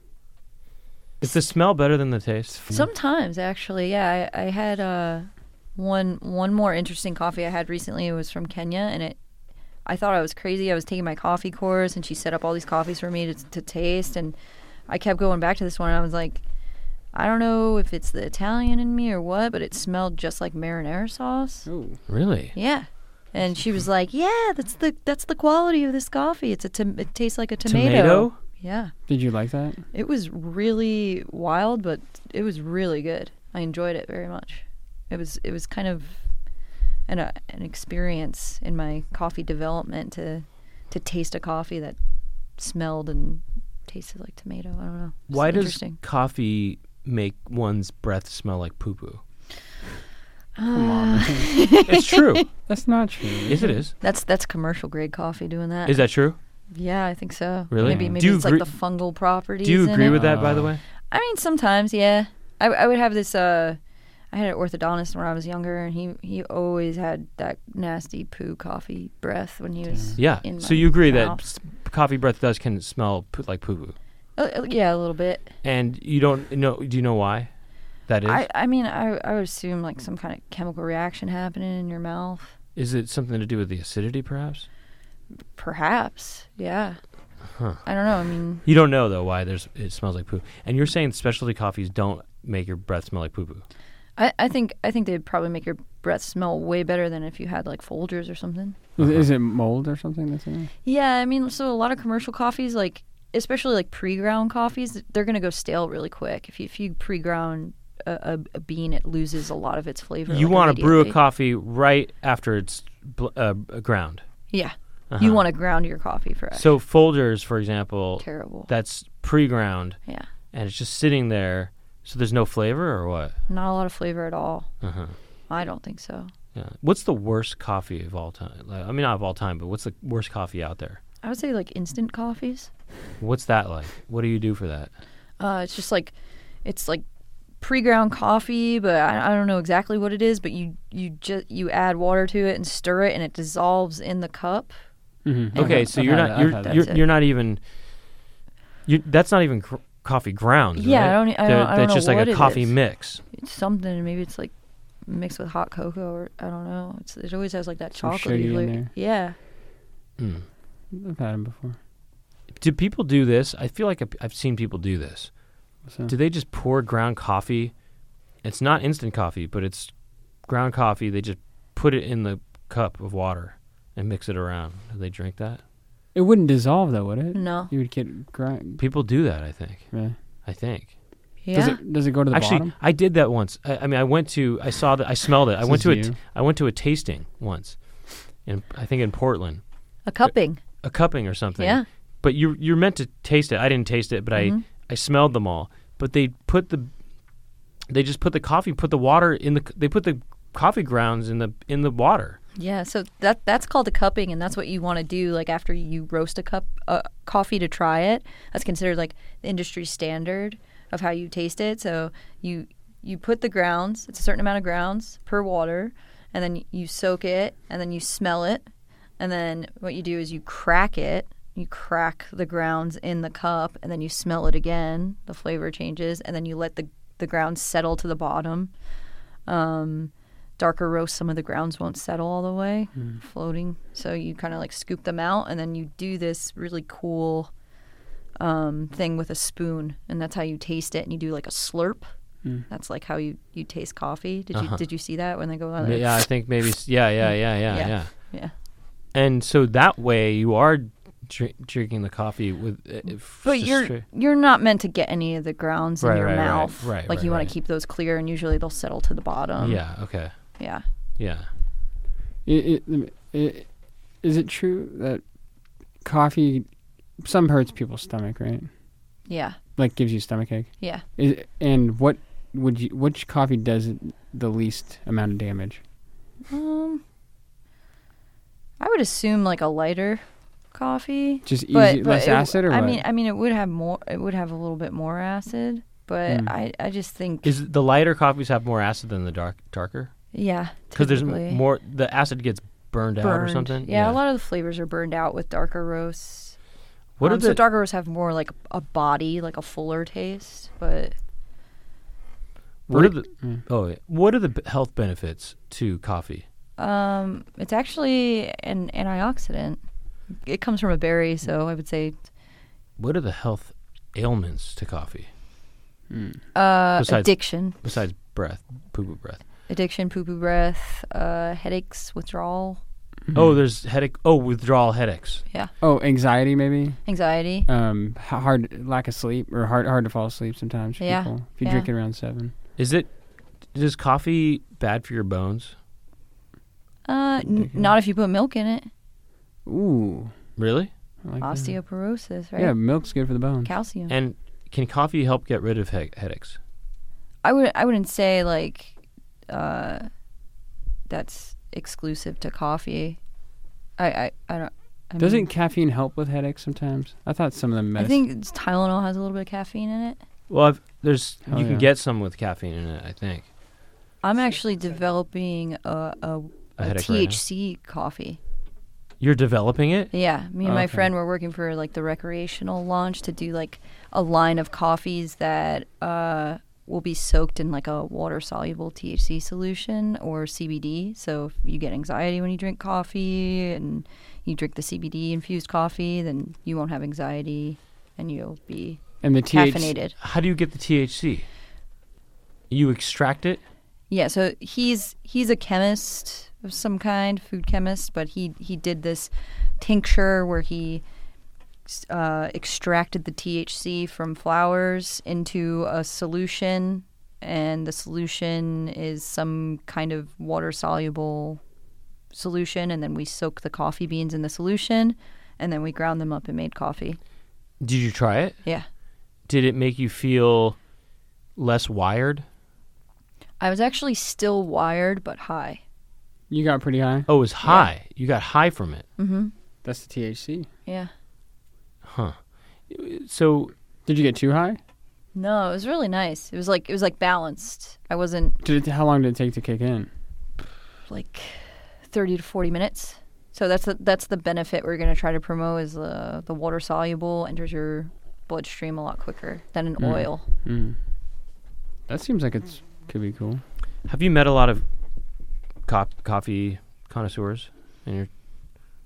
[SPEAKER 1] Is the smell better than the taste?
[SPEAKER 2] Sometimes, actually, yeah. I, I had uh, one one more interesting coffee I had recently. It was from Kenya, and it I thought I was crazy. I was taking my coffee course, and she set up all these coffees for me to, to taste, and I kept going back to this one. And I was like, I don't know if it's the Italian in me or what, but it smelled just like marinara sauce.
[SPEAKER 3] Oh,
[SPEAKER 1] Really?
[SPEAKER 2] Yeah. And she was like, "Yeah, that's the that's the quality of this coffee. It's a tom- it tastes like a tomato. Yeah,
[SPEAKER 3] did you like that?
[SPEAKER 2] it was really wild, but it was really good. I enjoyed it very much. It was it was kind of an uh, an experience in my coffee development to to taste a coffee that smelled and tasted like tomato. I don't know. It's
[SPEAKER 1] Why does
[SPEAKER 2] interesting.
[SPEAKER 1] coffee make one's breath smell like poo poo?
[SPEAKER 3] Come on, man.
[SPEAKER 1] It's true.
[SPEAKER 3] that's not true.
[SPEAKER 1] yes, it is.
[SPEAKER 2] that's that's commercial grade coffee doing that?
[SPEAKER 1] Is that true?
[SPEAKER 2] yeah, I think so.
[SPEAKER 1] Really?
[SPEAKER 2] Maybe
[SPEAKER 3] Do
[SPEAKER 2] maybe
[SPEAKER 1] you
[SPEAKER 2] it's
[SPEAKER 1] agree-
[SPEAKER 2] like the fungal properties.
[SPEAKER 1] Do you
[SPEAKER 2] in
[SPEAKER 1] agree
[SPEAKER 2] it.
[SPEAKER 1] with that, by the
[SPEAKER 3] Uh,
[SPEAKER 1] way?
[SPEAKER 2] I mean, sometimes, yeah. I, I would have this. Uh, I had an orthodontist when I was younger, and he he always had that nasty poo coffee breath when he was.
[SPEAKER 1] Yeah.
[SPEAKER 2] in
[SPEAKER 1] So
[SPEAKER 2] my
[SPEAKER 1] you agree that
[SPEAKER 2] mouth.
[SPEAKER 1] s- coffee breath does can smell poo- like poo poo,
[SPEAKER 2] Uh, uh, yeah, a little bit.
[SPEAKER 1] and you don't know? Do you know why? That is.
[SPEAKER 2] I, I mean, I I would assume like some kind of chemical reaction happening in your mouth,
[SPEAKER 1] is it something to do with the acidity, perhaps?
[SPEAKER 2] perhaps. Yeah.
[SPEAKER 1] Huh.
[SPEAKER 2] I don't know. I mean,
[SPEAKER 1] You don't know though why there's it smells like poo. And you're saying specialty coffees don't make your breath smell like poo poo.
[SPEAKER 2] I, I think I think they'd probably make your breath smell way better than if you had like Folgers or something.
[SPEAKER 3] Is, is it mold or something that's in
[SPEAKER 2] Yeah, I mean, so a lot of commercial coffees, like especially like pre-ground coffees, they're gonna go stale really quick. If you if you pre-ground a, a, a bean, it loses a lot of its flavor.
[SPEAKER 1] You
[SPEAKER 2] like,
[SPEAKER 1] want to brew a
[SPEAKER 2] immediately.
[SPEAKER 1] coffee right after it's bl- uh, ground.
[SPEAKER 2] Yeah,
[SPEAKER 1] Uh-huh.
[SPEAKER 2] you want to ground your coffee fresh.
[SPEAKER 1] So Folgers, for example,
[SPEAKER 2] Terrible.
[SPEAKER 1] that's pre-ground
[SPEAKER 2] yeah,
[SPEAKER 1] and it's just sitting there. So there's no flavor or what?
[SPEAKER 2] not a lot of flavor at all.
[SPEAKER 1] Uh-huh.
[SPEAKER 2] I don't think so.
[SPEAKER 1] Yeah. What's the worst coffee of all time? Like, I mean, not of all time, but what's the worst coffee out there?
[SPEAKER 2] I would say like instant coffees.
[SPEAKER 1] What's that like? What do you do for that?
[SPEAKER 2] Uh, it's just like it's like pre-ground coffee, but I, I don't know exactly what it is. But you you just you add water to it and stir it, and it dissolves in the cup.
[SPEAKER 3] there? Mm-hmm.
[SPEAKER 1] Okay, so you're not you're
[SPEAKER 2] that.
[SPEAKER 1] you're,
[SPEAKER 2] That's it.
[SPEAKER 1] you're not even you that's not even cr- coffee grounds.
[SPEAKER 2] Yeah, I
[SPEAKER 1] right?
[SPEAKER 2] don't- e, I
[SPEAKER 1] They're-
[SPEAKER 2] don't- I don't
[SPEAKER 1] That's
[SPEAKER 2] know
[SPEAKER 1] just like
[SPEAKER 2] what
[SPEAKER 1] a
[SPEAKER 2] it
[SPEAKER 1] coffee
[SPEAKER 2] is.
[SPEAKER 1] mix.
[SPEAKER 2] it's something. Maybe it's like mixed with hot cocoa, or I don't know. It's it always has like that
[SPEAKER 3] Some
[SPEAKER 2] chocolate.
[SPEAKER 3] sugar in
[SPEAKER 2] usually.
[SPEAKER 3] there.
[SPEAKER 2] Yeah,
[SPEAKER 1] Mm.
[SPEAKER 3] I've had them before.
[SPEAKER 1] Do people do this? I feel like I've- I've seen people do this.
[SPEAKER 3] So.
[SPEAKER 1] Do they just pour ground coffee? It's not instant coffee, but it's ground coffee. They just put it in the cup of water and mix it around. Do they drink that?
[SPEAKER 3] It wouldn't dissolve though, would it?
[SPEAKER 2] no,
[SPEAKER 3] You would get grind.
[SPEAKER 1] People do that, I think.
[SPEAKER 3] Yeah.
[SPEAKER 1] I think.
[SPEAKER 2] yeah.
[SPEAKER 3] Does it does it go to the
[SPEAKER 1] Actually,
[SPEAKER 3] bottom?
[SPEAKER 1] I did that once. I, I mean, I went to, I saw that, I smelled it. I
[SPEAKER 3] This
[SPEAKER 1] went
[SPEAKER 3] is
[SPEAKER 1] to a,
[SPEAKER 3] you.
[SPEAKER 1] t- I went to a tasting once, in I think in Portland,
[SPEAKER 2] a cupping.
[SPEAKER 1] a cupping or something.
[SPEAKER 2] Yeah.
[SPEAKER 1] But you you're meant to taste it. I didn't taste it, but
[SPEAKER 2] Mhm.
[SPEAKER 1] I I smelled them all. But they put the, they just put the coffee, put the water in the, c- they put the coffee grounds in the in the water.
[SPEAKER 2] Yeah, so that that's called a cupping, and that's what you want to do. Like after you roast a cup uh, coffee to try it, that's considered like the industry standard of how you taste it. So you you put the grounds. It's a certain amount of grounds per water, and then you soak it, and then you smell it, and then what you do is you crack it. You crack the grounds in the cup, and then you smell it again. The flavor changes, and then you let the the grounds settle to the bottom. Um, darker roast, some of the grounds won't settle all the way,
[SPEAKER 1] Hmm.
[SPEAKER 2] floating. So you kind of like scoop them out, and then you do this really cool um, thing with a spoon, and that's how you taste it. And you do like a slurp. That's like how you, you taste coffee. Did
[SPEAKER 1] Hmm. Uh-huh.
[SPEAKER 2] you did you see that when they go?
[SPEAKER 1] M-
[SPEAKER 2] on?
[SPEAKER 1] Yeah, I think maybe. s- Yeah, yeah, yeah, yeah, yeah.
[SPEAKER 2] Oh, Yeah. yeah.
[SPEAKER 1] And so that way you are dri- drinking the coffee with. uh, Uh, f-
[SPEAKER 2] Mm, But
[SPEAKER 1] just
[SPEAKER 2] you're
[SPEAKER 1] straight-
[SPEAKER 2] you're not meant to get any of the grounds
[SPEAKER 1] Right,
[SPEAKER 2] in your
[SPEAKER 1] right, right,
[SPEAKER 2] mouth.
[SPEAKER 1] right,
[SPEAKER 2] like
[SPEAKER 1] right,
[SPEAKER 2] you want
[SPEAKER 1] right.
[SPEAKER 2] to keep those clear, and usually they'll settle to the bottom.
[SPEAKER 1] yeah. Okay.
[SPEAKER 2] yeah.
[SPEAKER 1] Yeah.
[SPEAKER 3] It, it, it, is it true that coffee some hurts people's stomach, right?
[SPEAKER 2] Yeah,
[SPEAKER 3] Like gives you stomach ache.
[SPEAKER 2] yeah.
[SPEAKER 3] Is, and what would you which coffee does it the least amount of damage?
[SPEAKER 2] Um, I would assume like a lighter coffee,
[SPEAKER 3] Just easy,
[SPEAKER 2] but, but
[SPEAKER 3] less
[SPEAKER 2] it-
[SPEAKER 3] acid, or
[SPEAKER 2] I
[SPEAKER 3] what?
[SPEAKER 2] mean, uh I mean, it would have more. It would have a little bit more acid, but
[SPEAKER 3] Hmm.
[SPEAKER 2] I, I just think
[SPEAKER 1] Is the lighter coffees have more acid than the dark darker?
[SPEAKER 2] yeah,
[SPEAKER 1] Because there's
[SPEAKER 2] typically.
[SPEAKER 1] m- more. The acid gets burned, out or
[SPEAKER 2] Burned.
[SPEAKER 1] something.
[SPEAKER 2] Yeah, a lot of the flavors are burned out with darker roasts.
[SPEAKER 1] What
[SPEAKER 2] um,
[SPEAKER 1] are
[SPEAKER 2] so
[SPEAKER 1] the
[SPEAKER 2] darker roasts have more like a body, like a fuller taste, but
[SPEAKER 1] what are the
[SPEAKER 3] Mm.
[SPEAKER 1] oh yeah. what are the b- health benefits to coffee?
[SPEAKER 2] Um, it's actually an antioxidant. It comes from a berry, so I would say
[SPEAKER 1] What are the health ailments to coffee
[SPEAKER 2] uh,
[SPEAKER 1] Besides-
[SPEAKER 2] addiction,
[SPEAKER 1] besides breath, poo poo breath?
[SPEAKER 2] addiction, poo poo breath, uh, headaches, withdrawal,
[SPEAKER 1] Oh, there's headache. Oh, withdrawal headaches.
[SPEAKER 3] oh, anxiety maybe.
[SPEAKER 2] anxiety.
[SPEAKER 3] Um, h- hard lack of sleep or hard hard to fall asleep sometimes. for
[SPEAKER 2] Yeah,
[SPEAKER 3] people, if you
[SPEAKER 2] yeah.
[SPEAKER 3] drink it around seven.
[SPEAKER 1] Is it is coffee bad for your bones?
[SPEAKER 2] Uh, n-
[SPEAKER 3] Addiction.
[SPEAKER 2] not if you put milk in it.
[SPEAKER 3] Ooh,
[SPEAKER 1] Really?
[SPEAKER 3] I like that.
[SPEAKER 2] Osteoporosis, right?
[SPEAKER 3] Yeah, milk's good for the bones.
[SPEAKER 2] Calcium.
[SPEAKER 1] And can coffee help get rid of he- headaches?
[SPEAKER 2] I would. I wouldn't say like, uh, that's exclusive to coffee. I. I. I don't. I
[SPEAKER 3] Doesn't
[SPEAKER 2] mean,
[SPEAKER 3] caffeine help with headaches sometimes? I thought some of the
[SPEAKER 2] I
[SPEAKER 3] medicine.
[SPEAKER 2] think it's- Tylenol has a little bit of caffeine in it.
[SPEAKER 1] Well, I've, there's
[SPEAKER 3] Hell
[SPEAKER 1] you can
[SPEAKER 3] yeah.
[SPEAKER 1] get some with caffeine in it. I think.
[SPEAKER 2] I'm actually developing a a,
[SPEAKER 1] A
[SPEAKER 2] a
[SPEAKER 1] headache right now.
[SPEAKER 2] THC coffee.
[SPEAKER 1] You're developing it.
[SPEAKER 2] Yeah, me and
[SPEAKER 3] Oh,
[SPEAKER 2] my
[SPEAKER 3] okay.
[SPEAKER 2] friend were working for like the recreational launch to do like a line of coffees that uh, will be soaked in like a water soluble THC solution or CBD. So if you get anxiety when you drink coffee and you drink the CBD infused coffee, then you won't have anxiety and you'll be
[SPEAKER 3] and the THC.
[SPEAKER 2] caffeinated.
[SPEAKER 1] How do you get the THC? You extract it.
[SPEAKER 2] Yeah, so he's he's a chemist of some kind, food chemist, but he he did this tincture where he uh, extracted the THC from flowers into a solution, and the solution is some kind of water soluble solution, and then we soak the coffee beans in the solution, and then we ground them up and made coffee.
[SPEAKER 1] Did you try it?
[SPEAKER 2] Yeah.
[SPEAKER 1] Did it make you feel less wired?
[SPEAKER 2] I was actually still wired but high.
[SPEAKER 3] You got pretty high.
[SPEAKER 1] Oh, it was high. You got high from it.
[SPEAKER 2] Mm-hmm.
[SPEAKER 3] That's the THC.
[SPEAKER 2] Yeah.
[SPEAKER 1] So
[SPEAKER 3] Did you get too high?
[SPEAKER 2] No, it was really nice. It was like it was like balanced. I wasn't
[SPEAKER 3] Did it, how long did it take to kick in?
[SPEAKER 2] like thirty to forty minutes. So that's the, that's the benefit we're going to try to promote is uh, the the water soluble enters your bloodstream a lot quicker than
[SPEAKER 1] Hmm.
[SPEAKER 2] an
[SPEAKER 3] Mm.
[SPEAKER 2] oil.
[SPEAKER 3] Mm. That seems like it's could be cool.
[SPEAKER 1] have you met a lot of co- coffee connoisseurs in your,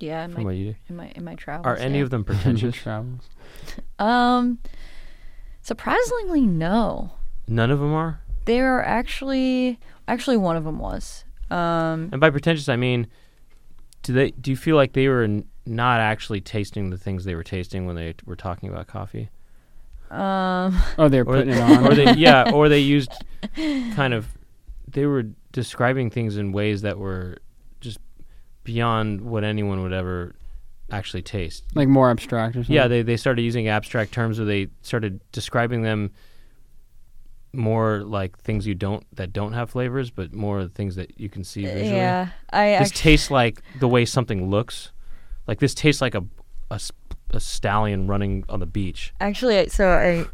[SPEAKER 2] Yeah, in
[SPEAKER 1] from
[SPEAKER 2] my,
[SPEAKER 1] what you do?
[SPEAKER 2] in my in my travels.
[SPEAKER 1] Are any
[SPEAKER 2] yeah.
[SPEAKER 1] of them
[SPEAKER 3] Tangent
[SPEAKER 1] pretentious?
[SPEAKER 3] travels.
[SPEAKER 2] Um, surprisingly, no.
[SPEAKER 1] None of them are.
[SPEAKER 2] There are actually actually one of them was. Um,
[SPEAKER 1] And by pretentious, I mean, do they? Do you feel like they were n- not actually tasting the things they were tasting when they t- were talking about coffee?
[SPEAKER 2] um,
[SPEAKER 3] Oh, they're
[SPEAKER 1] Or,
[SPEAKER 3] putting it on.
[SPEAKER 1] or they, yeah, or they used kind of, they were describing things in ways that were just beyond what anyone would ever actually taste.
[SPEAKER 2] Mm-hmm.
[SPEAKER 3] like more abstract or something.
[SPEAKER 1] Yeah, they, they started using abstract terms where they started describing them more like things you don't that don't have flavors, but more things that you can see visually.
[SPEAKER 2] Uh, yeah, I
[SPEAKER 1] This
[SPEAKER 2] act-
[SPEAKER 1] tastes like the way something looks. Like this tastes like a a, s- a stallion running on the beach.
[SPEAKER 2] Actually, I- so I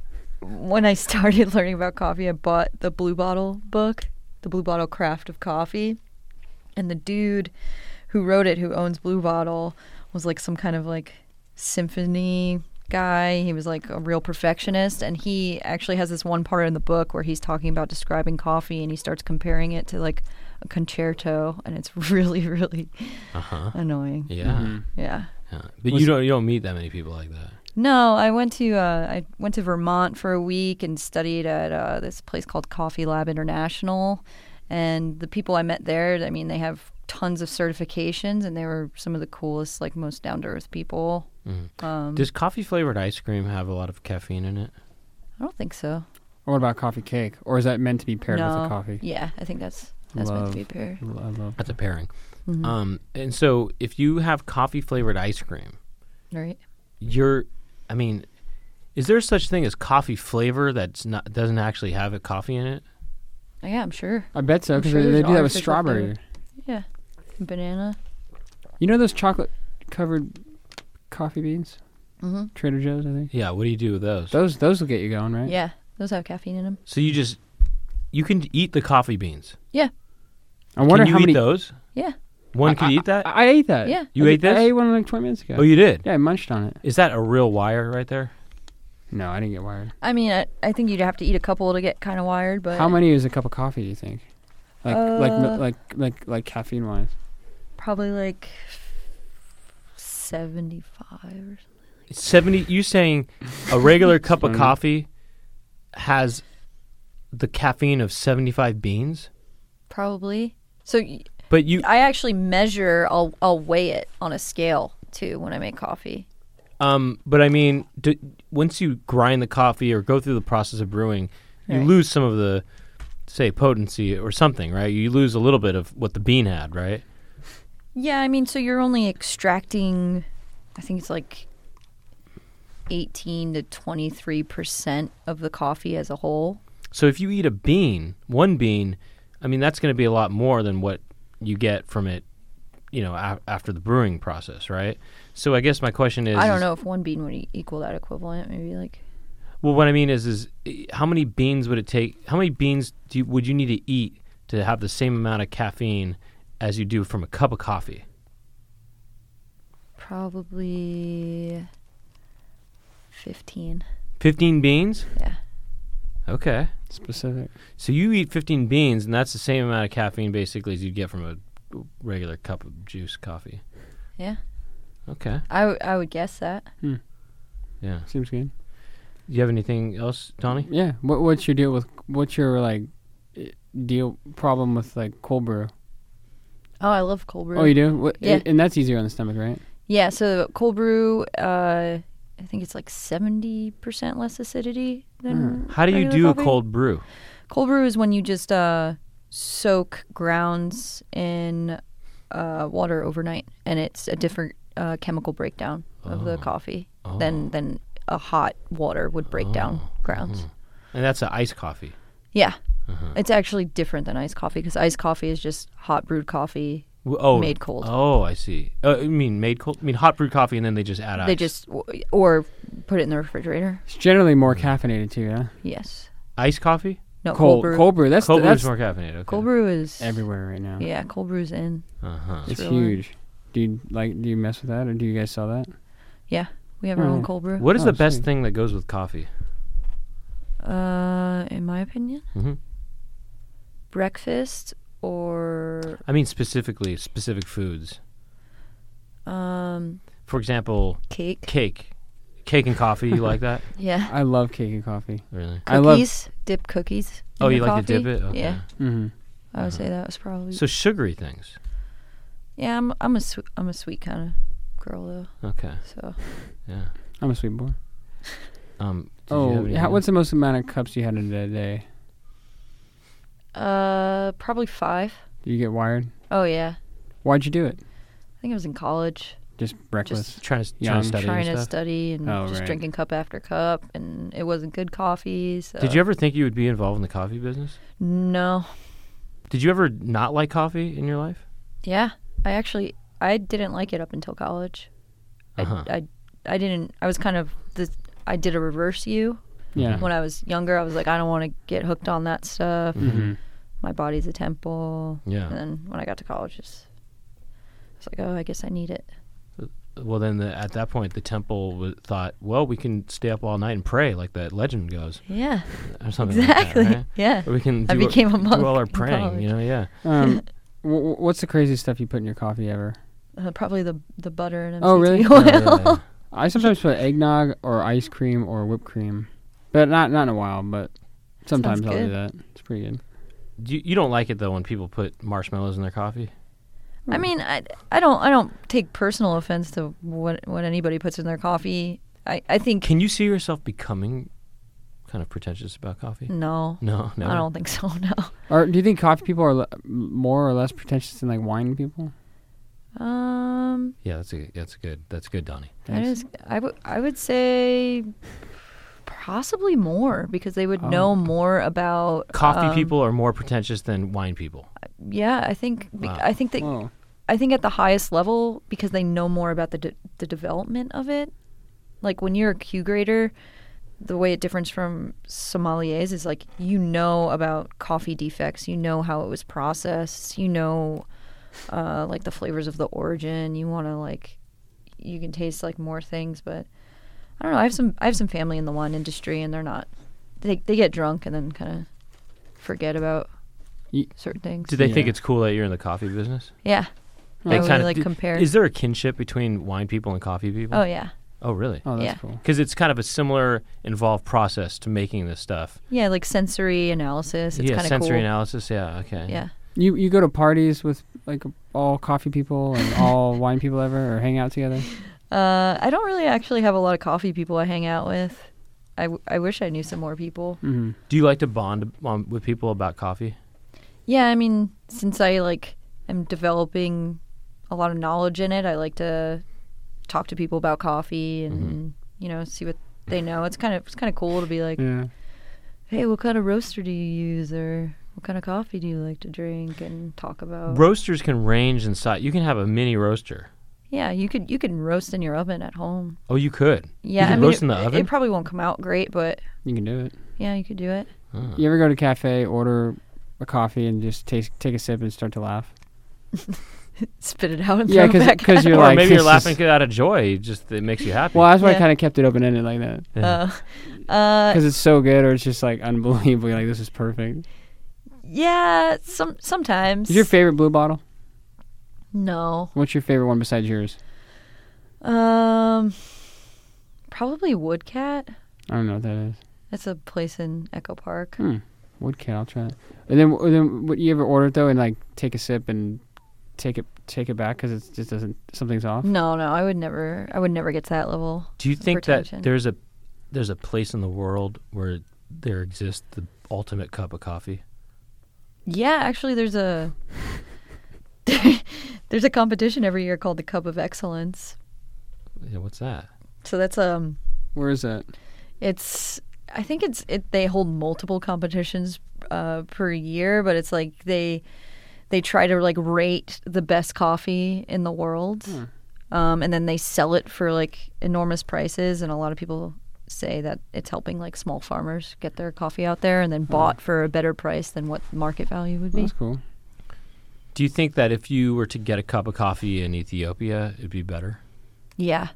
[SPEAKER 2] when I started learning about coffee, I bought the Blue Bottle book, the Blue Bottle Craft of Coffee, and the dude who wrote it, who owns Blue Bottle, was like some kind of like symphony guy. He was like a real perfectionist, and he actually has this one part in the book where he's talking about describing coffee, and he starts comparing it to like a concerto, and it's really, really
[SPEAKER 1] Uh huh.
[SPEAKER 2] Uh-huh. annoying.
[SPEAKER 1] Yeah.
[SPEAKER 3] Mhm.
[SPEAKER 2] Yeah.
[SPEAKER 1] yeah. But
[SPEAKER 3] Was-
[SPEAKER 1] you don't you don't meet that many people like that.
[SPEAKER 2] No, I went to uh, I went to Vermont for a week and studied at uh, this place called Coffee Lab International, and the people I met there, I mean, they have tons of certifications, and they were some of the coolest, like most down to earth people.
[SPEAKER 3] Mm-hmm.
[SPEAKER 1] Mhm.
[SPEAKER 2] Um,
[SPEAKER 1] Does coffee flavored ice cream have a lot of caffeine in it?
[SPEAKER 2] I don't think so.
[SPEAKER 3] Or what about coffee cake? Or is that meant to be paired with
[SPEAKER 2] No.
[SPEAKER 3] a coffee?
[SPEAKER 2] Yeah, I think that's that's meant
[SPEAKER 3] Love.
[SPEAKER 2] to be paired.
[SPEAKER 3] I love.
[SPEAKER 1] That's a pairing.
[SPEAKER 3] Mm-hmm.
[SPEAKER 2] Mhm.
[SPEAKER 1] Um, and so if you have coffee flavored ice cream,
[SPEAKER 2] Right?
[SPEAKER 1] you're, I mean, is there such thing as coffee flavor that's not doesn't actually have a coffee in it?
[SPEAKER 2] Oh, Yeah, I'm sure.
[SPEAKER 3] I bet so
[SPEAKER 2] I'm
[SPEAKER 3] because
[SPEAKER 2] sure
[SPEAKER 3] they,
[SPEAKER 2] there's
[SPEAKER 3] they do that with
[SPEAKER 2] artificial
[SPEAKER 3] strawberry.
[SPEAKER 2] flavor. Yeah, banana.
[SPEAKER 3] You know those chocolate covered coffee beans?
[SPEAKER 2] hmm
[SPEAKER 3] Trader Joe's, I think.
[SPEAKER 1] Yeah. What do you do with those?
[SPEAKER 3] Those those will get you going, right?
[SPEAKER 2] Yeah, those have caffeine in them.
[SPEAKER 1] So you just you can eat the coffee beans.
[SPEAKER 3] I wonder
[SPEAKER 1] can you
[SPEAKER 3] how
[SPEAKER 1] eat
[SPEAKER 3] many.
[SPEAKER 1] those?
[SPEAKER 2] Yeah.
[SPEAKER 1] One could
[SPEAKER 3] I-
[SPEAKER 1] eat that.
[SPEAKER 3] I, I ate that.
[SPEAKER 2] Yeah.
[SPEAKER 1] You
[SPEAKER 3] I
[SPEAKER 1] ate
[SPEAKER 3] did- I
[SPEAKER 1] this?
[SPEAKER 3] ate one like 20 minutes ago.
[SPEAKER 1] oh, you did.
[SPEAKER 3] yeah, I munched on it.
[SPEAKER 1] Is that a real wire right there?
[SPEAKER 3] No, I didn't get wired.
[SPEAKER 2] I mean, I, I think you'd have to eat a couple to get kind of wired, but
[SPEAKER 3] How many is a cup of coffee? Do you think? Like
[SPEAKER 2] Uh,
[SPEAKER 3] like like like like, like caffeine wise.
[SPEAKER 2] probably like seventy-five. Or something.
[SPEAKER 1] Seventy. You saying a regular cup of
[SPEAKER 3] Mm.
[SPEAKER 1] coffee has the caffeine of seventy-five beans?
[SPEAKER 2] Probably. So y-
[SPEAKER 1] But you,
[SPEAKER 2] I actually measure. I'll I'll weigh it on a scale too when I make coffee.
[SPEAKER 1] um, but I mean, do, once you grind the coffee or go through the process of brewing, you
[SPEAKER 2] Right.
[SPEAKER 1] lose some of the, say, potency or something, right? You lose a little bit of what the bean had, right?
[SPEAKER 2] Yeah, I mean, so you're only extracting, I think it's like 18 to 23% of the coffee as a whole.
[SPEAKER 1] So if you eat a bean, one bean, I mean that's going to be a lot more than what you get from it, you know, af after the brewing process, right? So I guess my question is,
[SPEAKER 2] I don't
[SPEAKER 1] is-
[SPEAKER 2] know if one bean would e- equal that equivalent, maybe like
[SPEAKER 1] Well, what I mean is, is eh, how many beans would it take? How many beans do you, would you need to eat to have the same amount of caffeine as you do from a cup of coffee?
[SPEAKER 2] probably 15.
[SPEAKER 1] Fifteen beans.
[SPEAKER 2] Yeah.
[SPEAKER 1] Okay.
[SPEAKER 3] Specific.
[SPEAKER 1] So you eat fifteen beans, and that's the same amount of caffeine basically as you'd get from a regular cup of juice coffee.
[SPEAKER 2] Yeah.
[SPEAKER 1] Okay.
[SPEAKER 2] I, w- I would guess that.
[SPEAKER 1] Yeah.
[SPEAKER 3] Seems good.
[SPEAKER 1] Do you have anything else, Donnie?
[SPEAKER 2] Mm-hmm.
[SPEAKER 3] Yeah. What what's your deal with what's your like eh, deal problem with like cold brew?
[SPEAKER 2] Oh, I love cold brew.
[SPEAKER 3] Oh, you do. What,
[SPEAKER 2] Yeah.
[SPEAKER 3] and- and that's easier on the stomach, right?
[SPEAKER 2] yeah, so cold brew, uh, I think it's like 70% less acidity than.
[SPEAKER 1] Hmm. How do you
[SPEAKER 2] regular
[SPEAKER 1] do a
[SPEAKER 2] coffee.
[SPEAKER 1] cold brew?
[SPEAKER 2] Cold brew is when you just uh, soak grounds in uh, water overnight, and it's a different uh, chemical breakdown of the
[SPEAKER 1] Oh.
[SPEAKER 2] coffee
[SPEAKER 1] Oh.
[SPEAKER 2] than than a hot water would break down grounds.
[SPEAKER 1] Mm-hmm. and that's an iced coffee.
[SPEAKER 2] Yeah,
[SPEAKER 1] Uh-huh.
[SPEAKER 2] it's actually different than iced coffee because iced coffee is just hot brewed coffee.
[SPEAKER 1] W- Oh,
[SPEAKER 2] Made cold.
[SPEAKER 1] Oh, I see. Uh, I mean, made cold. I mean, hot brewed coffee, and then they just add ice.
[SPEAKER 2] They just or put it in the refrigerator.
[SPEAKER 3] It's generally more caffeinated too. Yeah.
[SPEAKER 2] Yes,
[SPEAKER 1] iced coffee.
[SPEAKER 2] no
[SPEAKER 3] cold
[SPEAKER 2] cold, brew.
[SPEAKER 3] cold brew. That's
[SPEAKER 1] cold brew
[SPEAKER 3] that's
[SPEAKER 1] is more caffeinated. Okay.
[SPEAKER 2] Cold brew is
[SPEAKER 3] everywhere right now.
[SPEAKER 2] Yeah, cold brew's in.
[SPEAKER 1] Uh huh.
[SPEAKER 3] It's
[SPEAKER 2] Really?
[SPEAKER 3] huge. Do you like? Do you mess with that, or do you guys sell that?
[SPEAKER 2] We have our own
[SPEAKER 3] Mm.
[SPEAKER 2] cold brew.
[SPEAKER 1] What is
[SPEAKER 3] Oh,
[SPEAKER 1] the best
[SPEAKER 3] sweet.
[SPEAKER 1] thing that goes with coffee?
[SPEAKER 2] Uh, in my opinion,
[SPEAKER 1] Mhm.
[SPEAKER 2] breakfast or
[SPEAKER 1] I mean, specifically specific foods.
[SPEAKER 2] um,
[SPEAKER 1] For example,
[SPEAKER 2] cake.
[SPEAKER 1] cake, cake and coffee. You like that?
[SPEAKER 2] Yeah,
[SPEAKER 3] I love cake and coffee.
[SPEAKER 1] Really?
[SPEAKER 3] I love-
[SPEAKER 2] cookies. dip cookies. in
[SPEAKER 1] oh,
[SPEAKER 2] the
[SPEAKER 1] you like to dip
[SPEAKER 2] coffee.
[SPEAKER 1] it? Okay.
[SPEAKER 2] Yeah,
[SPEAKER 3] hmm
[SPEAKER 2] I would
[SPEAKER 1] Uh-huh.
[SPEAKER 2] say that was probably.
[SPEAKER 1] So sugary things.
[SPEAKER 2] yeah, I'm I'm a swe- I'm a sweet kind of girl though.
[SPEAKER 1] Okay.
[SPEAKER 2] So
[SPEAKER 1] Yeah.
[SPEAKER 3] I'm a sweet boy.
[SPEAKER 1] Um. did you have
[SPEAKER 3] Oh,
[SPEAKER 1] any
[SPEAKER 3] yeah,
[SPEAKER 1] other-
[SPEAKER 3] what's the most amount of cups you had in a day?
[SPEAKER 2] uh, probably five.
[SPEAKER 3] Do you get wired?
[SPEAKER 2] Oh yeah,
[SPEAKER 3] Why'd you do it?
[SPEAKER 2] I think I was in college,
[SPEAKER 3] Just breakfast.
[SPEAKER 1] trying to
[SPEAKER 3] Yeah,
[SPEAKER 1] trying
[SPEAKER 3] I'm
[SPEAKER 1] to study
[SPEAKER 2] trying
[SPEAKER 1] and
[SPEAKER 2] to
[SPEAKER 1] stuff?
[SPEAKER 2] study and
[SPEAKER 3] Oh,
[SPEAKER 2] just
[SPEAKER 3] right.
[SPEAKER 2] drinking cup after cup, and it wasn't good coffee. So
[SPEAKER 1] Did you ever think you would be involved in the coffee business?
[SPEAKER 2] No.
[SPEAKER 1] Did you ever not like coffee in your life?
[SPEAKER 2] Yeah, I actually I didn't like it up until college.
[SPEAKER 1] Uh-huh.
[SPEAKER 2] I, I I didn't. I was kind of the. I did a reverse U
[SPEAKER 3] yeah.
[SPEAKER 2] when I was younger. I was like, I don't want to get hooked on that stuff.
[SPEAKER 3] hmm
[SPEAKER 2] My body's a temple.
[SPEAKER 1] Mm-hmm. Yeah.
[SPEAKER 2] And then when I got to college, just, I was like, oh, I guess I need it.
[SPEAKER 1] well, then the, at that point, the temple w- thought, well, we can stay up all night and pray, like that legend goes,
[SPEAKER 2] Yeah.
[SPEAKER 1] or something
[SPEAKER 2] Exactly.
[SPEAKER 1] like that, right?
[SPEAKER 2] Yeah.
[SPEAKER 1] Or we can
[SPEAKER 2] I
[SPEAKER 1] do, our-
[SPEAKER 2] became a monk
[SPEAKER 1] do all our
[SPEAKER 2] in
[SPEAKER 1] praying,
[SPEAKER 2] college.
[SPEAKER 1] you know? Yeah.
[SPEAKER 3] Um, w- w- what's the craziest stuff you put in your coffee ever?
[SPEAKER 2] Uh, probably the the butter and MCT
[SPEAKER 3] Oh, really?
[SPEAKER 2] oil.
[SPEAKER 1] Yeah.
[SPEAKER 3] I sometimes put eggnog or ice cream or whipped cream, but not not in a while. But sometimes I'll do
[SPEAKER 2] good.
[SPEAKER 3] that. It's pretty good.
[SPEAKER 1] You, you don't like it though when people put marshmallows in their coffee.
[SPEAKER 2] I mean, I, I don't I don't take personal offense to what what anybody puts in their coffee. I, I think
[SPEAKER 1] Can you see yourself becoming kind of pretentious about coffee?
[SPEAKER 2] no,
[SPEAKER 1] No, no.
[SPEAKER 2] I don't think so. No.
[SPEAKER 3] Or do you think coffee people are le- more or less pretentious than like wine people?
[SPEAKER 2] Um,
[SPEAKER 1] Yeah, that's a, that's good. That's good, Donnie.
[SPEAKER 2] I just I would I would say possibly more because they would
[SPEAKER 3] Oh.
[SPEAKER 2] know more about
[SPEAKER 1] Coffee
[SPEAKER 2] um,
[SPEAKER 1] people are more pretentious than wine people.
[SPEAKER 2] Yeah, I think be-
[SPEAKER 1] Wow.
[SPEAKER 2] I think that
[SPEAKER 3] Whoa.
[SPEAKER 2] I think at the highest level because they know more about the de- the development of it. Like when you're a Q grader, the way it differs from sommeliers is like you know about coffee defects, you know how it was processed, you know uh, like the flavors of the origin. You want to like you can taste like more things, but I don't know. I have some I have some family in the wine industry, and they're not they they get drunk and then kind of forget about
[SPEAKER 3] Ye-
[SPEAKER 2] certain things.
[SPEAKER 1] Do they think
[SPEAKER 3] Yeah.
[SPEAKER 1] it's cool that you're in the coffee business?
[SPEAKER 2] yeah. I
[SPEAKER 3] Oh.
[SPEAKER 1] They
[SPEAKER 2] would,
[SPEAKER 1] kinda-
[SPEAKER 2] like
[SPEAKER 1] d-
[SPEAKER 2] compare.
[SPEAKER 1] Is there a kinship between wine people and coffee people?
[SPEAKER 2] Oh yeah.
[SPEAKER 1] Oh, really?
[SPEAKER 3] Oh, that's
[SPEAKER 2] Yeah.
[SPEAKER 3] cool.
[SPEAKER 1] Because it's kind of a similar involved process to making this stuff.
[SPEAKER 2] Yeah, like sensory analysis. It's
[SPEAKER 1] yeah,
[SPEAKER 2] kind of
[SPEAKER 1] sensory
[SPEAKER 2] cool.
[SPEAKER 1] analysis. Yeah, okay.
[SPEAKER 2] Yeah.
[SPEAKER 3] You you go to parties with like all coffee people and all wine people ever, or hang out together?
[SPEAKER 2] Uh, I don't really actually have a lot of coffee people I hang out with. I, w- I wish I knew some more people.
[SPEAKER 3] Mm-hmm.
[SPEAKER 1] Do you like to bond um, with people about coffee?
[SPEAKER 2] Yeah, I mean, since I like am developing a lot of knowledge in it, I like to talk to people about coffee and
[SPEAKER 1] Mm-hmm.
[SPEAKER 2] you know see what they know. It's kind of it's kind of cool to be like,
[SPEAKER 1] Mm.
[SPEAKER 3] Yeah.
[SPEAKER 2] hey, what kind of roaster do you use or what kind of coffee do you like to drink and talk about.
[SPEAKER 1] Roasters can range in size. You can have a mini roaster.
[SPEAKER 2] yeah, you could you can roast in your oven at home.
[SPEAKER 1] Oh, you could.
[SPEAKER 2] Yeah,
[SPEAKER 1] can
[SPEAKER 2] I mean,
[SPEAKER 1] roast
[SPEAKER 2] it-
[SPEAKER 1] in the
[SPEAKER 2] it-
[SPEAKER 1] oven?
[SPEAKER 2] It probably won't come out great, but
[SPEAKER 3] You can do it.
[SPEAKER 2] yeah, you could do it.
[SPEAKER 1] Huh.
[SPEAKER 3] You ever go to a cafe, order a coffee, and just take take a sip and start to laugh?
[SPEAKER 2] Spit it out and
[SPEAKER 3] Yeah,
[SPEAKER 2] throw it back.
[SPEAKER 3] because you're
[SPEAKER 1] or
[SPEAKER 3] like
[SPEAKER 1] maybe you're
[SPEAKER 3] this is-
[SPEAKER 1] laughing out of joy. It Just it makes you happy.
[SPEAKER 3] Well, that's why I
[SPEAKER 2] Yeah.
[SPEAKER 3] kind of kept it open ended like that
[SPEAKER 2] Uh, uh,
[SPEAKER 3] because it's so good, or it's just like unbelievably like this is perfect.
[SPEAKER 2] yeah, some sometimes.
[SPEAKER 3] Is your favorite blue bottle?
[SPEAKER 2] no.
[SPEAKER 3] What's your favorite one besides yours?
[SPEAKER 2] Um, probably Woodcat.
[SPEAKER 3] I don't know what that is.
[SPEAKER 2] That's a place in Echo Park.
[SPEAKER 3] Hmm. Woodcat. I'll try it. And then, and then, would you ever order it though, and like take a sip and take it take it back because it just doesn't something's off?
[SPEAKER 2] No, no, I would never. I would never get to that level.
[SPEAKER 1] Do you think that
[SPEAKER 2] Pretension.
[SPEAKER 1] there's a there's a place in the world where there exists the ultimate cup of coffee?
[SPEAKER 2] Yeah, actually, there's a there's a competition every year called the Cup of Excellence.
[SPEAKER 1] Yeah, what's that?
[SPEAKER 2] So that's um,
[SPEAKER 3] Where is that?
[SPEAKER 2] It's I think it's it they hold multiple competitions uh, per year, but it's like they they try to like rate the best coffee in the world. Um, and then they sell it for like enormous prices and a lot of people say that it's helping like small farmers get their coffee out there and then bought for a better price than what market value would be.
[SPEAKER 3] That's cool.
[SPEAKER 1] Do you think that if you were to get a cup of coffee in Ethiopia, it'd be better
[SPEAKER 2] Yeah.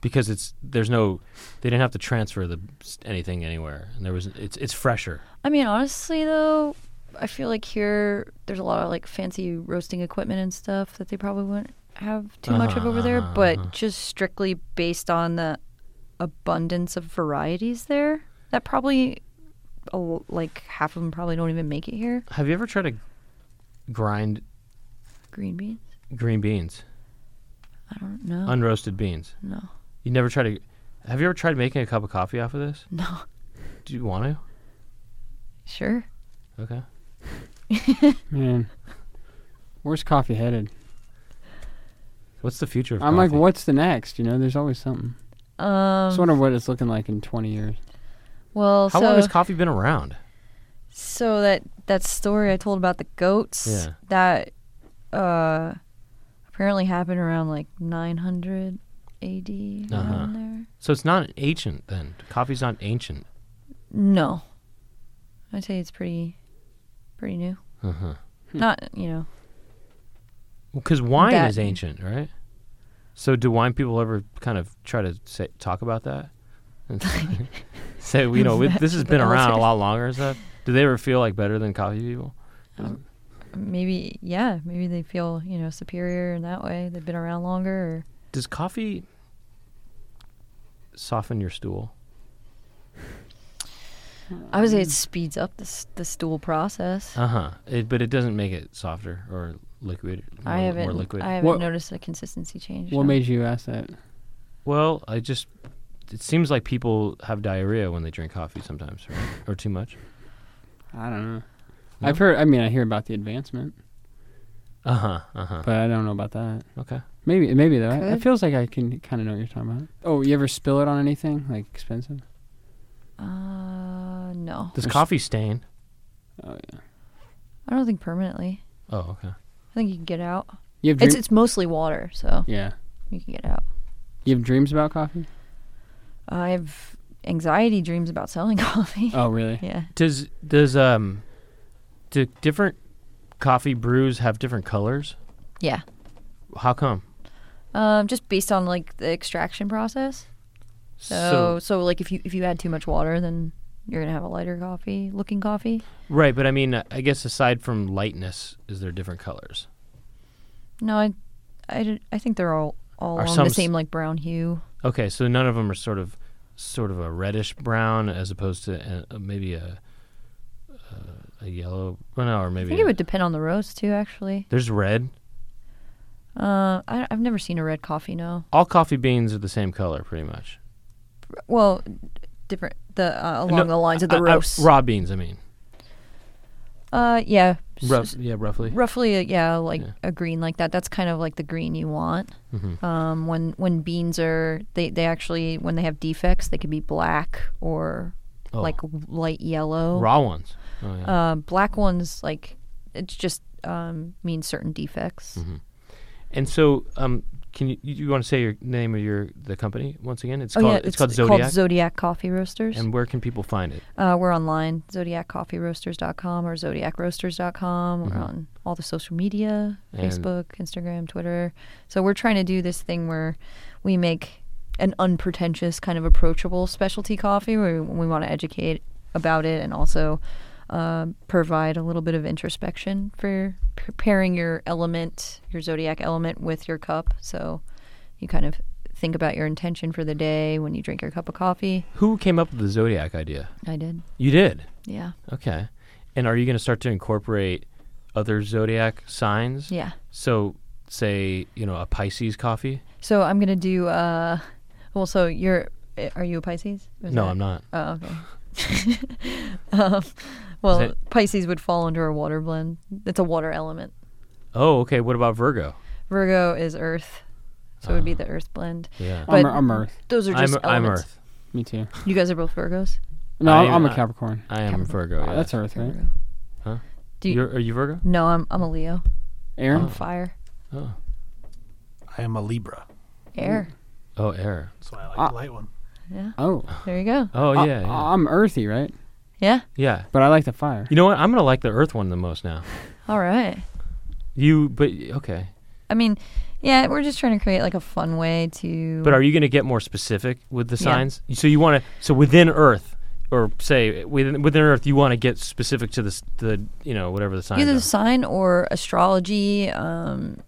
[SPEAKER 1] because it's there's no they didn't have to transfer the anything anywhere, and there was it's it's fresher.
[SPEAKER 2] I mean, honestly, though, I feel like here there's a lot of like fancy roasting equipment and stuff that they probably wouldn't have too much of over there.
[SPEAKER 1] Uh-huh.
[SPEAKER 2] But just strictly based on the abundance of varieties there, that probably oh, like half of them probably don't even make it here.
[SPEAKER 1] Have you ever tried to grind
[SPEAKER 2] Green beans,
[SPEAKER 1] green beans,
[SPEAKER 2] I don't know.
[SPEAKER 1] unroasted beans?
[SPEAKER 2] no,
[SPEAKER 1] You never tried to. Have you ever tried making a cup of coffee off of this?
[SPEAKER 2] no,
[SPEAKER 1] Do you want
[SPEAKER 2] sure.
[SPEAKER 1] to? Okay.
[SPEAKER 3] Man, where's coffee headed?
[SPEAKER 1] What's the future of
[SPEAKER 3] I'm like,
[SPEAKER 1] coffee?
[SPEAKER 3] what's the next? You know, there's always something. I
[SPEAKER 2] Um,
[SPEAKER 3] just wonder what it's looking like in 20 years.
[SPEAKER 2] well,
[SPEAKER 1] How
[SPEAKER 2] so
[SPEAKER 1] long has coffee been around?
[SPEAKER 2] So that that story I told about the goats
[SPEAKER 1] Yeah.
[SPEAKER 2] that uh, apparently happened around like 900 AD
[SPEAKER 1] Uh-huh.
[SPEAKER 2] around there.
[SPEAKER 1] So it's not ancient then. Coffee's not ancient.
[SPEAKER 2] No, I'd say it's pretty pretty new.
[SPEAKER 1] Uh-huh.
[SPEAKER 3] Hmm.
[SPEAKER 2] Not you know
[SPEAKER 1] Because wine
[SPEAKER 2] That-
[SPEAKER 1] is ancient, right? So do wine people ever kind of try to say, talk about that? And say you know we- this has been around a lot longer and stuff. Do they ever feel like better than coffee people?
[SPEAKER 2] Maybe, yeah, maybe they feel, you know, superior in that way. They've been around longer. Or,
[SPEAKER 1] Does coffee soften your stool?
[SPEAKER 2] I would say it speeds up the, s- the stool process.
[SPEAKER 1] Uh huh. It, but it doesn't make it softer or liquid. More,
[SPEAKER 2] I
[SPEAKER 1] More
[SPEAKER 2] haven't,
[SPEAKER 1] liquid.
[SPEAKER 2] I haven't
[SPEAKER 3] What-
[SPEAKER 2] noticed a consistency change.
[SPEAKER 3] What
[SPEAKER 2] no.
[SPEAKER 3] made you ask that?
[SPEAKER 1] well, I just. It seems like people have diarrhea when they drink coffee sometimes, right? or too much.
[SPEAKER 3] I don't know.
[SPEAKER 1] No?
[SPEAKER 3] I've heard. I mean, I hear about the advancement,
[SPEAKER 1] Uh huh. Uh huh.
[SPEAKER 3] but I don't know about that.
[SPEAKER 1] Okay.
[SPEAKER 3] Maybe, maybe though. I It
[SPEAKER 2] Could.
[SPEAKER 3] feels like I can kind of know what you're talking about. Oh, you ever spill it on anything like expensive?
[SPEAKER 2] Uh, no.
[SPEAKER 1] Does
[SPEAKER 3] Or s-
[SPEAKER 1] coffee stain?
[SPEAKER 3] Oh yeah.
[SPEAKER 2] I don't think permanently.
[SPEAKER 1] Oh, okay.
[SPEAKER 2] I think you can get out.
[SPEAKER 3] You have
[SPEAKER 2] It's
[SPEAKER 3] dreams.
[SPEAKER 2] it's mostly water, so
[SPEAKER 3] yeah.
[SPEAKER 2] you can get out.
[SPEAKER 3] You have dreams about coffee?
[SPEAKER 2] I have anxiety dreams about selling coffee.
[SPEAKER 3] Oh really?
[SPEAKER 2] Yeah.
[SPEAKER 1] Does does um, do different coffee brews have different colors?
[SPEAKER 2] Yeah.
[SPEAKER 1] How come?
[SPEAKER 2] Um, just based on like the extraction process. So, so like if you if you add too much water, then you're gonna have a lighter coffee looking coffee.
[SPEAKER 1] right, but I mean, uh, I guess aside from lightness, is there different colors?
[SPEAKER 2] No, I, I, d- I think they're all all
[SPEAKER 1] Are
[SPEAKER 2] along
[SPEAKER 1] some
[SPEAKER 2] the
[SPEAKER 1] s-
[SPEAKER 2] same like brown hue.
[SPEAKER 1] Okay, so none of them are sort of sort of a reddish brown as opposed to uh, maybe a uh, a, a yellow. Well, no, or
[SPEAKER 2] I
[SPEAKER 1] maybe
[SPEAKER 2] think
[SPEAKER 1] a-
[SPEAKER 2] it would depend on the roast too. Actually,
[SPEAKER 1] there's red.
[SPEAKER 2] uh, I, I've never seen a red coffee. No.
[SPEAKER 1] All coffee beans are the same color, pretty much.
[SPEAKER 2] Well, different the uh, along
[SPEAKER 1] No,
[SPEAKER 2] the lines of the
[SPEAKER 1] I- I-
[SPEAKER 2] roast.
[SPEAKER 1] raw beans, I mean.
[SPEAKER 2] uh, yeah. s-
[SPEAKER 1] Rough, yeah, roughly.
[SPEAKER 2] roughly uh, yeah like
[SPEAKER 1] Yeah.
[SPEAKER 2] a green like that that's kind of like the green you want
[SPEAKER 1] hmm
[SPEAKER 2] um, when when beans are they, they actually when they have defects they can be black or
[SPEAKER 1] Oh.
[SPEAKER 2] like light yellow
[SPEAKER 1] Raw ones. Oh, yeah.
[SPEAKER 2] uh, black ones like it's just um, means certain defects
[SPEAKER 1] Mm-hmm. And so, um, can you you want to say your name of your the company once again? It's
[SPEAKER 2] oh
[SPEAKER 1] called
[SPEAKER 2] yeah
[SPEAKER 1] it's, called Zodiac.
[SPEAKER 2] Zodiac Coffee Roasters
[SPEAKER 1] and where can people find it?
[SPEAKER 2] uh, we're online zodiaccoffeeroasters.com or zodiacroasters.com
[SPEAKER 1] Mhm.
[SPEAKER 2] we're on all the social media
[SPEAKER 1] And-
[SPEAKER 2] Facebook Instagram Twitter so we're trying to do this thing where we make an unpretentious kind of approachable specialty coffee where we, we want to educate about it and also um provide a little bit of introspection for p- pairing your element your zodiac element with your cup so you kind of think about your intention for the day when you drink your cup of coffee
[SPEAKER 1] Who came up with the Zodiac idea?
[SPEAKER 2] I did
[SPEAKER 1] You did.
[SPEAKER 2] yeah
[SPEAKER 1] Okay. And are you going to start to incorporate other zodiac signs?
[SPEAKER 2] yeah
[SPEAKER 1] So, say, you know, a Pisces coffee?
[SPEAKER 2] So I'm gonna do. Uh, well, so you're. eh, Are you a Pisces? Or is
[SPEAKER 1] no,
[SPEAKER 2] that-
[SPEAKER 1] I'm not.
[SPEAKER 2] Oh, okay. um, well,
[SPEAKER 1] that-
[SPEAKER 2] Pisces would fall under a water blend. It's a water element.
[SPEAKER 1] Oh, okay. What about Virgo?
[SPEAKER 2] Virgo is Earth, so it would be the Earth blend.
[SPEAKER 1] Yeah.
[SPEAKER 3] I'm,
[SPEAKER 2] But-
[SPEAKER 3] I'm Earth.
[SPEAKER 2] Those are
[SPEAKER 1] Ah. I'm, e-,
[SPEAKER 2] just
[SPEAKER 1] I'm
[SPEAKER 2] elements.
[SPEAKER 1] Earth.
[SPEAKER 3] Me too.
[SPEAKER 2] You guys are both Virgos.
[SPEAKER 3] No,
[SPEAKER 1] I
[SPEAKER 3] I'm, I'm
[SPEAKER 1] am-
[SPEAKER 3] a Capricorn.
[SPEAKER 1] I am Virgo. Yeah.
[SPEAKER 3] Oh, That's Earth, right?
[SPEAKER 2] Virgo. Do you-
[SPEAKER 1] You're, are you Virgo?
[SPEAKER 2] No, I'm I'm a Leo.
[SPEAKER 3] Aaron.
[SPEAKER 2] I'm fire,
[SPEAKER 1] Oh.
[SPEAKER 4] I am a Libra.
[SPEAKER 2] air.
[SPEAKER 1] Oh, air.
[SPEAKER 4] That's why I like
[SPEAKER 3] Ah.
[SPEAKER 4] the light one.
[SPEAKER 2] Yeah,
[SPEAKER 3] Oh.
[SPEAKER 2] there you go.
[SPEAKER 1] Oh,
[SPEAKER 3] I-
[SPEAKER 1] yeah, yeah.
[SPEAKER 3] I'm earthy, right?
[SPEAKER 2] Yeah,
[SPEAKER 1] yeah.
[SPEAKER 3] But I like the fire.
[SPEAKER 1] You know what? I'm going to like the Earth one the most now.
[SPEAKER 2] all right.
[SPEAKER 1] You, but, okay.
[SPEAKER 2] I mean, yeah, we're just trying to create like a fun way to.
[SPEAKER 1] But are you going to get more specific with the
[SPEAKER 2] Mm-hmm. Yeah.
[SPEAKER 1] signs? So you want to so within Earth, or say within within Earth, you want to get specific to the s- the you know whatever the signs.
[SPEAKER 2] either
[SPEAKER 1] are.
[SPEAKER 2] the sign or astrology. Um,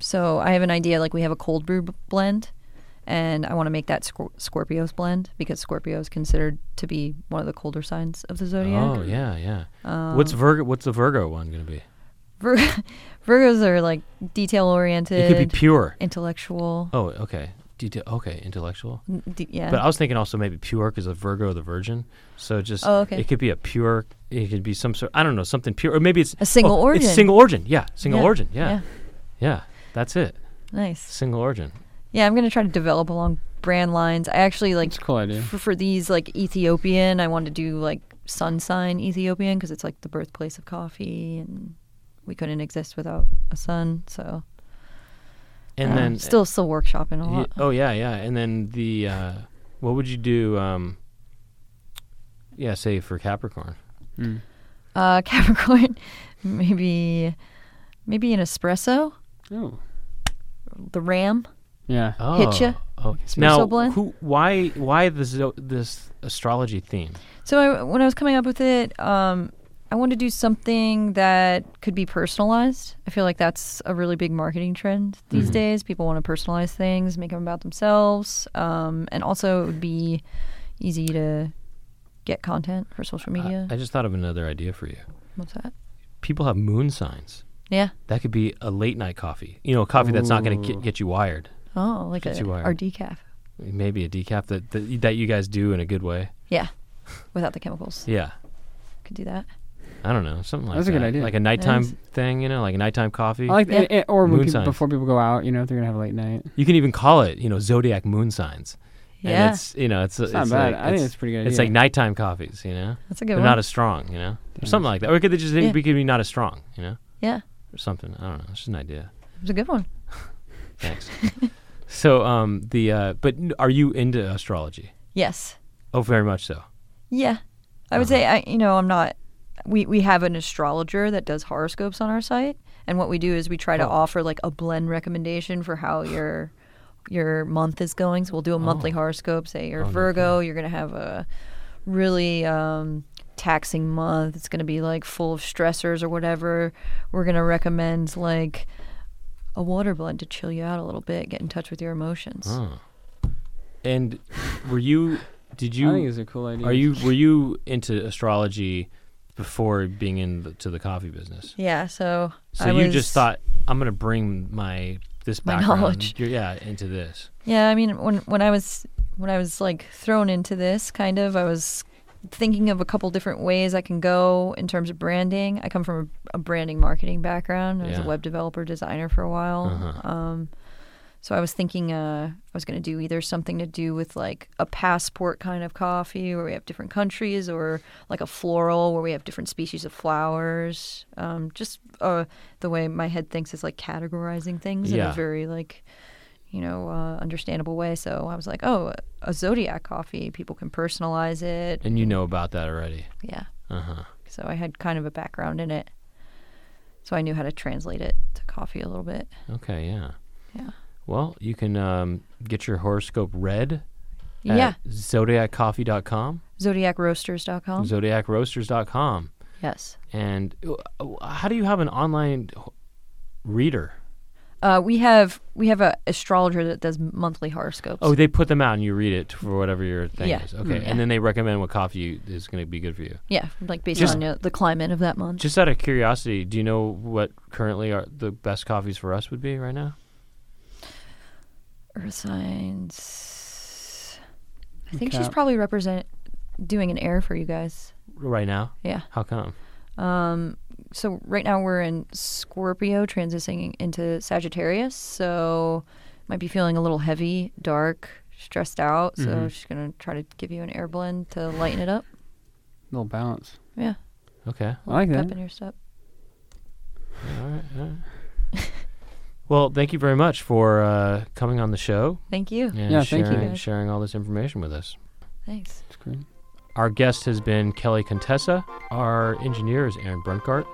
[SPEAKER 2] so I have an idea. Like we have a cold brew b- blend, and I want to make that Scor- Scorpio's blend because Scorpio is considered to be one of the colder signs of the zodiac.
[SPEAKER 1] Oh yeah, yeah.
[SPEAKER 2] Um,
[SPEAKER 1] what's Virgo? What's the Virgo one going to be?
[SPEAKER 2] Vir- Virgos are like detail
[SPEAKER 1] It could be
[SPEAKER 2] oriented,
[SPEAKER 1] pure.
[SPEAKER 2] intellectual.
[SPEAKER 1] Oh, okay. Detail. Okay, intellectual.
[SPEAKER 2] n- d- yeah.
[SPEAKER 1] But uh, I was thinking also maybe pure because of Virgo, the Virgin. So just
[SPEAKER 2] Oh, okay.
[SPEAKER 1] it could be a pure. It could be some sort. I don't know something pure, or maybe it's
[SPEAKER 2] A single
[SPEAKER 1] oh,
[SPEAKER 2] origin.
[SPEAKER 1] It's single origin. Yeah, single
[SPEAKER 2] Yeah,
[SPEAKER 1] origin. Yeah. yeah, That's it.
[SPEAKER 2] Nice.
[SPEAKER 1] Single origin.
[SPEAKER 2] Yeah, I'm gonna try to develop along brand lines. I actually like
[SPEAKER 3] It's a cool idea.
[SPEAKER 2] for, for these like Ethiopian, I wanted to do like sun sign Ethiopian because it's like the birthplace of coffee, and we couldn't exist without a sun. So
[SPEAKER 1] And
[SPEAKER 2] uh,
[SPEAKER 1] then
[SPEAKER 2] still still workshopping a
[SPEAKER 1] Ye-
[SPEAKER 2] lot.
[SPEAKER 1] oh yeah, yeah. And then the uh, what would you do? Um, yeah, say for Capricorn.
[SPEAKER 3] Mm.
[SPEAKER 2] Uh, Capricorn, maybe maybe an espresso,
[SPEAKER 3] Oh.
[SPEAKER 2] the ram,
[SPEAKER 3] Yeah.
[SPEAKER 1] Oh.
[SPEAKER 5] Hit ya?
[SPEAKER 1] Oh.
[SPEAKER 3] Espresso
[SPEAKER 1] Now,
[SPEAKER 2] blend?
[SPEAKER 1] who, why why the zo- this astrology theme?
[SPEAKER 2] So I, when I was coming up with it, um, I wanted to do something that could be personalized. I feel like that's a really big marketing trend these
[SPEAKER 1] Mhm.
[SPEAKER 2] days. People want to personalize things, make them about themselves, um, and also it would be easy to get content for social
[SPEAKER 1] I-
[SPEAKER 2] media.
[SPEAKER 1] I just thought of another idea for you.
[SPEAKER 2] What's that?
[SPEAKER 1] People have moon signs.
[SPEAKER 2] Yeah.
[SPEAKER 1] That could be a late night coffee. You know, a coffee that's not going to
[SPEAKER 3] Ooh.
[SPEAKER 1] get, get you wired.
[SPEAKER 2] Oh, like a
[SPEAKER 1] Gets you wired.
[SPEAKER 2] or decaf
[SPEAKER 1] Maybe a decaf that, that that you guys do in a good way.
[SPEAKER 2] without the chemicals.
[SPEAKER 1] Yeah.
[SPEAKER 2] Could do that.
[SPEAKER 1] I don't know, something like
[SPEAKER 3] That's a
[SPEAKER 1] that.
[SPEAKER 3] good idea.
[SPEAKER 1] Like a nighttime
[SPEAKER 2] Nice.
[SPEAKER 1] thing, you know, like a nighttime coffee.
[SPEAKER 3] I like that. and- and- Or when
[SPEAKER 1] Moon
[SPEAKER 3] people,
[SPEAKER 1] signs.
[SPEAKER 3] before people go out, you know, if they're gonna have a late night.
[SPEAKER 1] you can even call it, you know, zodiac moon signs.
[SPEAKER 2] Yeah,
[SPEAKER 1] And it's you know, it's
[SPEAKER 3] It's not bad.
[SPEAKER 1] Like,
[SPEAKER 3] I think it's a pretty good.
[SPEAKER 1] it's
[SPEAKER 3] idea.
[SPEAKER 1] like nighttime coffees, you know.
[SPEAKER 2] that's a good
[SPEAKER 1] They're
[SPEAKER 2] one.
[SPEAKER 1] not as strong, you know, or
[SPEAKER 3] Yeah.
[SPEAKER 1] something like that. Or it could just
[SPEAKER 2] Yeah.
[SPEAKER 1] be, could be not as strong, you know.
[SPEAKER 2] Yeah.
[SPEAKER 1] Or something. I don't know. It's just an idea.
[SPEAKER 2] it's a good one.
[SPEAKER 1] Thanks. so um the uh but n- are you into astrology?
[SPEAKER 2] Yes.
[SPEAKER 1] Oh, very much so.
[SPEAKER 2] Yeah, I would say
[SPEAKER 1] Uh-huh.
[SPEAKER 2] I. You know, I'm not. We we have an astrologer that does horoscopes on our site, and what we do is we try to
[SPEAKER 1] Oh.
[SPEAKER 2] offer like a blend recommendation for how your your month is going. So we'll do a monthly
[SPEAKER 1] Oh.
[SPEAKER 2] horoscope. Say you're
[SPEAKER 1] Oh,
[SPEAKER 2] a
[SPEAKER 1] no
[SPEAKER 2] Virgo, you're gonna have a really um, taxing month. It's gonna be like full of stressors or whatever. We're gonna recommend like a water blend to chill you out a little bit, get in touch with your emotions.
[SPEAKER 1] Oh. And were you did
[SPEAKER 3] I think
[SPEAKER 1] you
[SPEAKER 3] it's a cool idea.
[SPEAKER 1] are you were you into astrology before being into the coffee business?
[SPEAKER 2] Yeah. So
[SPEAKER 1] So
[SPEAKER 2] I
[SPEAKER 1] you
[SPEAKER 2] was-
[SPEAKER 1] just thought I'm going to bring my this
[SPEAKER 2] My
[SPEAKER 1] background,
[SPEAKER 2] knowledge.
[SPEAKER 1] you're- yeah, into this.
[SPEAKER 2] Yeah, I mean, when when I was when I was like thrown into this kind of, I was thinking of a couple different ways I can go in terms of branding. I come from a, a branding marketing background. I was
[SPEAKER 1] Yeah.
[SPEAKER 2] a web developer designer for a while.
[SPEAKER 1] Uh-huh.
[SPEAKER 2] Um, so I was thinking uh, I was going to do either something to do with like a passport kind of coffee where we have different countries or like a floral where we have different species of flowers. Um, just uh, the way my head thinks is like categorizing things in
[SPEAKER 1] Yeah.
[SPEAKER 2] a very like, you know, uh, understandable way. So I was like, oh, a Zodiac coffee, people can personalize it.
[SPEAKER 1] And you know about that already.
[SPEAKER 2] Yeah.
[SPEAKER 1] Uh-huh.
[SPEAKER 2] So I had kind of a background in it. So I knew how to translate it to coffee a little bit.
[SPEAKER 1] Okay, yeah.
[SPEAKER 2] Yeah.
[SPEAKER 1] Well, you can um, get your horoscope read at
[SPEAKER 2] Yeah.
[SPEAKER 1] zodiaccoffee.com,
[SPEAKER 2] ZodiacRoasters.com.
[SPEAKER 1] zodiacroasters.com.
[SPEAKER 2] yes.
[SPEAKER 1] And uh, uh, how do you have an online h- reader?
[SPEAKER 2] Uh, we have we have a astrologer that does monthly horoscopes.
[SPEAKER 1] Oh, they put them out and you read it for whatever your thing
[SPEAKER 2] Yeah.
[SPEAKER 1] is. Okay.
[SPEAKER 2] Mm, yeah.
[SPEAKER 1] And then they recommend what coffee you, is going to be good for you.
[SPEAKER 2] yeah, like based
[SPEAKER 1] Just-
[SPEAKER 2] on uh, the climate of that month.
[SPEAKER 1] Just out of curiosity, do you know what currently are the best coffees for us would be right now?
[SPEAKER 2] Earth signs. I think she's
[SPEAKER 3] Cap.
[SPEAKER 2] probably represent doing an air for you guys.
[SPEAKER 1] Right now?
[SPEAKER 2] Yeah.
[SPEAKER 1] How come?
[SPEAKER 2] Um, so right now we're in Scorpio, transitioning into Sagittarius. So might be feeling a little heavy, dark, stressed out. So
[SPEAKER 3] Mhm.
[SPEAKER 2] she's gonna try to give you an air blend to lighten it up.
[SPEAKER 3] little balance?
[SPEAKER 2] Yeah,
[SPEAKER 1] Okay.
[SPEAKER 3] I like
[SPEAKER 2] pep
[SPEAKER 3] that.
[SPEAKER 2] in your step.
[SPEAKER 1] All right. All right. well, thank you very much for uh, coming on the show
[SPEAKER 2] Thank you.
[SPEAKER 1] and
[SPEAKER 3] Yeah,
[SPEAKER 1] sharing,
[SPEAKER 3] thank you,
[SPEAKER 2] guys.
[SPEAKER 1] sharing all this information with us.
[SPEAKER 2] Thanks.
[SPEAKER 3] It's great.
[SPEAKER 1] Our guest has been Kelly Contessa. Our engineer is Aaron Bruntgart.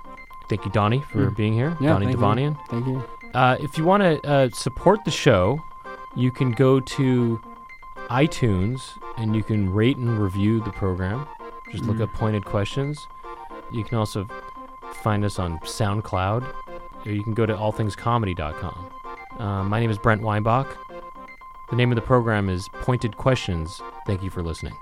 [SPEAKER 1] Thank you, Donnie, for
[SPEAKER 3] Mm.
[SPEAKER 1] being here.
[SPEAKER 3] Yeah,
[SPEAKER 1] Donnie
[SPEAKER 3] thank you.
[SPEAKER 1] Devonian.
[SPEAKER 3] Thank you.
[SPEAKER 1] Uh, if you want to uh, support the show, you can go to iTunes and you can rate and review the program. Just look
[SPEAKER 3] Mm.
[SPEAKER 1] up pointed questions. You can also find us on SoundCloud, or you can go to allthingscomedy.com. Uh, my name is Brent Weinbach. The name of the program is Pointed Questions. Thank you for listening.